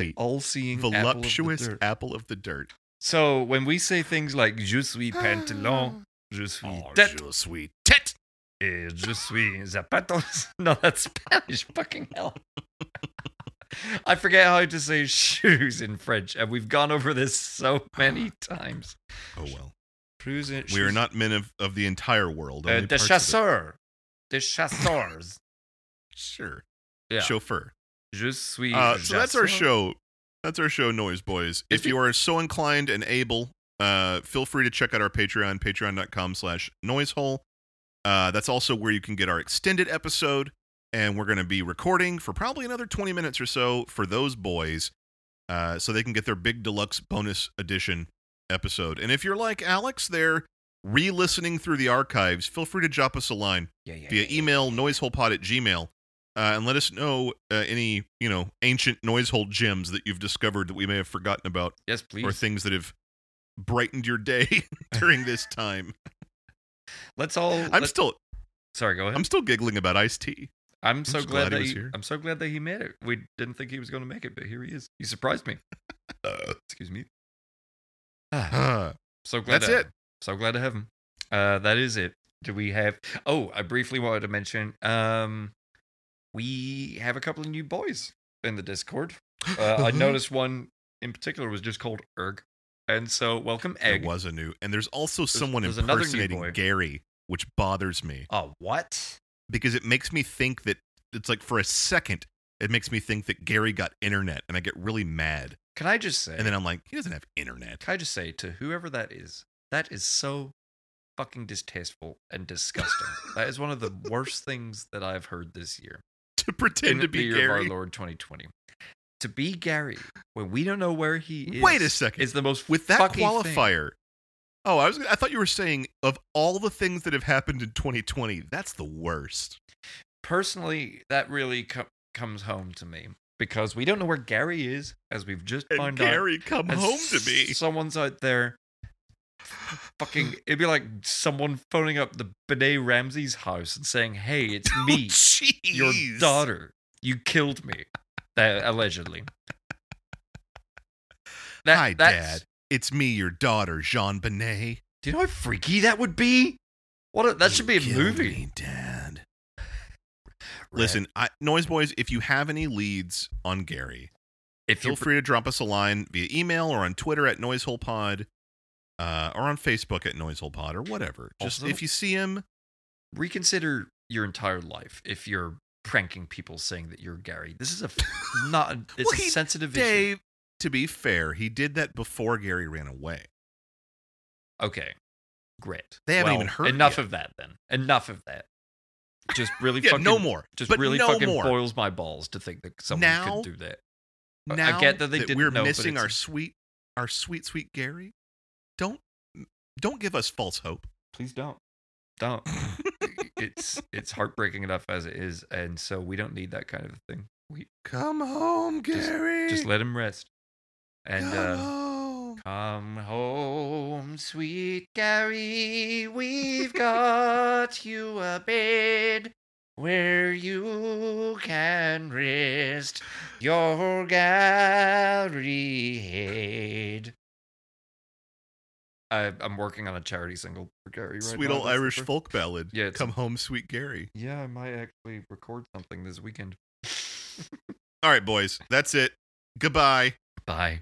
[SPEAKER 3] sweet.
[SPEAKER 4] all-seeing
[SPEAKER 3] voluptuous
[SPEAKER 4] Apple of the dirt.
[SPEAKER 3] apple of the dirt.
[SPEAKER 4] So when we say things like "je suis pantalon," "je suis
[SPEAKER 3] Oh,
[SPEAKER 4] tête,"
[SPEAKER 3] je suis tête.
[SPEAKER 4] Eh, je suis zapatos. No, that's Spanish. Fucking hell. I forget how to say shoes in French, and we've gone over this so many times.
[SPEAKER 3] Oh well.
[SPEAKER 4] Shoes in-
[SPEAKER 3] We are
[SPEAKER 4] shoes-
[SPEAKER 3] not men of, of the entire world.
[SPEAKER 4] Uh,
[SPEAKER 3] only
[SPEAKER 4] the
[SPEAKER 3] parts of it.
[SPEAKER 4] chasseur. The chasseurs.
[SPEAKER 3] Sure.
[SPEAKER 4] Yeah.
[SPEAKER 3] Chauffeur.
[SPEAKER 4] Je suis.
[SPEAKER 3] Uh, so that's our
[SPEAKER 4] chasseur.
[SPEAKER 3] show. That's our show, Noise Boys. If,
[SPEAKER 4] If
[SPEAKER 3] you are so inclined and able, uh, feel free to check out our Patreon, patreon.com slash noisehole. Uh, that's also where you can get our extended episode. And we're going to be recording for probably another 20 minutes or so for those boys uh, so they can get their big deluxe bonus edition episode. And if you're like Alex, they're re listening through the archives, feel free to drop us a line
[SPEAKER 4] Yeah, yeah,
[SPEAKER 3] via
[SPEAKER 4] yeah.
[SPEAKER 3] email noiseholepod at gmail uh, and let us know uh, any you know ancient noisehole gems that you've discovered that we may have forgotten about
[SPEAKER 4] Yes,
[SPEAKER 3] or
[SPEAKER 4] please.
[SPEAKER 3] things that have brightened your day during this time
[SPEAKER 4] let's all.
[SPEAKER 3] i'm
[SPEAKER 4] let-
[SPEAKER 3] still
[SPEAKER 4] sorry, go ahead.
[SPEAKER 3] i'm still giggling about iced tea
[SPEAKER 4] I'm so
[SPEAKER 3] just
[SPEAKER 4] glad,
[SPEAKER 3] glad he
[SPEAKER 4] that
[SPEAKER 3] was
[SPEAKER 4] he,
[SPEAKER 3] here.
[SPEAKER 4] I'm so glad that he made it. We didn't think he was going to make it, but here he is. He surprised me.
[SPEAKER 3] Uh,
[SPEAKER 4] Excuse me. Ah, so glad.
[SPEAKER 3] that's
[SPEAKER 4] to-
[SPEAKER 3] it.
[SPEAKER 4] So glad to have him. Uh, that is it. Do we have? Oh, I briefly wanted to mention. Um, we have a couple of new boys in the Discord. Uh,
[SPEAKER 3] Mm-hmm.
[SPEAKER 4] I noticed one in particular was just called Erg, and so welcome
[SPEAKER 3] there
[SPEAKER 4] Egg.
[SPEAKER 3] was a new and there's also someone
[SPEAKER 4] there's another new boy.
[SPEAKER 3] impersonating gary which bothers me
[SPEAKER 4] Oh, what?
[SPEAKER 3] because it makes me think that it's like for a second it makes me think that gary got internet and i get really mad
[SPEAKER 4] Can I just say?
[SPEAKER 3] and then i'm like he doesn't have internet
[SPEAKER 4] Can I just say to whoever that is, that is so fucking distasteful and disgusting. that is one of the worst things that I've heard this year.
[SPEAKER 3] to pretend to
[SPEAKER 4] the
[SPEAKER 3] be
[SPEAKER 4] year of our
[SPEAKER 3] gary
[SPEAKER 4] Lord 2020. To be Gary when we don't know where he is.
[SPEAKER 3] Wait a second.
[SPEAKER 4] Is the most
[SPEAKER 3] with that
[SPEAKER 4] fucky thing.
[SPEAKER 3] qualifier. Oh, I was. Gonna, I thought you were saying of all the things that have happened in 2020, that's the worst.
[SPEAKER 4] Personally, that really co- comes home to me because we don't know where Gary is, as we've just
[SPEAKER 3] And
[SPEAKER 4] found out.
[SPEAKER 3] Gary come
[SPEAKER 4] and
[SPEAKER 3] home to me.
[SPEAKER 4] Someone's out there. Fucking, it'd be like someone phoning up the Benet Ramsey's house and saying, "Hey, it's me,
[SPEAKER 3] Oh, Jeez.
[SPEAKER 4] your daughter. You killed me, uh, allegedly." That-
[SPEAKER 3] Hi,
[SPEAKER 4] that's-
[SPEAKER 3] Dad. It's me, your daughter, Jean Benet.
[SPEAKER 4] Do you know how freaky that would be? What? A, that should be a movie.
[SPEAKER 3] Dad. Listen, I, Noise Boys, if you have any leads on Gary,
[SPEAKER 4] if
[SPEAKER 3] feel
[SPEAKER 4] you
[SPEAKER 3] free to drop us a line via email or on Twitter at NoiseholePod uh, or on Facebook at NoiseholePod or whatever. Just
[SPEAKER 4] Also-
[SPEAKER 3] if you see him,
[SPEAKER 4] reconsider your entire life, if you're pranking people saying that you're Gary, this is a not. A,
[SPEAKER 3] Well,
[SPEAKER 4] it's a
[SPEAKER 3] he-
[SPEAKER 4] sensitive issue.
[SPEAKER 3] Dave, to be fair, he did that before Gary ran away.
[SPEAKER 4] Okay, great.
[SPEAKER 3] They haven't
[SPEAKER 4] Well,
[SPEAKER 3] even heard
[SPEAKER 4] Enough
[SPEAKER 3] yet.
[SPEAKER 4] of that, then. Enough of that. Just really
[SPEAKER 3] Yeah,
[SPEAKER 4] fucking
[SPEAKER 3] no more.
[SPEAKER 4] Just
[SPEAKER 3] But
[SPEAKER 4] really
[SPEAKER 3] no
[SPEAKER 4] fucking
[SPEAKER 3] more.
[SPEAKER 4] boils my balls to think that someone
[SPEAKER 3] Now-
[SPEAKER 4] could do that. I- I
[SPEAKER 3] Now
[SPEAKER 4] get that they didn't
[SPEAKER 3] we're
[SPEAKER 4] know, but
[SPEAKER 3] missing
[SPEAKER 4] it's-
[SPEAKER 3] our sweet, our sweet, sweet Gary. Don't, don't give us false hope.
[SPEAKER 4] Please don't. Don't. it's it's heartbreaking enough as it is, and so we don't need that kind of thing. We
[SPEAKER 3] Come home, Gary.
[SPEAKER 4] just let him rest. And
[SPEAKER 3] Come
[SPEAKER 4] uh,
[SPEAKER 3] home.
[SPEAKER 4] Come home, sweet Gary. We've got you a bed where you can rest your Gary head. I, I'm working on a charity single for Gary right
[SPEAKER 3] Sweet
[SPEAKER 4] now.
[SPEAKER 3] old
[SPEAKER 4] That's the
[SPEAKER 3] Irish
[SPEAKER 4] first-
[SPEAKER 3] folk ballad.
[SPEAKER 4] Yeah, it's-
[SPEAKER 3] Come home, sweet Gary.
[SPEAKER 4] Yeah, I might actually record something this weekend.
[SPEAKER 3] All right, boys. That's it. Goodbye.
[SPEAKER 4] Bye.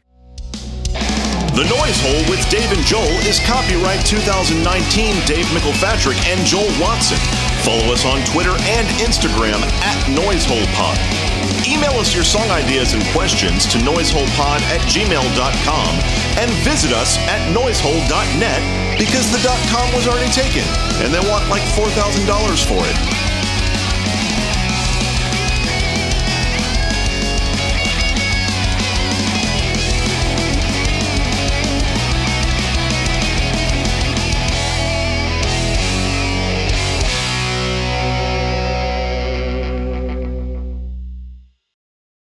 [SPEAKER 7] The Noise Hole with Dave and Joel is copyright 2019 Dave McElfatrick and Joel Watson. Follow us on Twitter and Instagram at NoiseholePod. Email us your song ideas and questions to noiseholepod at gmail.com and visit us at noisehole.net because the .com was already taken and they want like $4,000 for it.